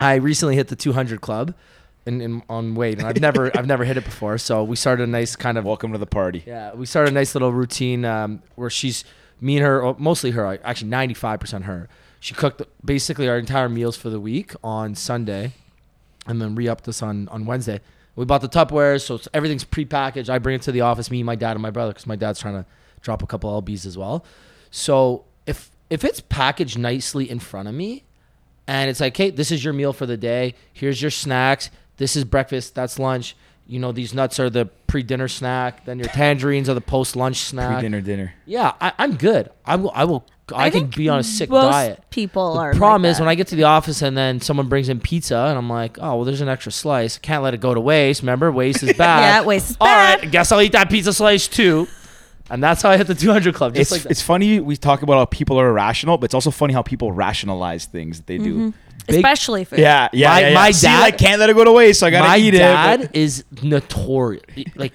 [SPEAKER 2] I recently hit the 200 club, in, in on weight, and I've never I've never hit it before. So we started a nice kind of
[SPEAKER 1] Welcome to the party.
[SPEAKER 2] yeah, we started a nice little routine um, where she's me and her, or mostly her, like, actually ninety five percent her. She cooked basically our entire meals for the week on Sunday, and then re-upped us on on Wednesday. We bought the Tupperware, so it's- everything's prepackaged. I bring it to the office, me, my dad, and my brother, because my dad's trying to drop a couple lbs as well. So if if it's packaged nicely in front of me, and it's like, hey, this is your meal for the day. Here's your snacks. This is breakfast. That's lunch. You know, these nuts are the pre-dinner snack. Then your tangerines are the post-lunch snack.
[SPEAKER 1] Pre-dinner dinner.
[SPEAKER 2] Yeah, I, I'm good. I will. I will. I,
[SPEAKER 4] I
[SPEAKER 2] can
[SPEAKER 4] think
[SPEAKER 2] be on a sick
[SPEAKER 4] most
[SPEAKER 2] diet.
[SPEAKER 4] people
[SPEAKER 2] the
[SPEAKER 4] are
[SPEAKER 2] problem
[SPEAKER 4] like
[SPEAKER 2] is
[SPEAKER 4] that.
[SPEAKER 2] when I get to the office and then someone brings in pizza and I'm like, oh well, there's an extra slice. Can't let it go to waste. Remember, waste is bad.
[SPEAKER 4] Yeah, waste is
[SPEAKER 2] All
[SPEAKER 4] bad.
[SPEAKER 2] right, guess I'll eat that pizza slice too. And that's how I hit the 200 club. Just
[SPEAKER 1] It's,
[SPEAKER 2] like that.
[SPEAKER 1] it's funny we talk about how people are irrational, but it's also funny how people rationalize things that they do.
[SPEAKER 4] Mm-hmm. Especially food.
[SPEAKER 1] Yeah, yeah,
[SPEAKER 2] My-
[SPEAKER 1] yeah, yeah.
[SPEAKER 2] my
[SPEAKER 1] See,
[SPEAKER 2] dad-
[SPEAKER 1] I can't let it go to waste, so I gotta
[SPEAKER 2] my
[SPEAKER 1] eat
[SPEAKER 2] dad
[SPEAKER 1] it. but-
[SPEAKER 2] is notorious. Like,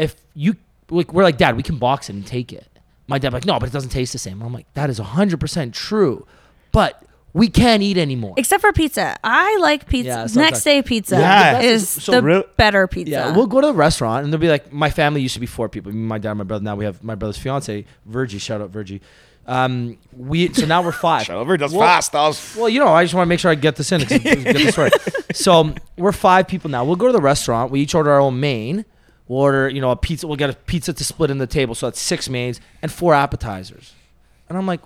[SPEAKER 2] if you like, we're like, Dad, we can box it and take it. My dad like, no, but it doesn't taste the same. I'm like, that is hundred percent true, but we can't eat anymore.
[SPEAKER 4] Except for pizza. I like pizza.
[SPEAKER 2] Yeah, sometimes-
[SPEAKER 4] Next day pizza
[SPEAKER 1] Yeah.
[SPEAKER 4] is
[SPEAKER 2] So
[SPEAKER 4] the
[SPEAKER 1] real-
[SPEAKER 4] better pizza.
[SPEAKER 2] Yeah, we'll go to a restaurant and they'll be like, my family used to be four people. Me, My dad, and my brother. Now we have my brother's fiance, Virgie. Shout out Virgie. Um, we so now we're five.
[SPEAKER 1] Shut up, that's
[SPEAKER 2] Well-
[SPEAKER 1] fast. That was-
[SPEAKER 2] Well, you know, I just want to make sure I get this in. 'cause- get this right. So we're five people now. We'll go to the restaurant. We each order our own main. We'll order, you know, a pizza. We'll get a pizza to split in the table. So that's six mains and four appetizers. And I'm like,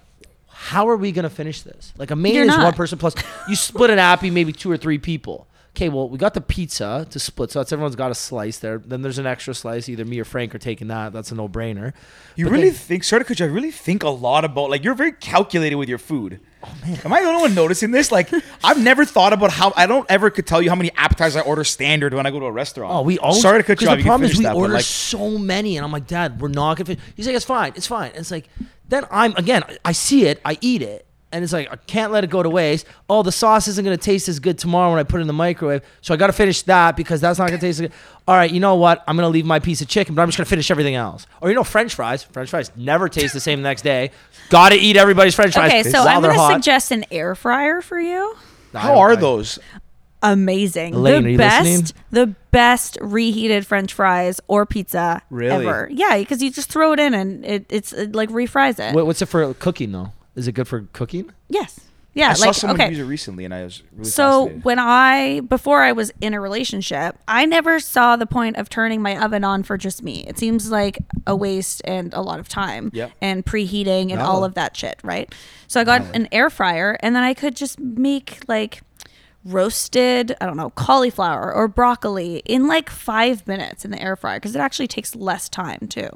[SPEAKER 2] how are we going to finish this? Like a main
[SPEAKER 4] You're
[SPEAKER 2] is
[SPEAKER 4] not.
[SPEAKER 2] one person plus you split an appy, maybe two or three people. Okay, well, we got the pizza to split. So that's everyone's got a slice there. Then there's an extra slice. Either me or Frank are taking that. That's a no brainer.
[SPEAKER 1] You really think, sorry to cut you, I really think a lot about, like, you're very calculated with your food. Oh, man. Am I the only one noticing this? Like, I've never thought about how, I don't ever could tell you how many appetizers I order standard when I go to a restaurant.
[SPEAKER 2] Oh, we always.
[SPEAKER 1] Sorry to cut
[SPEAKER 2] 'cause
[SPEAKER 1] you off.
[SPEAKER 2] The
[SPEAKER 1] you can
[SPEAKER 2] problem is
[SPEAKER 1] finish
[SPEAKER 2] we
[SPEAKER 1] that, but,
[SPEAKER 2] order
[SPEAKER 1] like,
[SPEAKER 2] so many, and I'm like, Dad, we're not gonna. Finish. He's like, it's fine, it's fine. And it's like, then I'm again. I- I see it, I eat it, and it's like I can't let it go to waste. Oh, the sauce isn't gonna taste as good tomorrow when I put it in the microwave, so I gotta finish that because that's not gonna taste as good. All right, you know what? I'm gonna leave my piece of chicken, but I'm just gonna finish everything else. Or you know, French fries. French fries never taste the same the next day. Gotta eat everybody's French fries.
[SPEAKER 4] Okay, so
[SPEAKER 2] while
[SPEAKER 4] I'm
[SPEAKER 2] they're
[SPEAKER 4] going to
[SPEAKER 2] hot.
[SPEAKER 4] suggest an air fryer for you.
[SPEAKER 2] No, I
[SPEAKER 1] how
[SPEAKER 2] don't
[SPEAKER 1] are
[SPEAKER 2] like-
[SPEAKER 1] those?
[SPEAKER 4] Amazing.
[SPEAKER 2] Elaine,
[SPEAKER 4] the
[SPEAKER 2] are you
[SPEAKER 4] best,
[SPEAKER 2] listening?
[SPEAKER 4] the best reheated French fries or pizza
[SPEAKER 1] Really?
[SPEAKER 4] ever. Yeah, because you just throw it in and it, it's it, like refries it.
[SPEAKER 2] What- What's it for cooking though? Is it good for cooking?
[SPEAKER 4] yes. Yeah.
[SPEAKER 1] I
[SPEAKER 4] like
[SPEAKER 1] saw someone
[SPEAKER 4] okay.
[SPEAKER 1] use it recently, and I was really
[SPEAKER 4] so
[SPEAKER 1] fascinated.
[SPEAKER 4] when I before I was in a relationship, I never saw the point of turning my oven on for just me. It seems like a waste and a lot of time
[SPEAKER 1] Yep.
[SPEAKER 4] and preheating and
[SPEAKER 2] No.
[SPEAKER 4] all of that shit, right? So I got an air fryer and then I could just make like roasted, I don't know, cauliflower or broccoli in like 5 minutes in the air fryer because it actually takes less time too.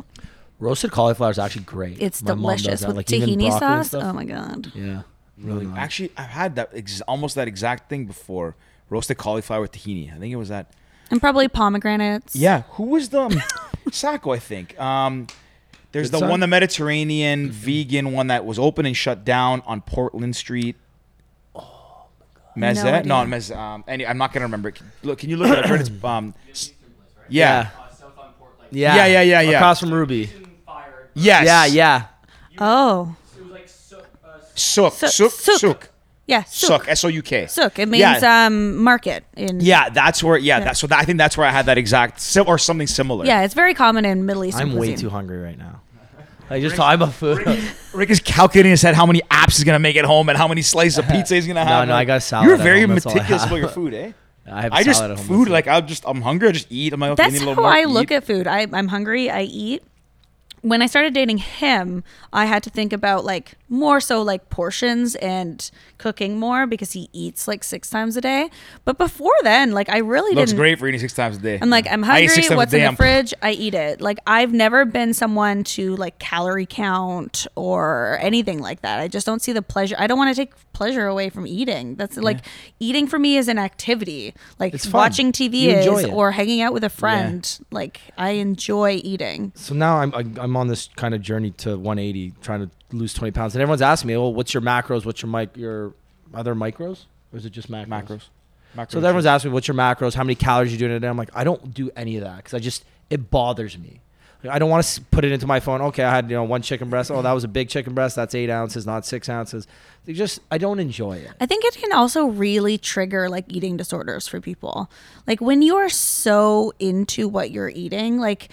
[SPEAKER 2] Roasted cauliflower is actually great.
[SPEAKER 4] It's
[SPEAKER 2] My mom does
[SPEAKER 4] delicious
[SPEAKER 2] that,
[SPEAKER 4] with
[SPEAKER 2] like, even
[SPEAKER 4] tahini
[SPEAKER 2] broccoli and
[SPEAKER 4] sauce.
[SPEAKER 2] stuff.
[SPEAKER 4] Oh my god.
[SPEAKER 2] Yeah, really nice.
[SPEAKER 1] Actually, I've had that ex- almost that exact thing before. Roasted cauliflower with tahini. I think it was that.
[SPEAKER 4] And probably pomegranates.
[SPEAKER 1] Yeah, who was the um, Sacco? I think. Um, there's
[SPEAKER 2] Good
[SPEAKER 1] the
[SPEAKER 2] son.
[SPEAKER 1] one, the Mediterranean vegan one that was open and shut down on Portland Street.
[SPEAKER 4] No
[SPEAKER 1] Mezze?
[SPEAKER 4] idea.
[SPEAKER 1] No, no Mezze. Um, any, I'm not gonna remember. it. Can- Look, can you look it up? It's um, s- yeah,
[SPEAKER 2] yeah,
[SPEAKER 1] Yeah, yeah, yeah, yeah.
[SPEAKER 2] Across from Ruby.
[SPEAKER 1] yes,
[SPEAKER 2] Yeah, yeah.
[SPEAKER 4] Oh.
[SPEAKER 1] Sook,
[SPEAKER 4] Sook,
[SPEAKER 1] souk,
[SPEAKER 4] souk.
[SPEAKER 1] souk,
[SPEAKER 4] Yeah.
[SPEAKER 1] souk, S O U K.
[SPEAKER 4] Sook. It means
[SPEAKER 1] Yeah.
[SPEAKER 4] um market in
[SPEAKER 1] Yeah, that's where. Yeah, that's so. That, I think that's where I had that exact sim- or something similar.
[SPEAKER 4] Yeah, it's very common in Middle Eastern.
[SPEAKER 2] I'm way
[SPEAKER 4] cuisine.
[SPEAKER 2] too hungry right now. I just talking about food.
[SPEAKER 1] Rick is calculating in his head how many apps he's gonna make at home and how many slices of pizza he's gonna
[SPEAKER 2] No,
[SPEAKER 1] have.
[SPEAKER 2] no, I got salad
[SPEAKER 1] You're
[SPEAKER 2] at
[SPEAKER 1] very
[SPEAKER 2] home, that's all I
[SPEAKER 1] meticulous
[SPEAKER 2] have.
[SPEAKER 1] about your food, eh?
[SPEAKER 2] I have
[SPEAKER 1] I just
[SPEAKER 2] salad at home.
[SPEAKER 1] food like I'll just I'm hungry. I just eat. I'm like okay, I
[SPEAKER 4] That's
[SPEAKER 1] need a
[SPEAKER 4] how
[SPEAKER 1] little more.
[SPEAKER 4] I look at food. I, I'm hungry. I eat. When I started dating him, I had to think about like more so like portions and cooking more because he eats like six times a day. But before then, like I really
[SPEAKER 1] Looks
[SPEAKER 4] didn't.
[SPEAKER 1] great for eating six times a day.
[SPEAKER 4] I'm like, I'm
[SPEAKER 1] I eat
[SPEAKER 4] hungry.
[SPEAKER 1] six times a
[SPEAKER 4] What's
[SPEAKER 1] day,
[SPEAKER 4] in the
[SPEAKER 1] I'm-
[SPEAKER 4] fridge? I eat it. Like, I've never been someone to like calorie count or anything like that. I just don't see the pleasure. I don't want to take pleasure away from eating. That's like eating for me is an activity. Like
[SPEAKER 2] It's fun.
[SPEAKER 4] watching TV
[SPEAKER 2] You enjoy
[SPEAKER 4] is
[SPEAKER 2] it.
[SPEAKER 4] or hanging out with a friend. Like, I enjoy eating.
[SPEAKER 2] so now I'm I- I'm on this kind of journey to 180, trying to lose 20 pounds, and everyone's asking me, "Well, what's your macros? What's your mic? Your other micros, or is it just macros?"
[SPEAKER 1] macros. macros.
[SPEAKER 2] So everyone's asking me, "What's your macros? How many calories you doing a day?" I'm like, I don't do any of that because I just it bothers me. Like, I don't want to put it into my phone. Okay, I had you know one chicken breast. Oh, that was a big chicken breast. That's eight ounces, not six ounces. They just I don't enjoy it.
[SPEAKER 4] I think it can also really trigger like eating disorders for people. Like when you are so into what you're eating, like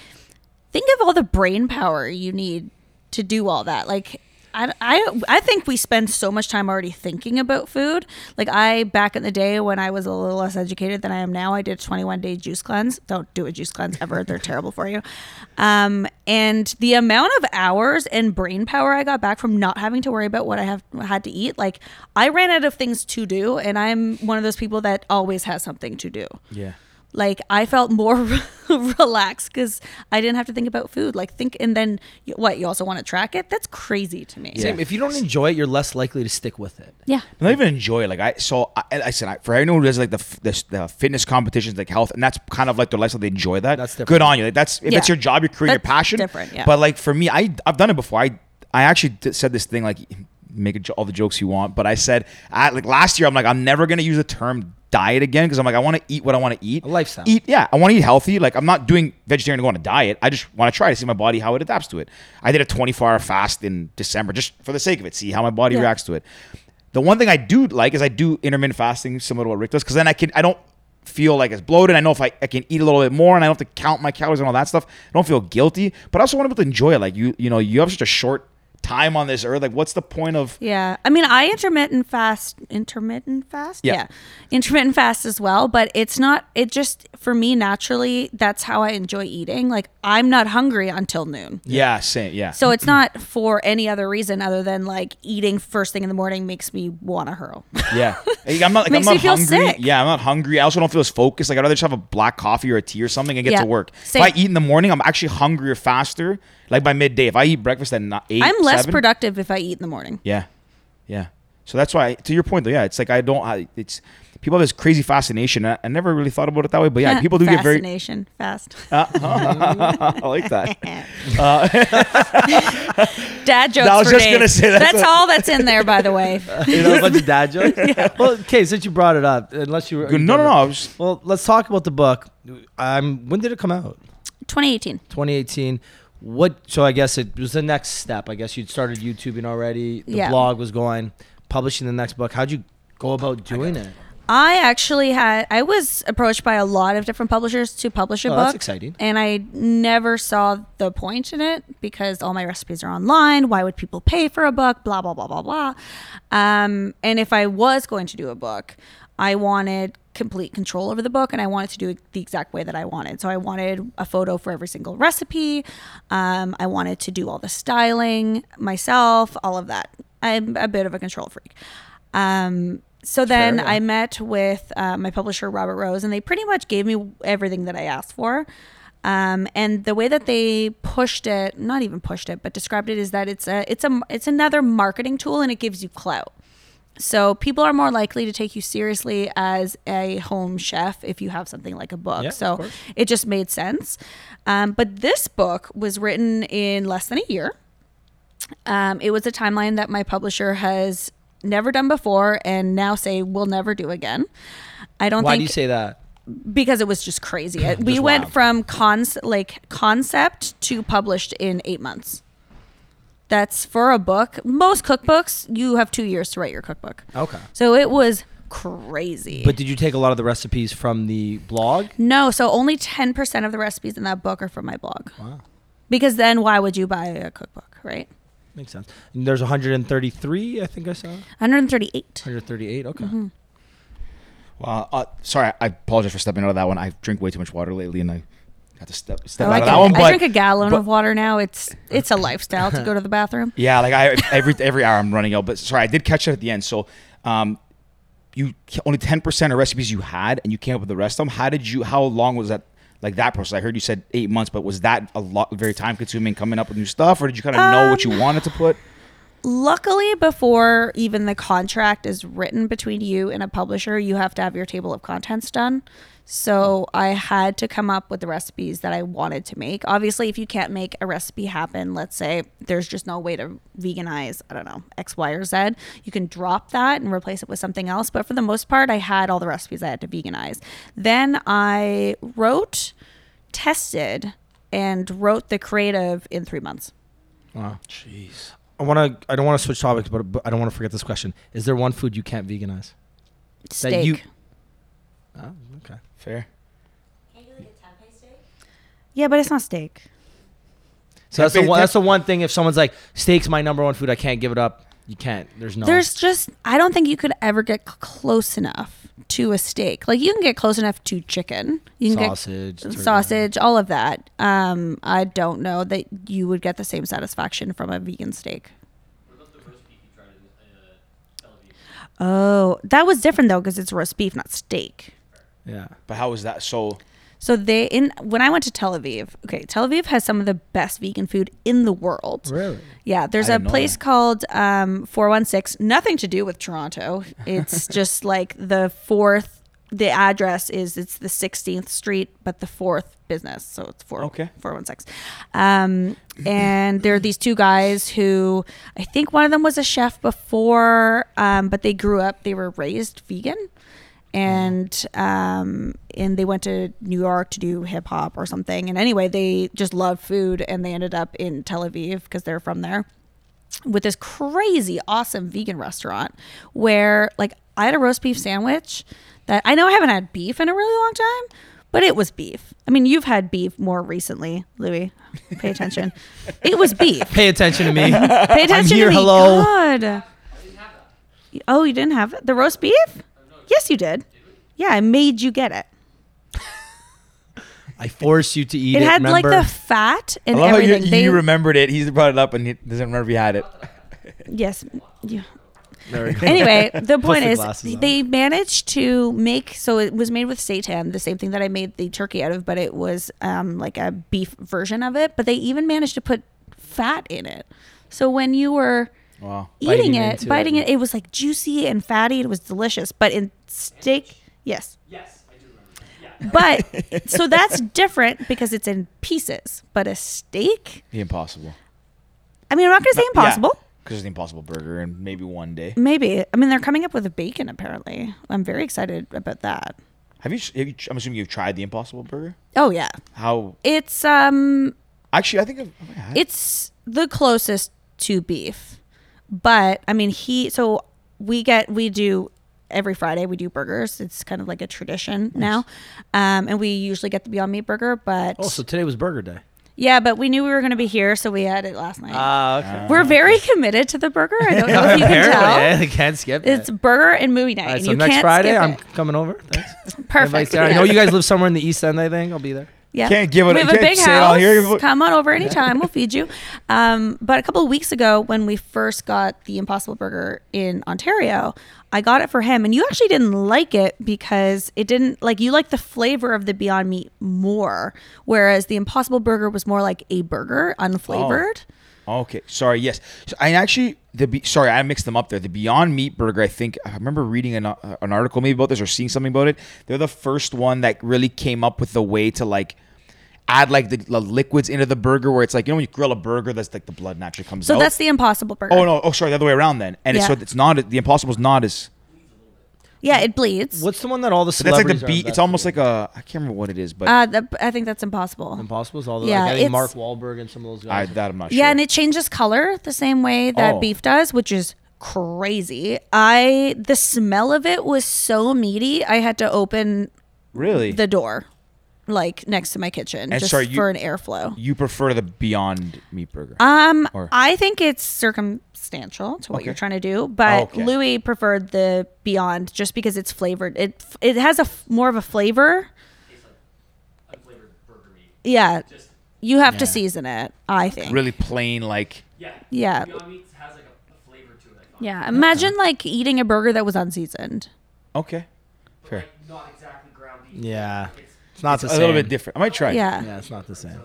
[SPEAKER 4] think of all the brain power you need to do all that. Like I, I, I think we spend so much time already thinking about food. Like I back in the day when I was a little less educated than I am now, I did a 21 day juice cleanse. Don't do a juice cleanse ever; they're terrible for you. Um, and the amount of hours and brain power I got back from not having to worry about what I have had to eat, like I ran out of things to do, and I'm one of those people that always has something to do
[SPEAKER 1] yeah.
[SPEAKER 4] like I felt more relaxed because I didn't have to think about food. Like think, and then you- what? You also want to track it? That's crazy to me.
[SPEAKER 2] Same. If you don't enjoy it, you're less likely to stick with it.
[SPEAKER 4] Yeah.
[SPEAKER 1] I don't even enjoy it. Like I so I, I said I, for anyone who does like the, f- the s- the fitness competitions like health and that's kind of like their lifestyle they enjoy that.
[SPEAKER 2] That's different.
[SPEAKER 1] good on you. Like that's if
[SPEAKER 4] Yeah.
[SPEAKER 1] it's your job, your career,
[SPEAKER 4] That's
[SPEAKER 1] your passion.
[SPEAKER 4] different, yeah.
[SPEAKER 1] But like for me, I I've done it before. I I actually d- said this thing like make a jo- all the jokes you want, but I said I, like last year I'm like I'm never gonna use the term diet again because I'm like I want to eat what I want to eat.
[SPEAKER 2] A lifestyle.
[SPEAKER 1] Eat yeah. I want to eat healthy. Like I'm not doing vegetarian to go on a diet. I just want to try to see my body how it adapts to it. I did a 24 hour fast in December just for the sake of it, see how my body
[SPEAKER 4] Yeah.
[SPEAKER 1] reacts to it. The one thing I do like is I do intermittent fasting similar to what Rick does because then I can I don't feel like it's bloated. I know if I, I can eat a little bit more and I don't have to count my calories and all that stuff. I don't feel guilty, but I also want to be able to enjoy it. Like you you know you have such a short time on this earth? Like, what's the point of?
[SPEAKER 4] Yeah. I mean, I intermittent fast, intermittent fast?
[SPEAKER 1] Yeah.
[SPEAKER 4] Intermittent fast as well, but it's not, it just, for me, naturally, that's how I enjoy eating. Like, I'm not hungry until noon.
[SPEAKER 1] Yeah, same. Yeah.
[SPEAKER 4] So it's
[SPEAKER 1] Mm-hmm.
[SPEAKER 4] not for any other reason other than like eating first thing in the morning makes me want to hurl.
[SPEAKER 1] Yeah, Hey, I'm not. Like,
[SPEAKER 4] Makes
[SPEAKER 1] I'm
[SPEAKER 4] you
[SPEAKER 1] not
[SPEAKER 4] feel
[SPEAKER 1] hungry.
[SPEAKER 4] sick.
[SPEAKER 1] Yeah, I'm not hungry. I also don't feel as focused. Like I'd rather just have a black coffee or a tea or something and get
[SPEAKER 4] Yeah.
[SPEAKER 1] to work.
[SPEAKER 4] Same.
[SPEAKER 1] If I eat in the morning, I'm actually hungrier faster. Like by midday, if I eat breakfast at ni- eight,
[SPEAKER 4] I'm less
[SPEAKER 1] seven,
[SPEAKER 4] productive if I eat in the morning.
[SPEAKER 1] Yeah, yeah. So that's why, to your point though, yeah, it's like I don't. I, it's people have this crazy fascination. I, I never really thought about it that way, but yeah, people do get very.
[SPEAKER 4] fascination fast.
[SPEAKER 1] I like that.
[SPEAKER 4] Dad jokes.
[SPEAKER 1] I was
[SPEAKER 4] for
[SPEAKER 1] just
[SPEAKER 4] days.
[SPEAKER 1] gonna say that's a-
[SPEAKER 4] all that's in there, by the way.
[SPEAKER 2] You know, a bunch of dad jokes. Well, okay, since you brought it up, unless you were
[SPEAKER 1] Good. No, no, no. I was-
[SPEAKER 2] Well, let's talk about the book. Um, when did it come out?
[SPEAKER 4] 2018.
[SPEAKER 2] 2018. What? So I guess it was the next step. I guess you'd started YouTubing already. The
[SPEAKER 4] Yeah.
[SPEAKER 2] blog was going, publishing the next book. How'd you go about doing it?
[SPEAKER 4] I actually had I was approached by a lot of different publishers to publish a
[SPEAKER 2] Oh,
[SPEAKER 4] book.
[SPEAKER 2] that's exciting.
[SPEAKER 4] And I never saw the point in it because all my recipes are online. Why would people pay for a book? Blah blah blah blah blah. Um, and if I was going to do a book, I wanted complete control over the book and I wanted to do it the exact way that I wanted. So I wanted a photo for every single recipe. Um, I wanted to do all the styling myself, all of that. I'm a bit of a control freak. Um, so then I met with uh, my publisher, Robert Rose, and they pretty much gave me everything that I asked for. Um, and the way that they pushed it, not even pushed it, but described it is that it's a, it's a, it's another marketing tool and it gives you clout. So people are more likely to take you seriously as a home chef if you have something like a book.
[SPEAKER 2] Yeah, of
[SPEAKER 4] so
[SPEAKER 2] course.
[SPEAKER 4] it just made sense. Um, but this book was written in less than a year. Um, it was a timeline that my publisher has never done before and now say will never do again. I don't
[SPEAKER 2] Why
[SPEAKER 4] think
[SPEAKER 2] do you say that?
[SPEAKER 4] because it was just crazy. It- we
[SPEAKER 2] Just
[SPEAKER 4] went
[SPEAKER 2] wild.
[SPEAKER 4] from cons like concept to published in eight months. That's for a book. Most cookbooks, you have two years to write your cookbook.
[SPEAKER 2] Okay.
[SPEAKER 4] So it was crazy.
[SPEAKER 2] But did you take a lot of the recipes from the blog?
[SPEAKER 4] no, so only ten percent of the recipes in that book are from my blog. Wow. Because then why would you buy a cookbook, right?
[SPEAKER 2] Makes sense. And there's 133, I think I saw.
[SPEAKER 4] 138.
[SPEAKER 2] 138. Okay.
[SPEAKER 4] Mm-hmm.
[SPEAKER 1] Well, uh, sorry, I apologize for stepping out of that one. I drink way too much water lately, and I had to step step
[SPEAKER 4] Oh,
[SPEAKER 1] out
[SPEAKER 4] I,
[SPEAKER 1] of
[SPEAKER 4] can-
[SPEAKER 1] that one.
[SPEAKER 4] I
[SPEAKER 1] but-
[SPEAKER 4] drink a gallon
[SPEAKER 1] but-
[SPEAKER 4] of water now. It's it's a lifestyle to go to the bathroom.
[SPEAKER 1] Yeah, like I every every hour I'm running out. But sorry, I did catch it at the end. So, um, you only ten percent of recipes you had, and you came up with the rest of them. How did you? How long was that? Like that process. I heard you said eight months, but was that a lot very time consuming coming up with new stuff, or did you kind of know what you wanted to put?
[SPEAKER 4] Luckily, before even the contract is written between you and a publisher, you have to have your table of contents done. So I had to come up with the recipes that I wanted to make. Obviously, if you can't make a recipe happen, let's say there's just no way to veganize, I don't know, X, Y, or Z, you can drop that and replace it with something else. But for the most part, I had all the recipes I had to veganize. Then I wrote, tested, and wrote the creative in three months.
[SPEAKER 2] Wow. Jeez. I want to. I don't want to switch topics, but, but I don't want to forget this question. Is there one food you can't veganize?
[SPEAKER 4] Steak.
[SPEAKER 2] you- Oh, okay.
[SPEAKER 1] Fair.
[SPEAKER 5] Can't you like a tempeh steak?
[SPEAKER 4] Yeah, but it's not steak.
[SPEAKER 2] So that's the
[SPEAKER 1] Tempeh-
[SPEAKER 2] one. That's the one thing. If someone's like, "Steak's my number one food. I can't give it up." You can't. There's no.
[SPEAKER 4] There's just I don't think you could ever get c- close enough to a steak. Like you can get close enough to chicken. You can
[SPEAKER 2] Sausage,
[SPEAKER 4] get
[SPEAKER 2] turkey.
[SPEAKER 4] sausage, all of that. Um, I don't know that you would get the same satisfaction from a vegan steak. Oh, that was different though because it's roast beef, not steak.
[SPEAKER 2] Yeah.
[SPEAKER 1] But how was that? So
[SPEAKER 4] So they in when I went to Tel Aviv. Okay, Tel Aviv has some of the best vegan food in the world.
[SPEAKER 2] Really.
[SPEAKER 4] Yeah, there's
[SPEAKER 1] I
[SPEAKER 4] a
[SPEAKER 1] didn't know
[SPEAKER 4] place
[SPEAKER 1] that.
[SPEAKER 4] called um, 416. Nothing to do with Toronto. It's just like the fourth. The address is it's the 16th Street, but the fourth business. So it's four,
[SPEAKER 1] Okay.
[SPEAKER 4] 416. Um, and there are these two guys who I think one of them was a chef before, um, but they grew up, they were raised vegan. And um, and they went to New York to do hip hop or something. And anyway, they just loved food, and they ended up in Tel Aviv because they're from there with this crazy awesome vegan restaurant where like I had a roast beef sandwich that I know I haven't had beef in a really long time, but it was beef. I mean, you've had beef more recently, Louis. Pay attention. it was beef.
[SPEAKER 2] Pay attention to me.
[SPEAKER 4] Pay attention
[SPEAKER 2] here,
[SPEAKER 4] to me.
[SPEAKER 2] hello.
[SPEAKER 4] God. You- Oh, you didn't have it? the roast beef? Yes, you did. Yeah, I made you get it.
[SPEAKER 2] I forced you to eat it.
[SPEAKER 4] it had
[SPEAKER 2] remember?
[SPEAKER 4] like the fat
[SPEAKER 1] I
[SPEAKER 4] and
[SPEAKER 1] love how you,
[SPEAKER 4] everything.
[SPEAKER 1] you
[SPEAKER 4] They-
[SPEAKER 1] remembered it. He brought it up and he doesn't remember if he had it.
[SPEAKER 4] yes. Yeah.
[SPEAKER 2] There we go.
[SPEAKER 4] anyway, the point
[SPEAKER 2] the
[SPEAKER 4] is
[SPEAKER 2] glasses on.
[SPEAKER 4] they managed to make so it was made with seitan, the same thing that I made the turkey out of, but it was um, like a beef version of it. But they even managed to put fat in it. So when you were
[SPEAKER 1] Wow.
[SPEAKER 4] eating
[SPEAKER 2] Biting
[SPEAKER 4] it,
[SPEAKER 2] into
[SPEAKER 4] biting
[SPEAKER 2] it.
[SPEAKER 4] it, it was like juicy and fatty. It was delicious. But in steak, yes.
[SPEAKER 6] Yes, I do remember.
[SPEAKER 4] But so that's different because it's in pieces. But a steak,
[SPEAKER 1] The impossible.
[SPEAKER 4] I mean, I'm not going to say impossible.
[SPEAKER 1] Because it's the impossible burger and maybe one day.
[SPEAKER 4] Maybe. I mean, they're coming up with a bacon apparently. I'm very excited about that.
[SPEAKER 1] Have you, have you I'm assuming you've tried the impossible burger?
[SPEAKER 4] Oh yeah.
[SPEAKER 1] How
[SPEAKER 4] It's um
[SPEAKER 1] actually I think I've, have I had it?
[SPEAKER 4] it's the closest to beef. But I mean, he so we get we do every Friday we do burgers. It's kind of like a tradition now. Um and we usually get the Beyond Meat burger, but
[SPEAKER 2] oh, so today was burger day.
[SPEAKER 4] yeah, but we knew we were going to be here, so we had it last night.
[SPEAKER 2] Ah, okay.
[SPEAKER 4] we're very committed to the burger. I don't know if you can
[SPEAKER 2] Apparently, eh?
[SPEAKER 4] tell.
[SPEAKER 2] I can't skip it.
[SPEAKER 4] It's burger and movie night.
[SPEAKER 2] All right,
[SPEAKER 4] and
[SPEAKER 2] so
[SPEAKER 4] you
[SPEAKER 2] next
[SPEAKER 4] can't
[SPEAKER 2] Friday,
[SPEAKER 4] skip
[SPEAKER 2] I'm
[SPEAKER 4] it.
[SPEAKER 2] coming over. Thanks.
[SPEAKER 4] perfect.
[SPEAKER 2] I know
[SPEAKER 4] yes.
[SPEAKER 2] you guys live somewhere in the East End. I think I'll be there.
[SPEAKER 4] Yeah.
[SPEAKER 1] Can't give it-
[SPEAKER 4] We have
[SPEAKER 1] can't
[SPEAKER 4] a big
[SPEAKER 1] say it all
[SPEAKER 4] house.
[SPEAKER 1] here.
[SPEAKER 4] Come on over anytime. We'll feed you. Um, but a couple of weeks ago, when we first got the Impossible Burger in Ontario, I got it for him, and you actually didn't like it because it didn't like you like the flavor of the Beyond Meat more, whereas the Impossible Burger was more like a burger, unflavored.
[SPEAKER 1] Oh. Okay, sorry. Yes, so I actually the Be- sorry I mixed them up there. The Beyond Meat Burger, I think I remember reading an, uh, an article maybe about this or seeing something about it. They're the first one that really came up with the way to like add like the, the liquids into the burger, where it's like you know when you grill a burger, that's like the blood naturally comes
[SPEAKER 4] So
[SPEAKER 1] out.
[SPEAKER 4] that's the Impossible Burger.
[SPEAKER 1] oh no, oh sorry, the other way around then. And it's, so
[SPEAKER 4] Yeah.
[SPEAKER 1] it's not the Impossible's not as
[SPEAKER 4] Yeah, it bleeds.
[SPEAKER 2] What's the one that all the
[SPEAKER 1] but that's like
[SPEAKER 2] celebrities
[SPEAKER 1] the beat.
[SPEAKER 2] Are
[SPEAKER 1] It's almost like a I can't remember what it is, but
[SPEAKER 4] Uh, the, I think that's impossible.
[SPEAKER 2] Impossible. Is all the
[SPEAKER 4] Yeah,
[SPEAKER 2] like, I think
[SPEAKER 4] it's-
[SPEAKER 2] Mark Wahlberg and some of those
[SPEAKER 1] I,
[SPEAKER 2] guys.
[SPEAKER 1] that I'm not sure.
[SPEAKER 4] Yeah, and it changes color the same way that
[SPEAKER 1] Oh.
[SPEAKER 4] beef does, which is crazy. I the smell of it was so meaty. I had to open
[SPEAKER 1] really
[SPEAKER 4] the door like next to my kitchen
[SPEAKER 1] And
[SPEAKER 4] just
[SPEAKER 1] sorry, you-
[SPEAKER 4] for an airflow.
[SPEAKER 1] you prefer the Beyond Meat Burger.
[SPEAKER 4] Um,
[SPEAKER 1] Or-
[SPEAKER 4] I think it's circumstantial to what you're
[SPEAKER 1] Okay. Oh,
[SPEAKER 4] trying to do, but
[SPEAKER 1] Okay.
[SPEAKER 4] Louis preferred the Beyond just because it's flavored. It f- it has a f- more of a flavor.
[SPEAKER 6] Unflavored burger meat.
[SPEAKER 4] Yeah,
[SPEAKER 6] Just
[SPEAKER 4] you have
[SPEAKER 1] Yeah.
[SPEAKER 4] to season it. I think.
[SPEAKER 1] really plain like
[SPEAKER 6] yeah.
[SPEAKER 4] Yeah.
[SPEAKER 6] Beyond Meat has like a, a flavor to it. I thought.
[SPEAKER 4] Yeah, imagine like eating a burger that was unseasoned.
[SPEAKER 1] okay, fair.
[SPEAKER 6] Like, not exactly ground beef.
[SPEAKER 2] yeah,
[SPEAKER 6] It's
[SPEAKER 2] it's not
[SPEAKER 1] It's
[SPEAKER 2] the
[SPEAKER 1] a
[SPEAKER 2] same.
[SPEAKER 1] little bit different. I might try. it.
[SPEAKER 4] Yeah.
[SPEAKER 2] Yeah, it's not the same.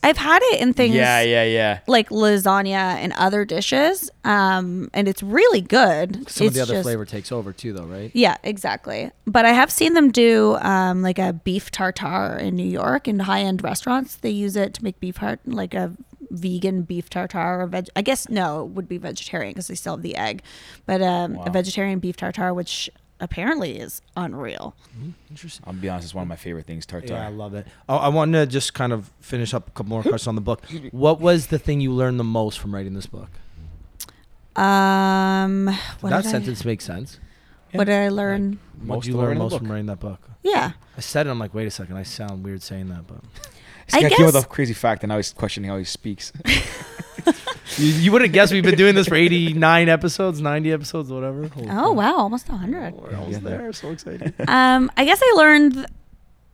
[SPEAKER 4] I've had it in things
[SPEAKER 1] Yeah, yeah, yeah.
[SPEAKER 4] like lasagna and other dishes, um, and it's really good.
[SPEAKER 2] Some
[SPEAKER 4] it's
[SPEAKER 2] of the other
[SPEAKER 4] just-
[SPEAKER 2] flavor takes over too, though, right?
[SPEAKER 4] Yeah, exactly. But I have seen them do um, like a beef tartare in New York in high end restaurants. They use it to make beef heart like a vegan beef tartare or veg. I guess no, it would be vegetarian because they still have the egg, but um, a vegetarian beef tartare, which apparently is unreal.
[SPEAKER 2] Mm-hmm. Interesting.
[SPEAKER 1] I'll be honest, it's one of my favorite things, tartare.
[SPEAKER 2] Yeah, I love it. Oh, I want to just kind of finish up a couple more questions on the book. What was the thing you learned the most from writing this book?
[SPEAKER 4] Um, what
[SPEAKER 2] that
[SPEAKER 4] did I-
[SPEAKER 2] sentence makes sense.
[SPEAKER 4] what did I learn?
[SPEAKER 2] What
[SPEAKER 1] Most
[SPEAKER 2] did you
[SPEAKER 1] of
[SPEAKER 2] learn
[SPEAKER 1] learning the
[SPEAKER 2] most
[SPEAKER 1] book.
[SPEAKER 2] from writing that book?
[SPEAKER 4] yeah.
[SPEAKER 2] I said it. I'm like, wait a second. I sound weird saying that, but
[SPEAKER 1] This
[SPEAKER 4] I
[SPEAKER 1] guy came with a
[SPEAKER 4] guess-
[SPEAKER 1] crazy fact, and now he's questioning how he speaks.
[SPEAKER 2] you, you wouldn't guess we've been doing this for 89 episodes, 90 episodes, whatever. Holy
[SPEAKER 4] Oh
[SPEAKER 2] crap.
[SPEAKER 4] wow, almost 100.
[SPEAKER 2] We're almost
[SPEAKER 1] Yeah.
[SPEAKER 2] there. So excited.
[SPEAKER 4] um, I guess I learned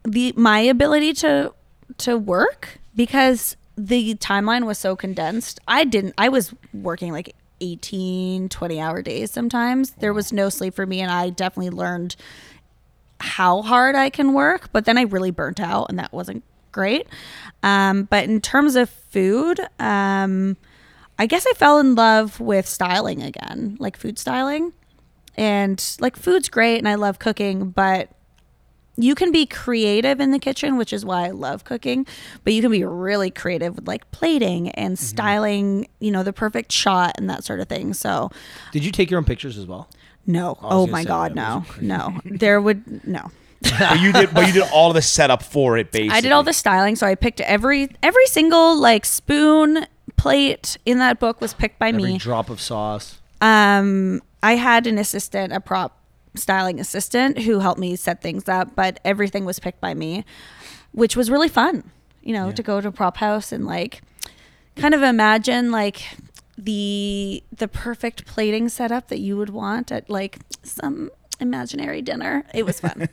[SPEAKER 4] the my ability to to work because the timeline was so condensed. I didn't I was working like 18, 20 hour days sometimes. There was no sleep for me and I definitely learned how hard I can work, but then I really burnt out and that wasn't great. Um, but in terms of food, um, I guess I fell in love with styling again, like food styling and like food's great and I love cooking, but you can be creative in the kitchen, which is why I love cooking, but you can be really creative with like plating and
[SPEAKER 2] Mm-hmm.
[SPEAKER 4] styling, you know, the perfect shot and that sort of thing. So,
[SPEAKER 2] Did you take your own pictures as well?
[SPEAKER 4] no.
[SPEAKER 2] was
[SPEAKER 4] Oh
[SPEAKER 2] gonna
[SPEAKER 4] my
[SPEAKER 2] say,
[SPEAKER 4] God,
[SPEAKER 2] that
[SPEAKER 4] no.
[SPEAKER 2] was
[SPEAKER 4] No. There would, no.
[SPEAKER 1] but you did, but you did all the setup for it, basically.
[SPEAKER 4] I did all the styling, so I picked every every single like spoon plate in that book was picked by
[SPEAKER 2] Every
[SPEAKER 4] me.
[SPEAKER 2] drop of sauce.
[SPEAKER 4] um, I had an assistant, a prop styling assistant who helped me set things up, but everything was picked by me, which was really fun, you know, to go to prop house and like kind of imagine like the the perfect plating setup that you would want at like some imaginary dinner. It was fun.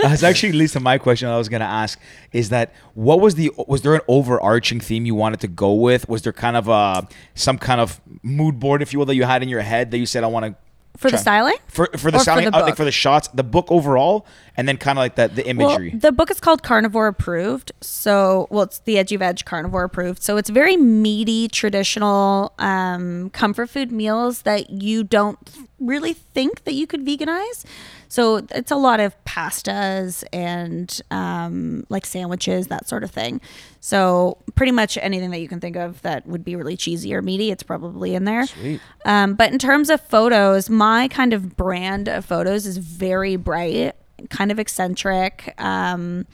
[SPEAKER 1] That's actually leads to my question. I was going to ask is that what was the was there an overarching theme you wanted to go with? Was there kind of a some kind of mood board, if you will, that you had in your head that you said I want to
[SPEAKER 4] For the styling?
[SPEAKER 1] for for the
[SPEAKER 4] Or for
[SPEAKER 1] styling,
[SPEAKER 4] the
[SPEAKER 1] uh, like
[SPEAKER 4] book?
[SPEAKER 1] for the shots, the book overall, and then kind of like the the imagery.
[SPEAKER 4] Well, the book is called Carnivore Approved. So, well, it's the Edgy Veg Carnivore Approved. So, it's very meaty, traditional um, comfort food meals that you don't really think that you could veganize. So, it's a lot of pastas and um, like sandwiches, that sort of thing. So, pretty much anything that you can think of that would be really cheesy or meaty, it's probably in there. Um, but in terms of photos, my kind of brand of photos is very bright, kind of eccentric, um,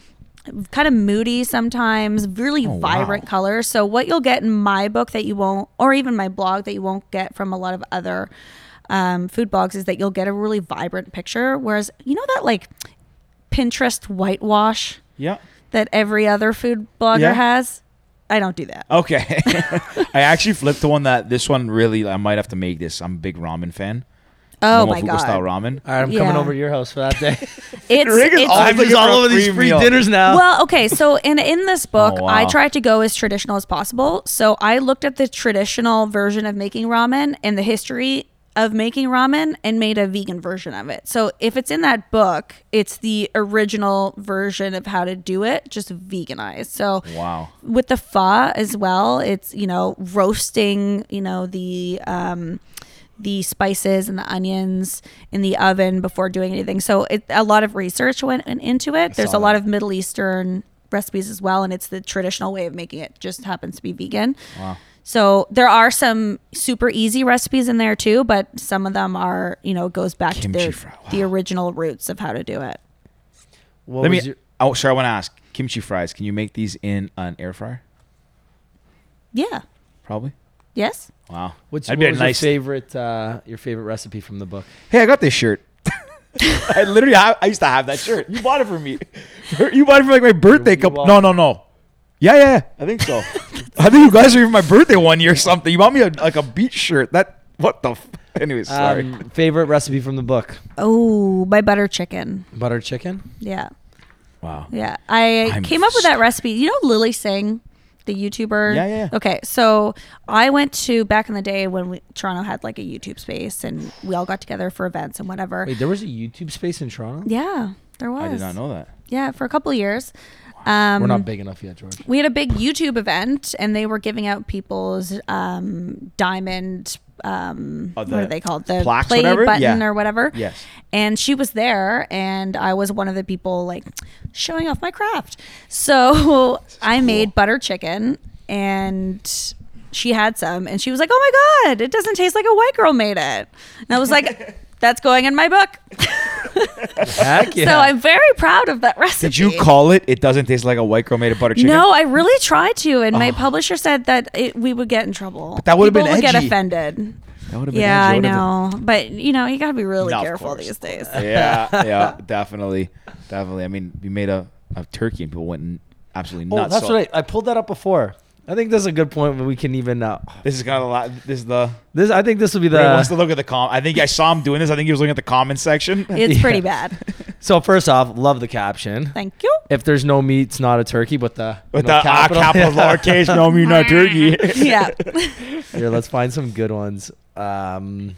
[SPEAKER 4] kind of moody sometimes,
[SPEAKER 1] Oh,
[SPEAKER 4] really vibrant colors. So, what you'll get in my book that you won't, or even my blog that you won't get from a lot of other um, food blogs, is that you'll get a really vibrant picture. Whereas, you know, that like Pinterest whitewash
[SPEAKER 1] yeah.
[SPEAKER 4] that every other food blogger
[SPEAKER 1] Yeah.
[SPEAKER 4] has? I don't do that.
[SPEAKER 1] Okay. I actually flipped the one that this one really I might have to make this. I'm a big ramen fan.
[SPEAKER 4] Oh
[SPEAKER 1] Momofuku
[SPEAKER 4] my God.
[SPEAKER 1] style ramen.
[SPEAKER 2] All right, I'm
[SPEAKER 4] Yeah.
[SPEAKER 2] coming over to your house for that day.
[SPEAKER 4] It's,
[SPEAKER 1] Rick is
[SPEAKER 4] it's
[SPEAKER 1] always
[SPEAKER 2] I'm just
[SPEAKER 1] looking for
[SPEAKER 2] all
[SPEAKER 1] a
[SPEAKER 2] over these
[SPEAKER 1] free
[SPEAKER 2] free
[SPEAKER 1] meal.
[SPEAKER 2] dinners now.
[SPEAKER 4] Well, okay, so in in this book,
[SPEAKER 1] Oh, wow.
[SPEAKER 4] I tried to go as traditional as possible. So I looked at the traditional version of making ramen and the history of making ramen and made a vegan version of it. So if it's in that book, it's the original version of how to do it, just veganized. So
[SPEAKER 1] Wow.
[SPEAKER 4] with the pho as well it's you know roasting you know the um the spices and the onions in the oven before doing anything so it, a lot of research went in- into it there's a lot of middle eastern recipes as well and it's the traditional way of making it just happens to be vegan wow so there are some super easy recipes in there too but some of them are you know goes back
[SPEAKER 1] Kimchi
[SPEAKER 4] to their,
[SPEAKER 1] fry, wow.
[SPEAKER 4] the original roots of how to do it
[SPEAKER 2] What
[SPEAKER 1] Let me.
[SPEAKER 2] was your-
[SPEAKER 1] oh, sorry. I want to ask kimchi fries. Can you make these in an air fryer?
[SPEAKER 4] yeah
[SPEAKER 1] Probably.
[SPEAKER 4] yes
[SPEAKER 1] Wow.
[SPEAKER 2] what's,
[SPEAKER 1] That'd
[SPEAKER 2] what
[SPEAKER 1] be a
[SPEAKER 2] was
[SPEAKER 1] nice-
[SPEAKER 2] your favorite uh, your favorite recipe from the book?
[SPEAKER 1] Hey, I got this shirt. I literally, I, I used to have that shirt. You bought it for me. You bought it for like my birthday.
[SPEAKER 2] You- you
[SPEAKER 1] Couple.
[SPEAKER 2] bought-
[SPEAKER 1] No, no, no. Yeah, yeah. I think so. I think you guys were even my birthday one year or something. You bought me a, like a beach shirt. That what the. F- Anyways, sorry.
[SPEAKER 2] Um, favorite recipe from the book?
[SPEAKER 4] oh my butter chicken
[SPEAKER 2] Butter chicken.
[SPEAKER 4] yeah
[SPEAKER 1] wow.
[SPEAKER 4] Yeah, I
[SPEAKER 1] I'm
[SPEAKER 4] came up with that recipe. You know Lily Singh, the YouTuber.
[SPEAKER 1] Yeah, yeah, yeah.
[SPEAKER 4] Okay, so I went to back in the day when we, Toronto had like a YouTube space, and we all got together for events and whatever.
[SPEAKER 2] Wait, there was a YouTube space in Toronto.
[SPEAKER 4] Yeah, there was.
[SPEAKER 1] I did not know that.
[SPEAKER 4] Yeah, for a couple of years. Um,
[SPEAKER 2] We're not big enough yet, George.
[SPEAKER 4] we had a big YouTube event, and they were giving out people's um, diamond. Um,
[SPEAKER 1] Oh,
[SPEAKER 4] what
[SPEAKER 1] the
[SPEAKER 4] are they called? The
[SPEAKER 1] plaques,
[SPEAKER 4] play
[SPEAKER 1] whatever?
[SPEAKER 4] button
[SPEAKER 1] Yeah.
[SPEAKER 4] or whatever.
[SPEAKER 1] Yes.
[SPEAKER 4] And she was there, and I was one of the people like showing off my craft. So I made butter chicken, and she had some, and she was like, "Oh my god, it doesn't taste like a white girl made it," and I was like. That's going in my book.
[SPEAKER 2] Heck yeah.
[SPEAKER 4] So I'm very proud of that recipe.
[SPEAKER 1] Did you call it? It doesn't taste like a white girl made of butter chicken. Oh.
[SPEAKER 4] No, I really tried to, and my publisher said that it, we would get in trouble.
[SPEAKER 1] that would've
[SPEAKER 4] People
[SPEAKER 1] been
[SPEAKER 4] would get
[SPEAKER 1] edgy.
[SPEAKER 4] offended.
[SPEAKER 1] that would have
[SPEAKER 4] Yeah, I know, but you know, you gotta be really
[SPEAKER 1] No, of
[SPEAKER 4] careful
[SPEAKER 1] course,
[SPEAKER 4] these
[SPEAKER 1] of
[SPEAKER 4] days.
[SPEAKER 1] yeah, yeah, definitely, definitely. I mean, we made a, a turkey and people went n- absolutely
[SPEAKER 2] Oh,
[SPEAKER 1] nuts.
[SPEAKER 2] that's
[SPEAKER 1] so
[SPEAKER 2] right. I pulled that up before. I think this is a good point when we can even. Uh,
[SPEAKER 1] This is kind of la- this is the.
[SPEAKER 2] this I think this will be
[SPEAKER 1] Ray wants to
[SPEAKER 2] the.
[SPEAKER 1] look at the com. I think I saw him doing this. I think he was looking at the comment section.
[SPEAKER 4] It's
[SPEAKER 2] Yeah.
[SPEAKER 4] pretty bad.
[SPEAKER 2] So first off, love the caption.
[SPEAKER 4] Thank you.
[SPEAKER 2] If there's no meat, it's not a turkey, but the ah, you
[SPEAKER 1] With
[SPEAKER 2] know,
[SPEAKER 1] the capital, capital lowercase, no, me not turkey.
[SPEAKER 4] Yeah.
[SPEAKER 2] Here, let's find some good ones. Um,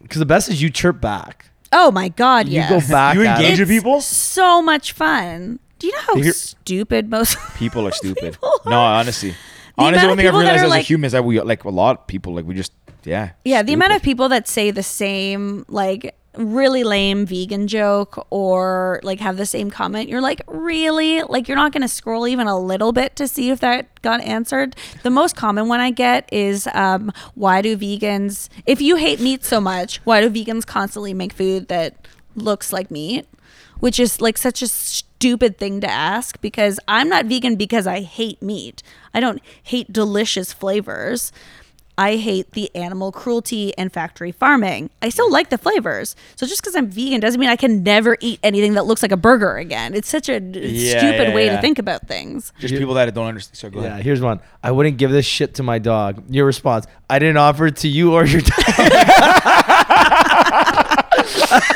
[SPEAKER 2] because the best is you chirp back.
[SPEAKER 4] Oh my God. Yes.
[SPEAKER 2] You go back.
[SPEAKER 1] You
[SPEAKER 2] at
[SPEAKER 1] engage
[SPEAKER 2] it.
[SPEAKER 1] with people?
[SPEAKER 4] So much fun. Do you know how
[SPEAKER 1] If you're-
[SPEAKER 4] stupid most
[SPEAKER 1] People are stupid.
[SPEAKER 4] People are-
[SPEAKER 1] No, honestly,
[SPEAKER 4] The
[SPEAKER 1] honestly,
[SPEAKER 4] amount
[SPEAKER 1] one
[SPEAKER 4] of
[SPEAKER 1] thing I've
[SPEAKER 4] people that
[SPEAKER 1] realized
[SPEAKER 4] are
[SPEAKER 1] as a
[SPEAKER 4] like-
[SPEAKER 1] human is that we like a lot of people. Like we just, yeah.
[SPEAKER 4] Yeah, the amount of
[SPEAKER 1] stupid.
[SPEAKER 4] people that say the same like really lame vegan joke or like have the same comment, you're like, really? Like you're not gonna scroll even a little bit to see if that got answered. The most common one I get is um, why do vegans if you hate meat so much, why do vegans constantly make food that looks like meat? Which is like such a stupid thing to ask because I'm not vegan because I hate meat. I don't hate delicious flavors. I hate the animal cruelty and factory farming. I still like the flavors. So just because I'm vegan doesn't mean I can never eat anything that looks like a burger again. It's such a d-
[SPEAKER 1] Yeah,
[SPEAKER 4] stupid
[SPEAKER 1] yeah,
[SPEAKER 4] way
[SPEAKER 1] yeah.
[SPEAKER 4] to think about things.
[SPEAKER 1] Just people that don't understand. So go
[SPEAKER 2] Yeah,
[SPEAKER 1] ahead.
[SPEAKER 2] here's one. I wouldn't give this shit to my dog. Your response: I didn't offer it to you or your dog.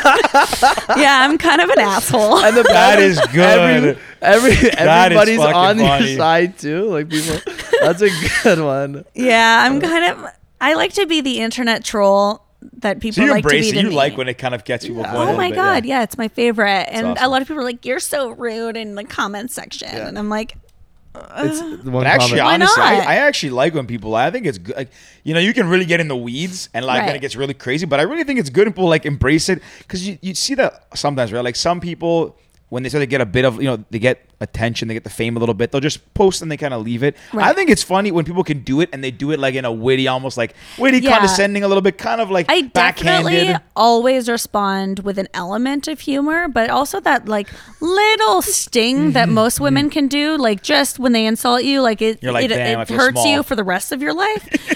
[SPEAKER 4] yeah, I'm kind of an asshole.
[SPEAKER 2] And the
[SPEAKER 1] That
[SPEAKER 2] bad
[SPEAKER 1] is good.
[SPEAKER 2] Every, every
[SPEAKER 1] That is
[SPEAKER 2] everybody's
[SPEAKER 1] fucking
[SPEAKER 2] on
[SPEAKER 1] funny.
[SPEAKER 2] your side too. Like people, that's a good one.
[SPEAKER 4] yeah, I'm kind of. I like to be the internet troll that people
[SPEAKER 1] So you
[SPEAKER 4] like to
[SPEAKER 1] embrace
[SPEAKER 4] be
[SPEAKER 1] it.
[SPEAKER 4] to
[SPEAKER 1] You
[SPEAKER 4] me.
[SPEAKER 1] like when it kind of gets people going. a
[SPEAKER 4] Oh
[SPEAKER 1] little
[SPEAKER 4] my
[SPEAKER 1] bit,
[SPEAKER 4] god, yeah. it's my favorite. And a
[SPEAKER 1] awesome.
[SPEAKER 4] lot of people are like, "You're so rude" in the comment section, and I'm like,
[SPEAKER 2] It's the one
[SPEAKER 1] But actually,
[SPEAKER 4] Why
[SPEAKER 2] comment.
[SPEAKER 1] honestly, I,
[SPEAKER 4] not?
[SPEAKER 1] I actually like when people. I think it's good. Like, you know, you can really get in the weeds, and like then
[SPEAKER 4] Right.
[SPEAKER 1] it gets really crazy. But I really think it's good when people like embrace it because you, you see that sometimes, right? Like some people when they start to get a bit of you know they get attention, they get the fame a little bit, they'll just post and they kind of leave it. I
[SPEAKER 4] Right.
[SPEAKER 1] think it's funny when people can do it and they do it like in a witty, almost like witty,
[SPEAKER 4] Yeah.
[SPEAKER 1] condescending a little bit, kind of like
[SPEAKER 4] I
[SPEAKER 1] backhanded.
[SPEAKER 4] definitely always respond with an element of humor, but also that like little
[SPEAKER 1] Mm-hmm.
[SPEAKER 4] sting that most women can do, like just when they insult you, like it
[SPEAKER 1] You're like,
[SPEAKER 4] it,
[SPEAKER 1] "Damn,
[SPEAKER 4] it
[SPEAKER 1] I feel
[SPEAKER 4] hurts
[SPEAKER 1] small."
[SPEAKER 4] you for the rest of your life.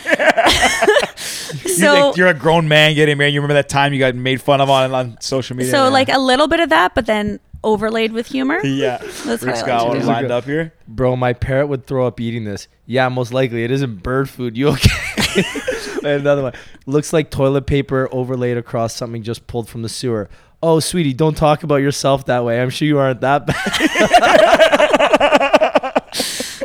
[SPEAKER 1] You
[SPEAKER 4] so
[SPEAKER 1] think you're a grown man getting married. You remember that time you got made fun of on on social media.
[SPEAKER 4] so
[SPEAKER 1] Yeah.
[SPEAKER 4] like a little bit of that, but then overlaid with humor.
[SPEAKER 1] yeah,
[SPEAKER 4] That's what
[SPEAKER 1] Rick's
[SPEAKER 4] I
[SPEAKER 1] got
[SPEAKER 4] like to
[SPEAKER 1] one
[SPEAKER 4] do.
[SPEAKER 1] lined up here.
[SPEAKER 2] Bro, my parrot would throw up eating this. Yeah, most likely it isn't bird food. You okay? Another one. Looks like toilet paper overlaid across something just pulled from the sewer. Oh, sweetie, don't talk about yourself that way. I'm sure you aren't that bad.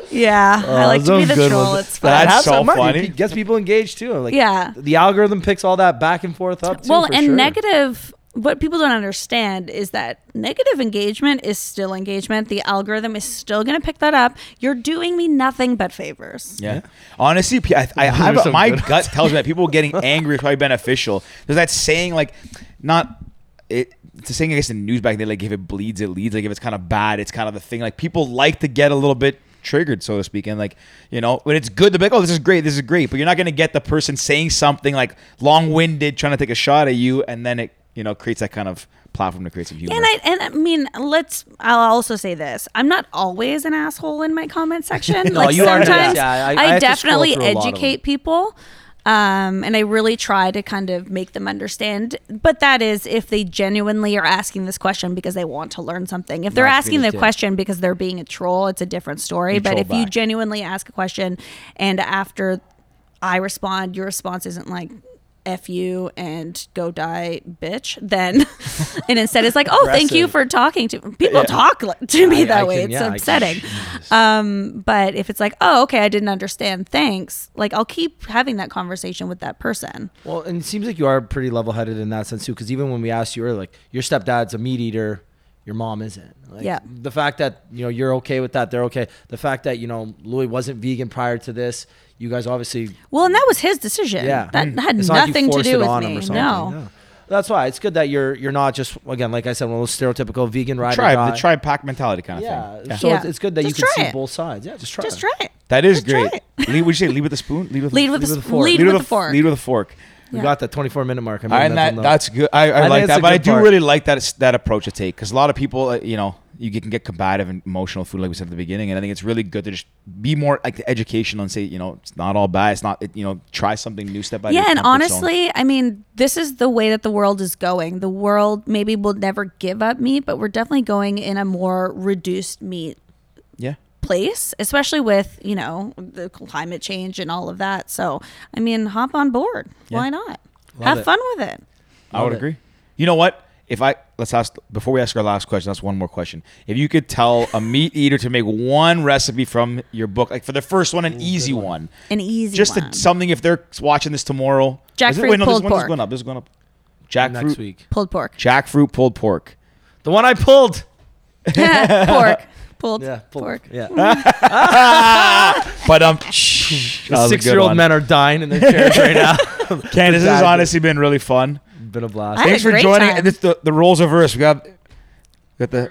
[SPEAKER 4] Yeah, I
[SPEAKER 1] Oh,
[SPEAKER 4] like to be
[SPEAKER 2] Those
[SPEAKER 4] the
[SPEAKER 2] good
[SPEAKER 4] troll.
[SPEAKER 2] ones.
[SPEAKER 4] It's
[SPEAKER 1] But
[SPEAKER 4] fun.
[SPEAKER 1] I-
[SPEAKER 2] That
[SPEAKER 1] That's
[SPEAKER 2] has
[SPEAKER 1] so
[SPEAKER 2] some money.
[SPEAKER 1] funny.
[SPEAKER 2] It gets people engaged too. Like,
[SPEAKER 4] Yeah.
[SPEAKER 2] the algorithm picks all that back and forth up. Too,
[SPEAKER 4] well,
[SPEAKER 2] for
[SPEAKER 4] and
[SPEAKER 2] sure.
[SPEAKER 4] negative. What people don't understand is that negative engagement is still engagement. The algorithm is still going to pick that up. You're doing me nothing but favors.
[SPEAKER 1] Yeah. Honestly, pe- I, I have
[SPEAKER 2] some
[SPEAKER 1] my
[SPEAKER 2] good
[SPEAKER 1] gut tells me that people getting angry is probably beneficial. There's that saying like, not it. It's a saying I guess in news back then like if it bleeds it leads like if it's kind of bad it's kind of the thing like people like to get a little bit triggered so to speak and like you know but it's good to be like oh this is great this is great but you're not gonna get the person saying something like long winded trying to take a shot at you and then it you know creates that kind of platform to create some humor.
[SPEAKER 4] And I and I mean, let's. I'll also say this: I'm not always an asshole in my comment section.
[SPEAKER 2] No,
[SPEAKER 4] like
[SPEAKER 2] you are not.
[SPEAKER 4] sometimes
[SPEAKER 2] Yeah, I- I
[SPEAKER 4] I,
[SPEAKER 2] have to scroll
[SPEAKER 4] definitely
[SPEAKER 2] through a lot of them.
[SPEAKER 4] educate people, um, and I really try to kind of make them understand. But that is if they genuinely are asking this question because they want to learn something. If they're
[SPEAKER 2] Not being
[SPEAKER 4] asking
[SPEAKER 2] a
[SPEAKER 4] the
[SPEAKER 2] dick.
[SPEAKER 4] question because they're being a troll, it's a different story. but
[SPEAKER 1] troll
[SPEAKER 4] if you
[SPEAKER 1] back.
[SPEAKER 4] genuinely ask a question, and after I respond, your response isn't like "f you" and "go die, bitch." Then, and instead it's like, "Oh, thank you
[SPEAKER 2] Aggressive.
[SPEAKER 4] for talking to people talk li- to me
[SPEAKER 2] I-
[SPEAKER 4] that
[SPEAKER 2] I
[SPEAKER 4] way."
[SPEAKER 2] can-
[SPEAKER 4] it's
[SPEAKER 2] yeah, I can-
[SPEAKER 4] upsetting. Um, but if it's like, "Oh, okay, I didn't understand. Thanks," like I'll keep having that conversation with that person.
[SPEAKER 2] Well, and it seems like you are pretty level headed in that sense too, because even when we asked you earlier, like your stepdad's a meat eater, your mom isn't. Like,
[SPEAKER 4] Yeah.
[SPEAKER 2] The fact that you know you're okay with that, they're okay. The fact that you know Louis wasn't vegan prior to this, you guys obviously
[SPEAKER 4] Well, and that was his decision.
[SPEAKER 2] yeah
[SPEAKER 4] that
[SPEAKER 1] Mm.
[SPEAKER 4] had
[SPEAKER 2] It's not like you
[SPEAKER 4] nothing to
[SPEAKER 2] forced
[SPEAKER 4] do
[SPEAKER 2] it
[SPEAKER 4] with
[SPEAKER 2] on
[SPEAKER 4] me.
[SPEAKER 2] him or something.
[SPEAKER 4] no.
[SPEAKER 2] Yeah. That's why it's good that you're you're not just again like I said one of those stereotypical vegan ride or
[SPEAKER 1] tribe
[SPEAKER 2] die.
[SPEAKER 1] the tribe pack mentality kind of
[SPEAKER 2] Yeah.
[SPEAKER 1] thing. Yeah.
[SPEAKER 2] So
[SPEAKER 4] Yeah.
[SPEAKER 2] It's, it's good that
[SPEAKER 4] Just
[SPEAKER 2] you can
[SPEAKER 4] try
[SPEAKER 2] see
[SPEAKER 4] it.
[SPEAKER 2] both sides. Yeah. Just try.
[SPEAKER 4] Just
[SPEAKER 2] it.
[SPEAKER 4] try it.
[SPEAKER 1] That is
[SPEAKER 4] Just try
[SPEAKER 1] great.
[SPEAKER 4] it.
[SPEAKER 1] Lead, would you say lead with a spoon? Lead with
[SPEAKER 4] Lead with,
[SPEAKER 2] Lead
[SPEAKER 4] a,
[SPEAKER 2] with a
[SPEAKER 4] s-
[SPEAKER 2] fork.
[SPEAKER 4] Lead, with a fork.
[SPEAKER 1] Lead with a fork.
[SPEAKER 2] We
[SPEAKER 4] Yeah.
[SPEAKER 2] got that 24 minute mark. I mean,
[SPEAKER 1] and that,
[SPEAKER 2] on the-
[SPEAKER 1] that's good. I, I,
[SPEAKER 2] I think
[SPEAKER 1] like
[SPEAKER 2] it's a
[SPEAKER 1] that, but I
[SPEAKER 2] good
[SPEAKER 1] do
[SPEAKER 2] part.
[SPEAKER 1] really like that that approach to take because a lot of people, uh, you know, you can get combative and emotional food, like we said at the beginning, and I think it's really good to just be more like educational and say, you know, it's not all bad. It's not, it, you know, try something new, step by
[SPEAKER 4] yeah
[SPEAKER 1] your
[SPEAKER 4] and
[SPEAKER 1] comfort zone.
[SPEAKER 4] honestly i mean this is the way that the world is going the world maybe will never give up meat but we're definitely going in a more reduced meat
[SPEAKER 1] yeah,
[SPEAKER 4] place especially with you know the climate change and all of that so i mean hop on board why not have
[SPEAKER 2] it.
[SPEAKER 4] fun with it
[SPEAKER 1] I would
[SPEAKER 2] it.
[SPEAKER 1] agree. You know what? If I let's ask before we ask our last question, that's one more question. If you could tell a meat eater to make one recipe from your book, like for the first one, an easy one,
[SPEAKER 4] an easy
[SPEAKER 1] just
[SPEAKER 4] one.
[SPEAKER 1] a, something if they're watching this tomorrow. Is it-
[SPEAKER 4] Jackfruit
[SPEAKER 1] wait, no, this one-
[SPEAKER 4] pulled
[SPEAKER 1] this is
[SPEAKER 4] pork.
[SPEAKER 1] going up. This is going up. Jackfruit.
[SPEAKER 2] next week.
[SPEAKER 4] pulled pork
[SPEAKER 1] jackfruit pulled pork.
[SPEAKER 2] The one I pulled.
[SPEAKER 4] pork pulled
[SPEAKER 2] Yeah. Pulled.
[SPEAKER 4] pork
[SPEAKER 2] Yeah.
[SPEAKER 1] But um, six
[SPEAKER 2] The six year old men are dying in their chairs right now.
[SPEAKER 1] Ken, this has
[SPEAKER 2] Exactly.
[SPEAKER 1] honestly been really fun.
[SPEAKER 2] Been a blast.
[SPEAKER 4] I had
[SPEAKER 1] Thanks
[SPEAKER 4] a
[SPEAKER 1] for
[SPEAKER 4] great
[SPEAKER 1] joining.
[SPEAKER 4] time.
[SPEAKER 1] This, the the roles are reversed. We got we got the.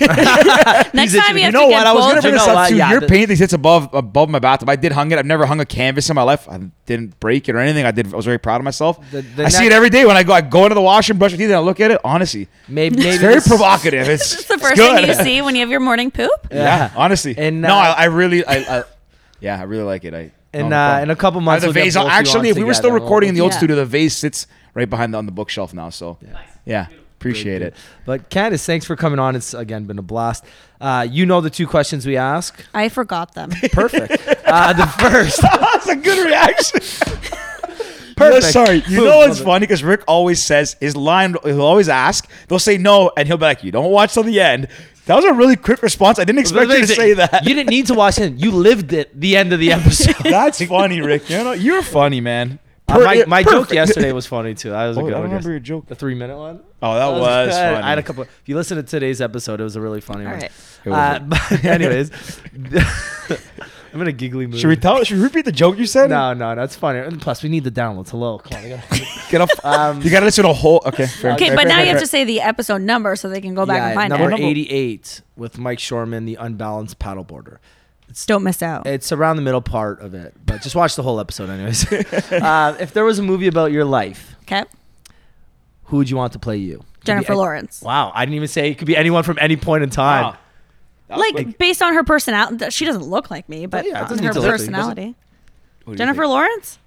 [SPEAKER 4] next time you
[SPEAKER 1] You
[SPEAKER 4] have
[SPEAKER 1] know
[SPEAKER 4] to
[SPEAKER 1] what?
[SPEAKER 4] get
[SPEAKER 1] I was gonna
[SPEAKER 4] both
[SPEAKER 1] bring
[SPEAKER 2] You
[SPEAKER 1] this
[SPEAKER 2] know
[SPEAKER 1] up
[SPEAKER 2] what?
[SPEAKER 1] too.
[SPEAKER 2] Yeah,
[SPEAKER 1] You're
[SPEAKER 2] the-
[SPEAKER 1] painting these hits above above my bathtub. I did hung it. I've never hung a canvas in my life. I didn't break it or anything. I did. I was very proud of myself.
[SPEAKER 2] The-
[SPEAKER 1] I
[SPEAKER 2] the
[SPEAKER 1] see it
[SPEAKER 2] next-
[SPEAKER 1] every day when I go. I go into the wash and brush my teeth and I look at it. Honestly,
[SPEAKER 2] Maybe,
[SPEAKER 1] it's
[SPEAKER 2] maybe
[SPEAKER 1] very
[SPEAKER 2] this-
[SPEAKER 1] provocative. It's,
[SPEAKER 4] it's the
[SPEAKER 1] it's
[SPEAKER 4] first
[SPEAKER 1] good.
[SPEAKER 4] thing you see when you have your morning poop
[SPEAKER 1] Yeah, honestly.
[SPEAKER 2] And,
[SPEAKER 1] no,
[SPEAKER 2] uh,
[SPEAKER 1] I, I really, I, I, yeah, I really like it. I
[SPEAKER 2] in
[SPEAKER 1] no
[SPEAKER 2] uh,
[SPEAKER 1] problem.
[SPEAKER 2] in a couple months.
[SPEAKER 1] Oh, the
[SPEAKER 2] we'll get
[SPEAKER 1] vase,
[SPEAKER 2] both you on
[SPEAKER 1] actually, if we were still
[SPEAKER 2] together. We'll-
[SPEAKER 1] recording in the old
[SPEAKER 4] Yeah.
[SPEAKER 1] studio, the vase sits right behind the, on the bookshelf now. So yeah, appreciate it.
[SPEAKER 2] But Candace, thanks for coming on. It's again been a blast. Uh, you know the two questions we ask.
[SPEAKER 4] I forgot them.
[SPEAKER 2] Perfect. uh, the first.
[SPEAKER 1] That's a good reaction.
[SPEAKER 2] Perfect.
[SPEAKER 1] No, sorry. You
[SPEAKER 2] Boom.
[SPEAKER 1] know what's
[SPEAKER 2] Love it.
[SPEAKER 1] funny? Because Rick always says his line. He'll always ask. They'll say no, and he'll be like, "You don't watch till the end." That was a really quick response. I didn't expect you to say that.
[SPEAKER 2] You didn't need to watch it. You lived it. The end of the episode.
[SPEAKER 1] That's funny, Rick. You know, you're funny, man.
[SPEAKER 2] Uh, my
[SPEAKER 1] Per-
[SPEAKER 2] my joke
[SPEAKER 1] perfect.
[SPEAKER 2] yesterday was funny too. That was a
[SPEAKER 1] Oh,
[SPEAKER 2] good
[SPEAKER 1] I
[SPEAKER 2] one.
[SPEAKER 1] remember
[SPEAKER 2] yes.
[SPEAKER 1] your joke.
[SPEAKER 2] The three minute one.
[SPEAKER 1] Oh, that
[SPEAKER 2] That
[SPEAKER 1] was,
[SPEAKER 2] good.
[SPEAKER 1] funny.
[SPEAKER 2] I had a couple. If you listen to today's episode, it was a really funny
[SPEAKER 4] All
[SPEAKER 2] one.
[SPEAKER 4] right.
[SPEAKER 2] Uh, but anyways, I'm in a giggly mood.
[SPEAKER 1] Should we tell? Should we repeat the joke you said?
[SPEAKER 2] No, no, that's funny. And plus, we need the downloads. Hello, come on. we gotta-
[SPEAKER 1] Get up. you gotta listen to a whole. Okay. Fair,
[SPEAKER 4] Um, Okay,
[SPEAKER 1] fair,
[SPEAKER 4] but
[SPEAKER 1] fair,
[SPEAKER 4] now
[SPEAKER 1] fair,
[SPEAKER 4] you have
[SPEAKER 1] fair.
[SPEAKER 4] to say the episode number so they can go back
[SPEAKER 2] yeah,
[SPEAKER 4] and find
[SPEAKER 2] number
[SPEAKER 4] it.
[SPEAKER 2] 88 with Mike Shorman, the unbalanced paddleboarder.
[SPEAKER 4] Don't miss out.
[SPEAKER 2] It's around the middle part of it, but just watch the whole episode, anyways. uh, if there was a movie about your life,
[SPEAKER 4] Okay,
[SPEAKER 2] who would you want to play you? Could be
[SPEAKER 4] Jennifer
[SPEAKER 2] any-
[SPEAKER 4] Lawrence.
[SPEAKER 2] Wow, I didn't even say it could be anyone from any point in time.
[SPEAKER 1] Wow.
[SPEAKER 4] Like, based on her personality, she doesn't look like me, but
[SPEAKER 2] yeah, it
[SPEAKER 4] on
[SPEAKER 2] doesn't
[SPEAKER 4] her
[SPEAKER 2] need to look like-
[SPEAKER 4] personality.
[SPEAKER 1] What do you
[SPEAKER 4] Jennifer
[SPEAKER 1] think?
[SPEAKER 4] Lawrence.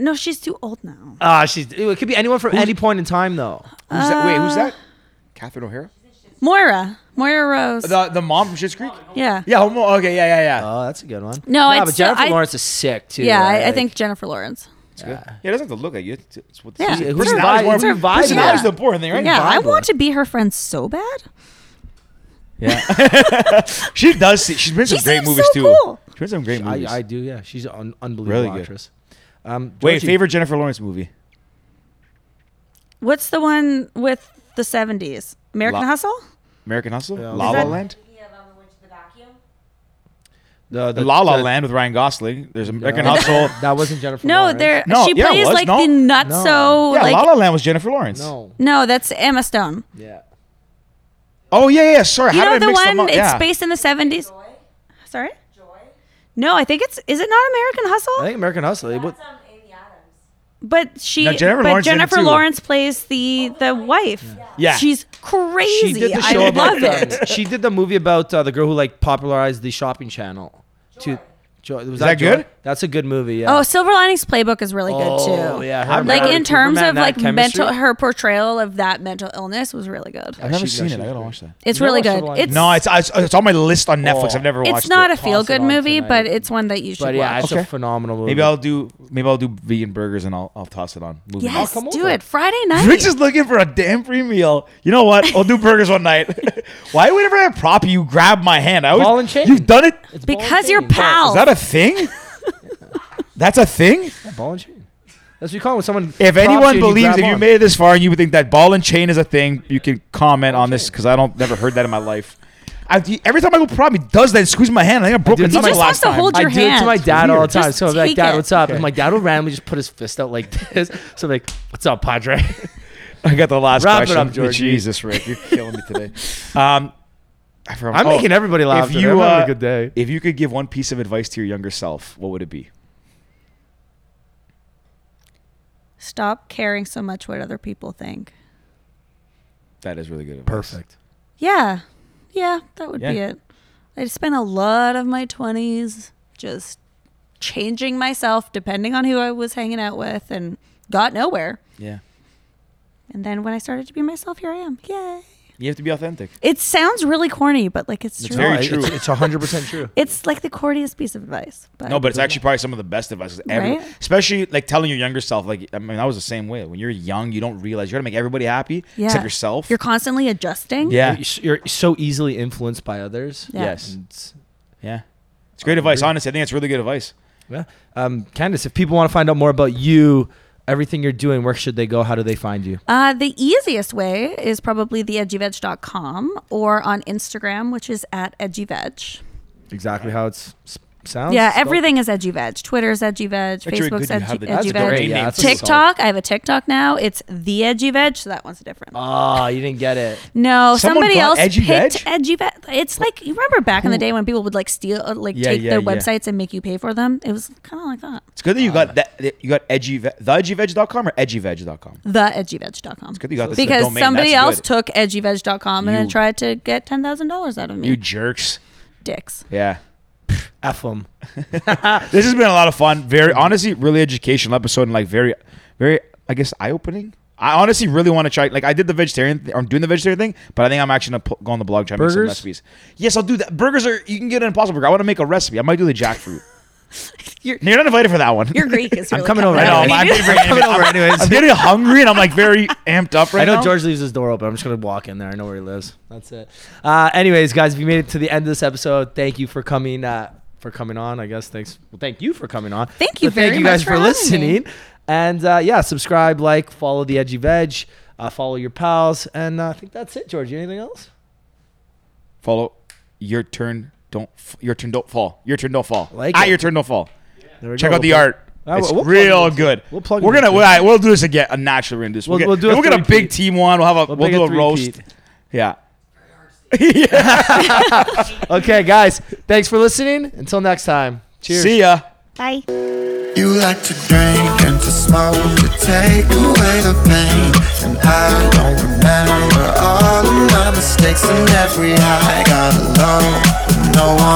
[SPEAKER 4] No, she's too old now.
[SPEAKER 2] Ah, she's. It could be anyone from any point in time, though.
[SPEAKER 1] Who's that? Wait, who's that? Catherine O'Hara.
[SPEAKER 4] Moira, Moira Rose.
[SPEAKER 1] The the mom from Schitt's Creek.
[SPEAKER 4] yeah,
[SPEAKER 1] Yeah. Homo, okay. Yeah. Yeah. Yeah.
[SPEAKER 2] Oh, that's a good one.
[SPEAKER 4] No,
[SPEAKER 2] Nah,
[SPEAKER 4] I'd
[SPEAKER 2] but
[SPEAKER 4] still-
[SPEAKER 2] Jennifer
[SPEAKER 4] I-
[SPEAKER 2] Lawrence is sick too.
[SPEAKER 4] yeah.
[SPEAKER 2] right?
[SPEAKER 4] I, I
[SPEAKER 2] Like,
[SPEAKER 4] think Jennifer Lawrence.
[SPEAKER 1] It's good. Yeah, it doesn't have to look at you. It's, it's what
[SPEAKER 4] Yeah.
[SPEAKER 1] it's-
[SPEAKER 4] Who's
[SPEAKER 1] personality's
[SPEAKER 2] vi-
[SPEAKER 1] more-
[SPEAKER 2] who's her vibe?
[SPEAKER 1] personality's
[SPEAKER 4] Yeah.
[SPEAKER 1] the important thing, right?
[SPEAKER 4] Yeah, I
[SPEAKER 2] vibe
[SPEAKER 4] want
[SPEAKER 2] with.
[SPEAKER 4] to be her friend so bad.
[SPEAKER 2] Yeah,
[SPEAKER 1] She does. See, she's been in some
[SPEAKER 4] She
[SPEAKER 1] great
[SPEAKER 4] seems
[SPEAKER 1] movies
[SPEAKER 4] so
[SPEAKER 1] too.
[SPEAKER 4] cool.
[SPEAKER 1] She's been in some great
[SPEAKER 2] I,
[SPEAKER 1] movies.
[SPEAKER 2] I do. Yeah, she's an unbelievable
[SPEAKER 1] Really good.
[SPEAKER 2] actress. Um,
[SPEAKER 1] Wait,
[SPEAKER 2] Georgie,
[SPEAKER 1] favorite Jennifer Lawrence movie?
[SPEAKER 4] What's the one with the seventies? American
[SPEAKER 1] Lo-
[SPEAKER 4] Hustle.
[SPEAKER 1] American Hustle,
[SPEAKER 2] Yeah.
[SPEAKER 1] La
[SPEAKER 2] Is
[SPEAKER 1] La
[SPEAKER 4] that-
[SPEAKER 1] Land,
[SPEAKER 5] Speaking of, um, went to the vacuum.
[SPEAKER 2] The, the-
[SPEAKER 1] La La
[SPEAKER 2] the-
[SPEAKER 1] Land with Ryan Gosling. There's American
[SPEAKER 2] No,
[SPEAKER 1] Hustle.
[SPEAKER 2] That wasn't Jennifer.
[SPEAKER 4] No,
[SPEAKER 2] Lawrence.
[SPEAKER 4] there.
[SPEAKER 1] No,
[SPEAKER 4] she
[SPEAKER 1] yeah, it
[SPEAKER 4] plays
[SPEAKER 1] was,
[SPEAKER 4] like
[SPEAKER 1] no.
[SPEAKER 4] the nut.
[SPEAKER 2] No.
[SPEAKER 4] So
[SPEAKER 1] Yeah,
[SPEAKER 4] like
[SPEAKER 1] La La Land was Jennifer Lawrence.
[SPEAKER 2] No.
[SPEAKER 4] no, that's Emma Stone.
[SPEAKER 2] Yeah.
[SPEAKER 1] Oh yeah, yeah. Sorry,
[SPEAKER 4] You
[SPEAKER 1] how
[SPEAKER 4] know
[SPEAKER 1] did I
[SPEAKER 4] the
[SPEAKER 1] mix
[SPEAKER 4] one?
[SPEAKER 1] them up?
[SPEAKER 4] It's
[SPEAKER 1] yeah.
[SPEAKER 4] based in the seventies.
[SPEAKER 5] Joy?
[SPEAKER 4] Sorry.
[SPEAKER 5] Joy?
[SPEAKER 4] No, I think it's. Is it not American Hustle?
[SPEAKER 2] I think American Hustle. It was,
[SPEAKER 5] That's um, Amy Adams.
[SPEAKER 4] but she.
[SPEAKER 1] No, Jennifer
[SPEAKER 4] but
[SPEAKER 1] Lawrence did it
[SPEAKER 4] Jennifer
[SPEAKER 1] too.
[SPEAKER 4] Lawrence plays the the wife.
[SPEAKER 1] Yeah.
[SPEAKER 4] She's crazy.
[SPEAKER 2] she did the
[SPEAKER 4] I
[SPEAKER 2] show about.
[SPEAKER 4] love it.
[SPEAKER 2] um, she did the movie about uh, the girl who like popularized the shopping channel. To, Joy. Was
[SPEAKER 1] that
[SPEAKER 2] Joy?
[SPEAKER 1] good?
[SPEAKER 2] That's a good movie. Yeah.
[SPEAKER 4] Oh, Silver Linings Playbook is really good
[SPEAKER 2] Oh,
[SPEAKER 4] too.
[SPEAKER 2] yeah, her and
[SPEAKER 4] Like
[SPEAKER 2] Bradley
[SPEAKER 4] in
[SPEAKER 2] Cooper,
[SPEAKER 4] terms
[SPEAKER 2] man,
[SPEAKER 4] of
[SPEAKER 2] that
[SPEAKER 4] like
[SPEAKER 2] chemistry.
[SPEAKER 4] mental, her portrayal of that mental illness was really good.
[SPEAKER 1] I've never
[SPEAKER 2] She-
[SPEAKER 1] seen
[SPEAKER 2] she-
[SPEAKER 1] it. I gotta watch that.
[SPEAKER 4] It's
[SPEAKER 2] You never
[SPEAKER 4] really
[SPEAKER 2] watched
[SPEAKER 4] good.
[SPEAKER 2] Silver Linings?
[SPEAKER 4] It's
[SPEAKER 1] No, it's it's, it's on my list on Netflix.
[SPEAKER 2] Oh.
[SPEAKER 1] I've never watched
[SPEAKER 4] it's not
[SPEAKER 1] it.
[SPEAKER 4] a feel good
[SPEAKER 2] on
[SPEAKER 4] movie,
[SPEAKER 2] tonight.
[SPEAKER 4] but it's one that you should
[SPEAKER 2] but yeah,
[SPEAKER 4] watch.
[SPEAKER 2] it's
[SPEAKER 1] Okay.
[SPEAKER 2] a phenomenal movie.
[SPEAKER 1] maybe I'll do maybe I'll do vegan burgers and I'll I'll toss it Oh, on. Movie night.
[SPEAKER 4] Yes,
[SPEAKER 2] come
[SPEAKER 4] do
[SPEAKER 2] over.
[SPEAKER 4] it Friday night.
[SPEAKER 1] Rick's just looking for a damn free meal. You know what? I'll do burgers one night. Why whenever I prop you, you grab my hand? I always,
[SPEAKER 2] Ball and chain.
[SPEAKER 1] You've done it. Is
[SPEAKER 2] It's Ball and
[SPEAKER 4] because you're
[SPEAKER 2] Chain. Ball-
[SPEAKER 4] pals.
[SPEAKER 1] that a thing? That's a thing.
[SPEAKER 2] Ball and chain. That's what you call it when someone.
[SPEAKER 1] If
[SPEAKER 2] props you and
[SPEAKER 1] anyone
[SPEAKER 2] you
[SPEAKER 1] believes
[SPEAKER 2] grab
[SPEAKER 1] that you
[SPEAKER 2] on.
[SPEAKER 1] made it this far and you think that ball and chain is a thing, you can comment on this because I don't never heard that in my life. I, every time I go prop, he does that. and squeezes my hand. I think I broke
[SPEAKER 2] do
[SPEAKER 1] my
[SPEAKER 2] it to
[SPEAKER 1] knuckle
[SPEAKER 2] my-
[SPEAKER 1] last
[SPEAKER 4] He just wants to
[SPEAKER 1] time.
[SPEAKER 4] hold
[SPEAKER 2] I
[SPEAKER 4] your
[SPEAKER 2] do it to
[SPEAKER 4] hand.
[SPEAKER 2] my dad all the
[SPEAKER 1] Weird.
[SPEAKER 2] time.
[SPEAKER 4] Just
[SPEAKER 2] so I'm like,
[SPEAKER 4] take
[SPEAKER 2] Dad,
[SPEAKER 4] it."
[SPEAKER 2] what's up? And my dad will randomly just put his fist out like this. So I'm like, what's up, Padre?
[SPEAKER 1] I got the last
[SPEAKER 2] Wrap it
[SPEAKER 1] question.
[SPEAKER 2] up, Georgie.
[SPEAKER 1] Jesus, Rick, you're killing me today. Um, I forgot.
[SPEAKER 2] I'm making everybody laugh
[SPEAKER 1] Oh, If
[SPEAKER 2] today.
[SPEAKER 1] you
[SPEAKER 2] I'm having a
[SPEAKER 1] uh,
[SPEAKER 2] good day.
[SPEAKER 1] If you could give one piece of advice to your younger self, what would it be?
[SPEAKER 4] Stop caring so much what other people think.
[SPEAKER 1] That is really good. Advice.
[SPEAKER 4] Yeah, yeah, that would be
[SPEAKER 1] Yeah.
[SPEAKER 4] it. I spent a lot of my twenties just changing myself depending on who I was hanging out with, and got nowhere.
[SPEAKER 1] Yeah.
[SPEAKER 4] And then when I started to be myself, here I am. Yay!
[SPEAKER 1] You have to be authentic.
[SPEAKER 4] It sounds really corny, but like it's,
[SPEAKER 1] It's
[SPEAKER 4] true.
[SPEAKER 1] very
[SPEAKER 2] No,
[SPEAKER 1] true.
[SPEAKER 2] It's, it's 100% true.
[SPEAKER 4] It's like the corniest piece of advice. But
[SPEAKER 1] No, but it's actually probably some of the best advice. 'cause every-
[SPEAKER 4] Right?
[SPEAKER 1] Especially like telling your younger self. Like I mean, I was the same way. When you're young, you don't realize you got to make everybody happy except yourself.
[SPEAKER 4] You're constantly adjusting.
[SPEAKER 1] yeah.
[SPEAKER 2] You're, you're so easily influenced by others.
[SPEAKER 4] Yeah.
[SPEAKER 1] Yes.
[SPEAKER 2] It's-
[SPEAKER 1] Yeah. It's great advice. Honestly, I think it's really good advice.
[SPEAKER 2] yeah. Um, Candice, if people want to find out more about you, everything you're doing, where should they go? How do they find you?
[SPEAKER 4] Uh, the easiest way is probably theedgyveg.com or on Instagram, which is at edgyveg.
[SPEAKER 2] Exactly how it sounds.
[SPEAKER 4] Yeah, everything is edgyveg. Twitter is edgyveg.
[SPEAKER 1] Oh, Actually,
[SPEAKER 4] Facebook's
[SPEAKER 1] good you have
[SPEAKER 4] edgy,
[SPEAKER 1] the-
[SPEAKER 2] That's
[SPEAKER 4] edgyveg.
[SPEAKER 2] great. Yeah, that's a solid-
[SPEAKER 4] TikTok, I have a TikTok now. It's the edgyveg, so that one's different.
[SPEAKER 2] Oh, you didn't get it.
[SPEAKER 4] No,
[SPEAKER 1] Uh, Someone
[SPEAKER 4] somebody
[SPEAKER 1] got
[SPEAKER 4] else
[SPEAKER 1] edgy
[SPEAKER 4] picked
[SPEAKER 1] veg?
[SPEAKER 4] edgy veg. It's like you remember back in the day when people would like steal, uh, like
[SPEAKER 1] Yeah,
[SPEAKER 4] take
[SPEAKER 1] yeah,
[SPEAKER 4] their
[SPEAKER 1] yeah.
[SPEAKER 4] websites and make you pay for them. It was kind of like that.
[SPEAKER 1] It's good that you
[SPEAKER 4] Uh.
[SPEAKER 1] got that. that- You got edgy ve- theedgyveg.com or edgyveg.com.
[SPEAKER 4] theedgyveg.com.
[SPEAKER 1] good you got this in the
[SPEAKER 4] because
[SPEAKER 1] domain.
[SPEAKER 4] somebody
[SPEAKER 1] That's
[SPEAKER 4] else
[SPEAKER 1] good.
[SPEAKER 4] took edgyveg.com and
[SPEAKER 1] You-
[SPEAKER 4] then tried to get $10,000 out of me.
[SPEAKER 1] You jerks.
[SPEAKER 4] Dicks.
[SPEAKER 1] Yeah.
[SPEAKER 2] F them.
[SPEAKER 1] This has been a lot of fun. Very honestly, really educational episode and like very, very I guess eye opening. I honestly really want to try. Like I did the vegetarian. Th- I'm doing the vegetarian thing, but I think I'm actually gonna pu- go on the blog try to make some
[SPEAKER 2] Burgers?
[SPEAKER 1] recipes. Yes, I'll do that. Burgers are you can get an impossible burger. I want to make a recipe. I might do the jackfruit.
[SPEAKER 4] You're-
[SPEAKER 1] you're, not invited for that one.
[SPEAKER 4] Your Greek is. Really
[SPEAKER 2] coming over
[SPEAKER 1] I
[SPEAKER 4] coming
[SPEAKER 1] know.
[SPEAKER 2] anyway.
[SPEAKER 1] I'm, getting very
[SPEAKER 2] I'm coming
[SPEAKER 1] animated.
[SPEAKER 2] over anyways.
[SPEAKER 1] I'm getting hungry and I'm like very amped up right
[SPEAKER 2] I know
[SPEAKER 1] now.
[SPEAKER 2] George leaves his door open. I'm just gonna walk in there. I know where he lives. That's it. Uh, anyways, guys, if you made it to the end of this episode, thank you for coming. Uh, for coming on, I guess. Thanks. Well, thank you for coming on.
[SPEAKER 4] Thank you
[SPEAKER 2] But
[SPEAKER 4] very
[SPEAKER 2] thank you guys
[SPEAKER 4] much for having me.
[SPEAKER 2] listening. And uh, yeah, subscribe, like, follow the Edgy Veg, uh, follow your pals, and uh, I think that's it. George, anything else?
[SPEAKER 1] Follow your turn. Don't f- your turn. Don't fall. Your turn. Don't fall.
[SPEAKER 2] Like
[SPEAKER 1] At
[SPEAKER 2] it.
[SPEAKER 1] your turn. Don't fall.
[SPEAKER 2] There we
[SPEAKER 1] Check
[SPEAKER 2] go.
[SPEAKER 1] out the art.
[SPEAKER 2] Uh,
[SPEAKER 1] it's
[SPEAKER 2] we'll plug
[SPEAKER 1] real
[SPEAKER 2] it.
[SPEAKER 1] good.
[SPEAKER 2] We'll plug it
[SPEAKER 1] We're
[SPEAKER 2] in
[SPEAKER 1] gonna
[SPEAKER 2] too.
[SPEAKER 1] we'll, all right, we'll do this again. Uh, naturally, we're gonna do this. We'll,
[SPEAKER 2] We'll-
[SPEAKER 1] get,
[SPEAKER 2] we'll do a
[SPEAKER 1] we'll get a big
[SPEAKER 2] three-peat.
[SPEAKER 1] team one. We'll have a we'll,
[SPEAKER 2] bring
[SPEAKER 1] do a
[SPEAKER 2] a
[SPEAKER 1] roast.
[SPEAKER 2] three-peat.
[SPEAKER 1] Yeah. yeah.
[SPEAKER 2] Okay, guys, thanks for listening. Until next time. Cheers.
[SPEAKER 1] See ya.
[SPEAKER 4] Bye.
[SPEAKER 3] You like to drink and to smoke to take away the pain. And I don't remember all of my mistakes and every high got a low. No one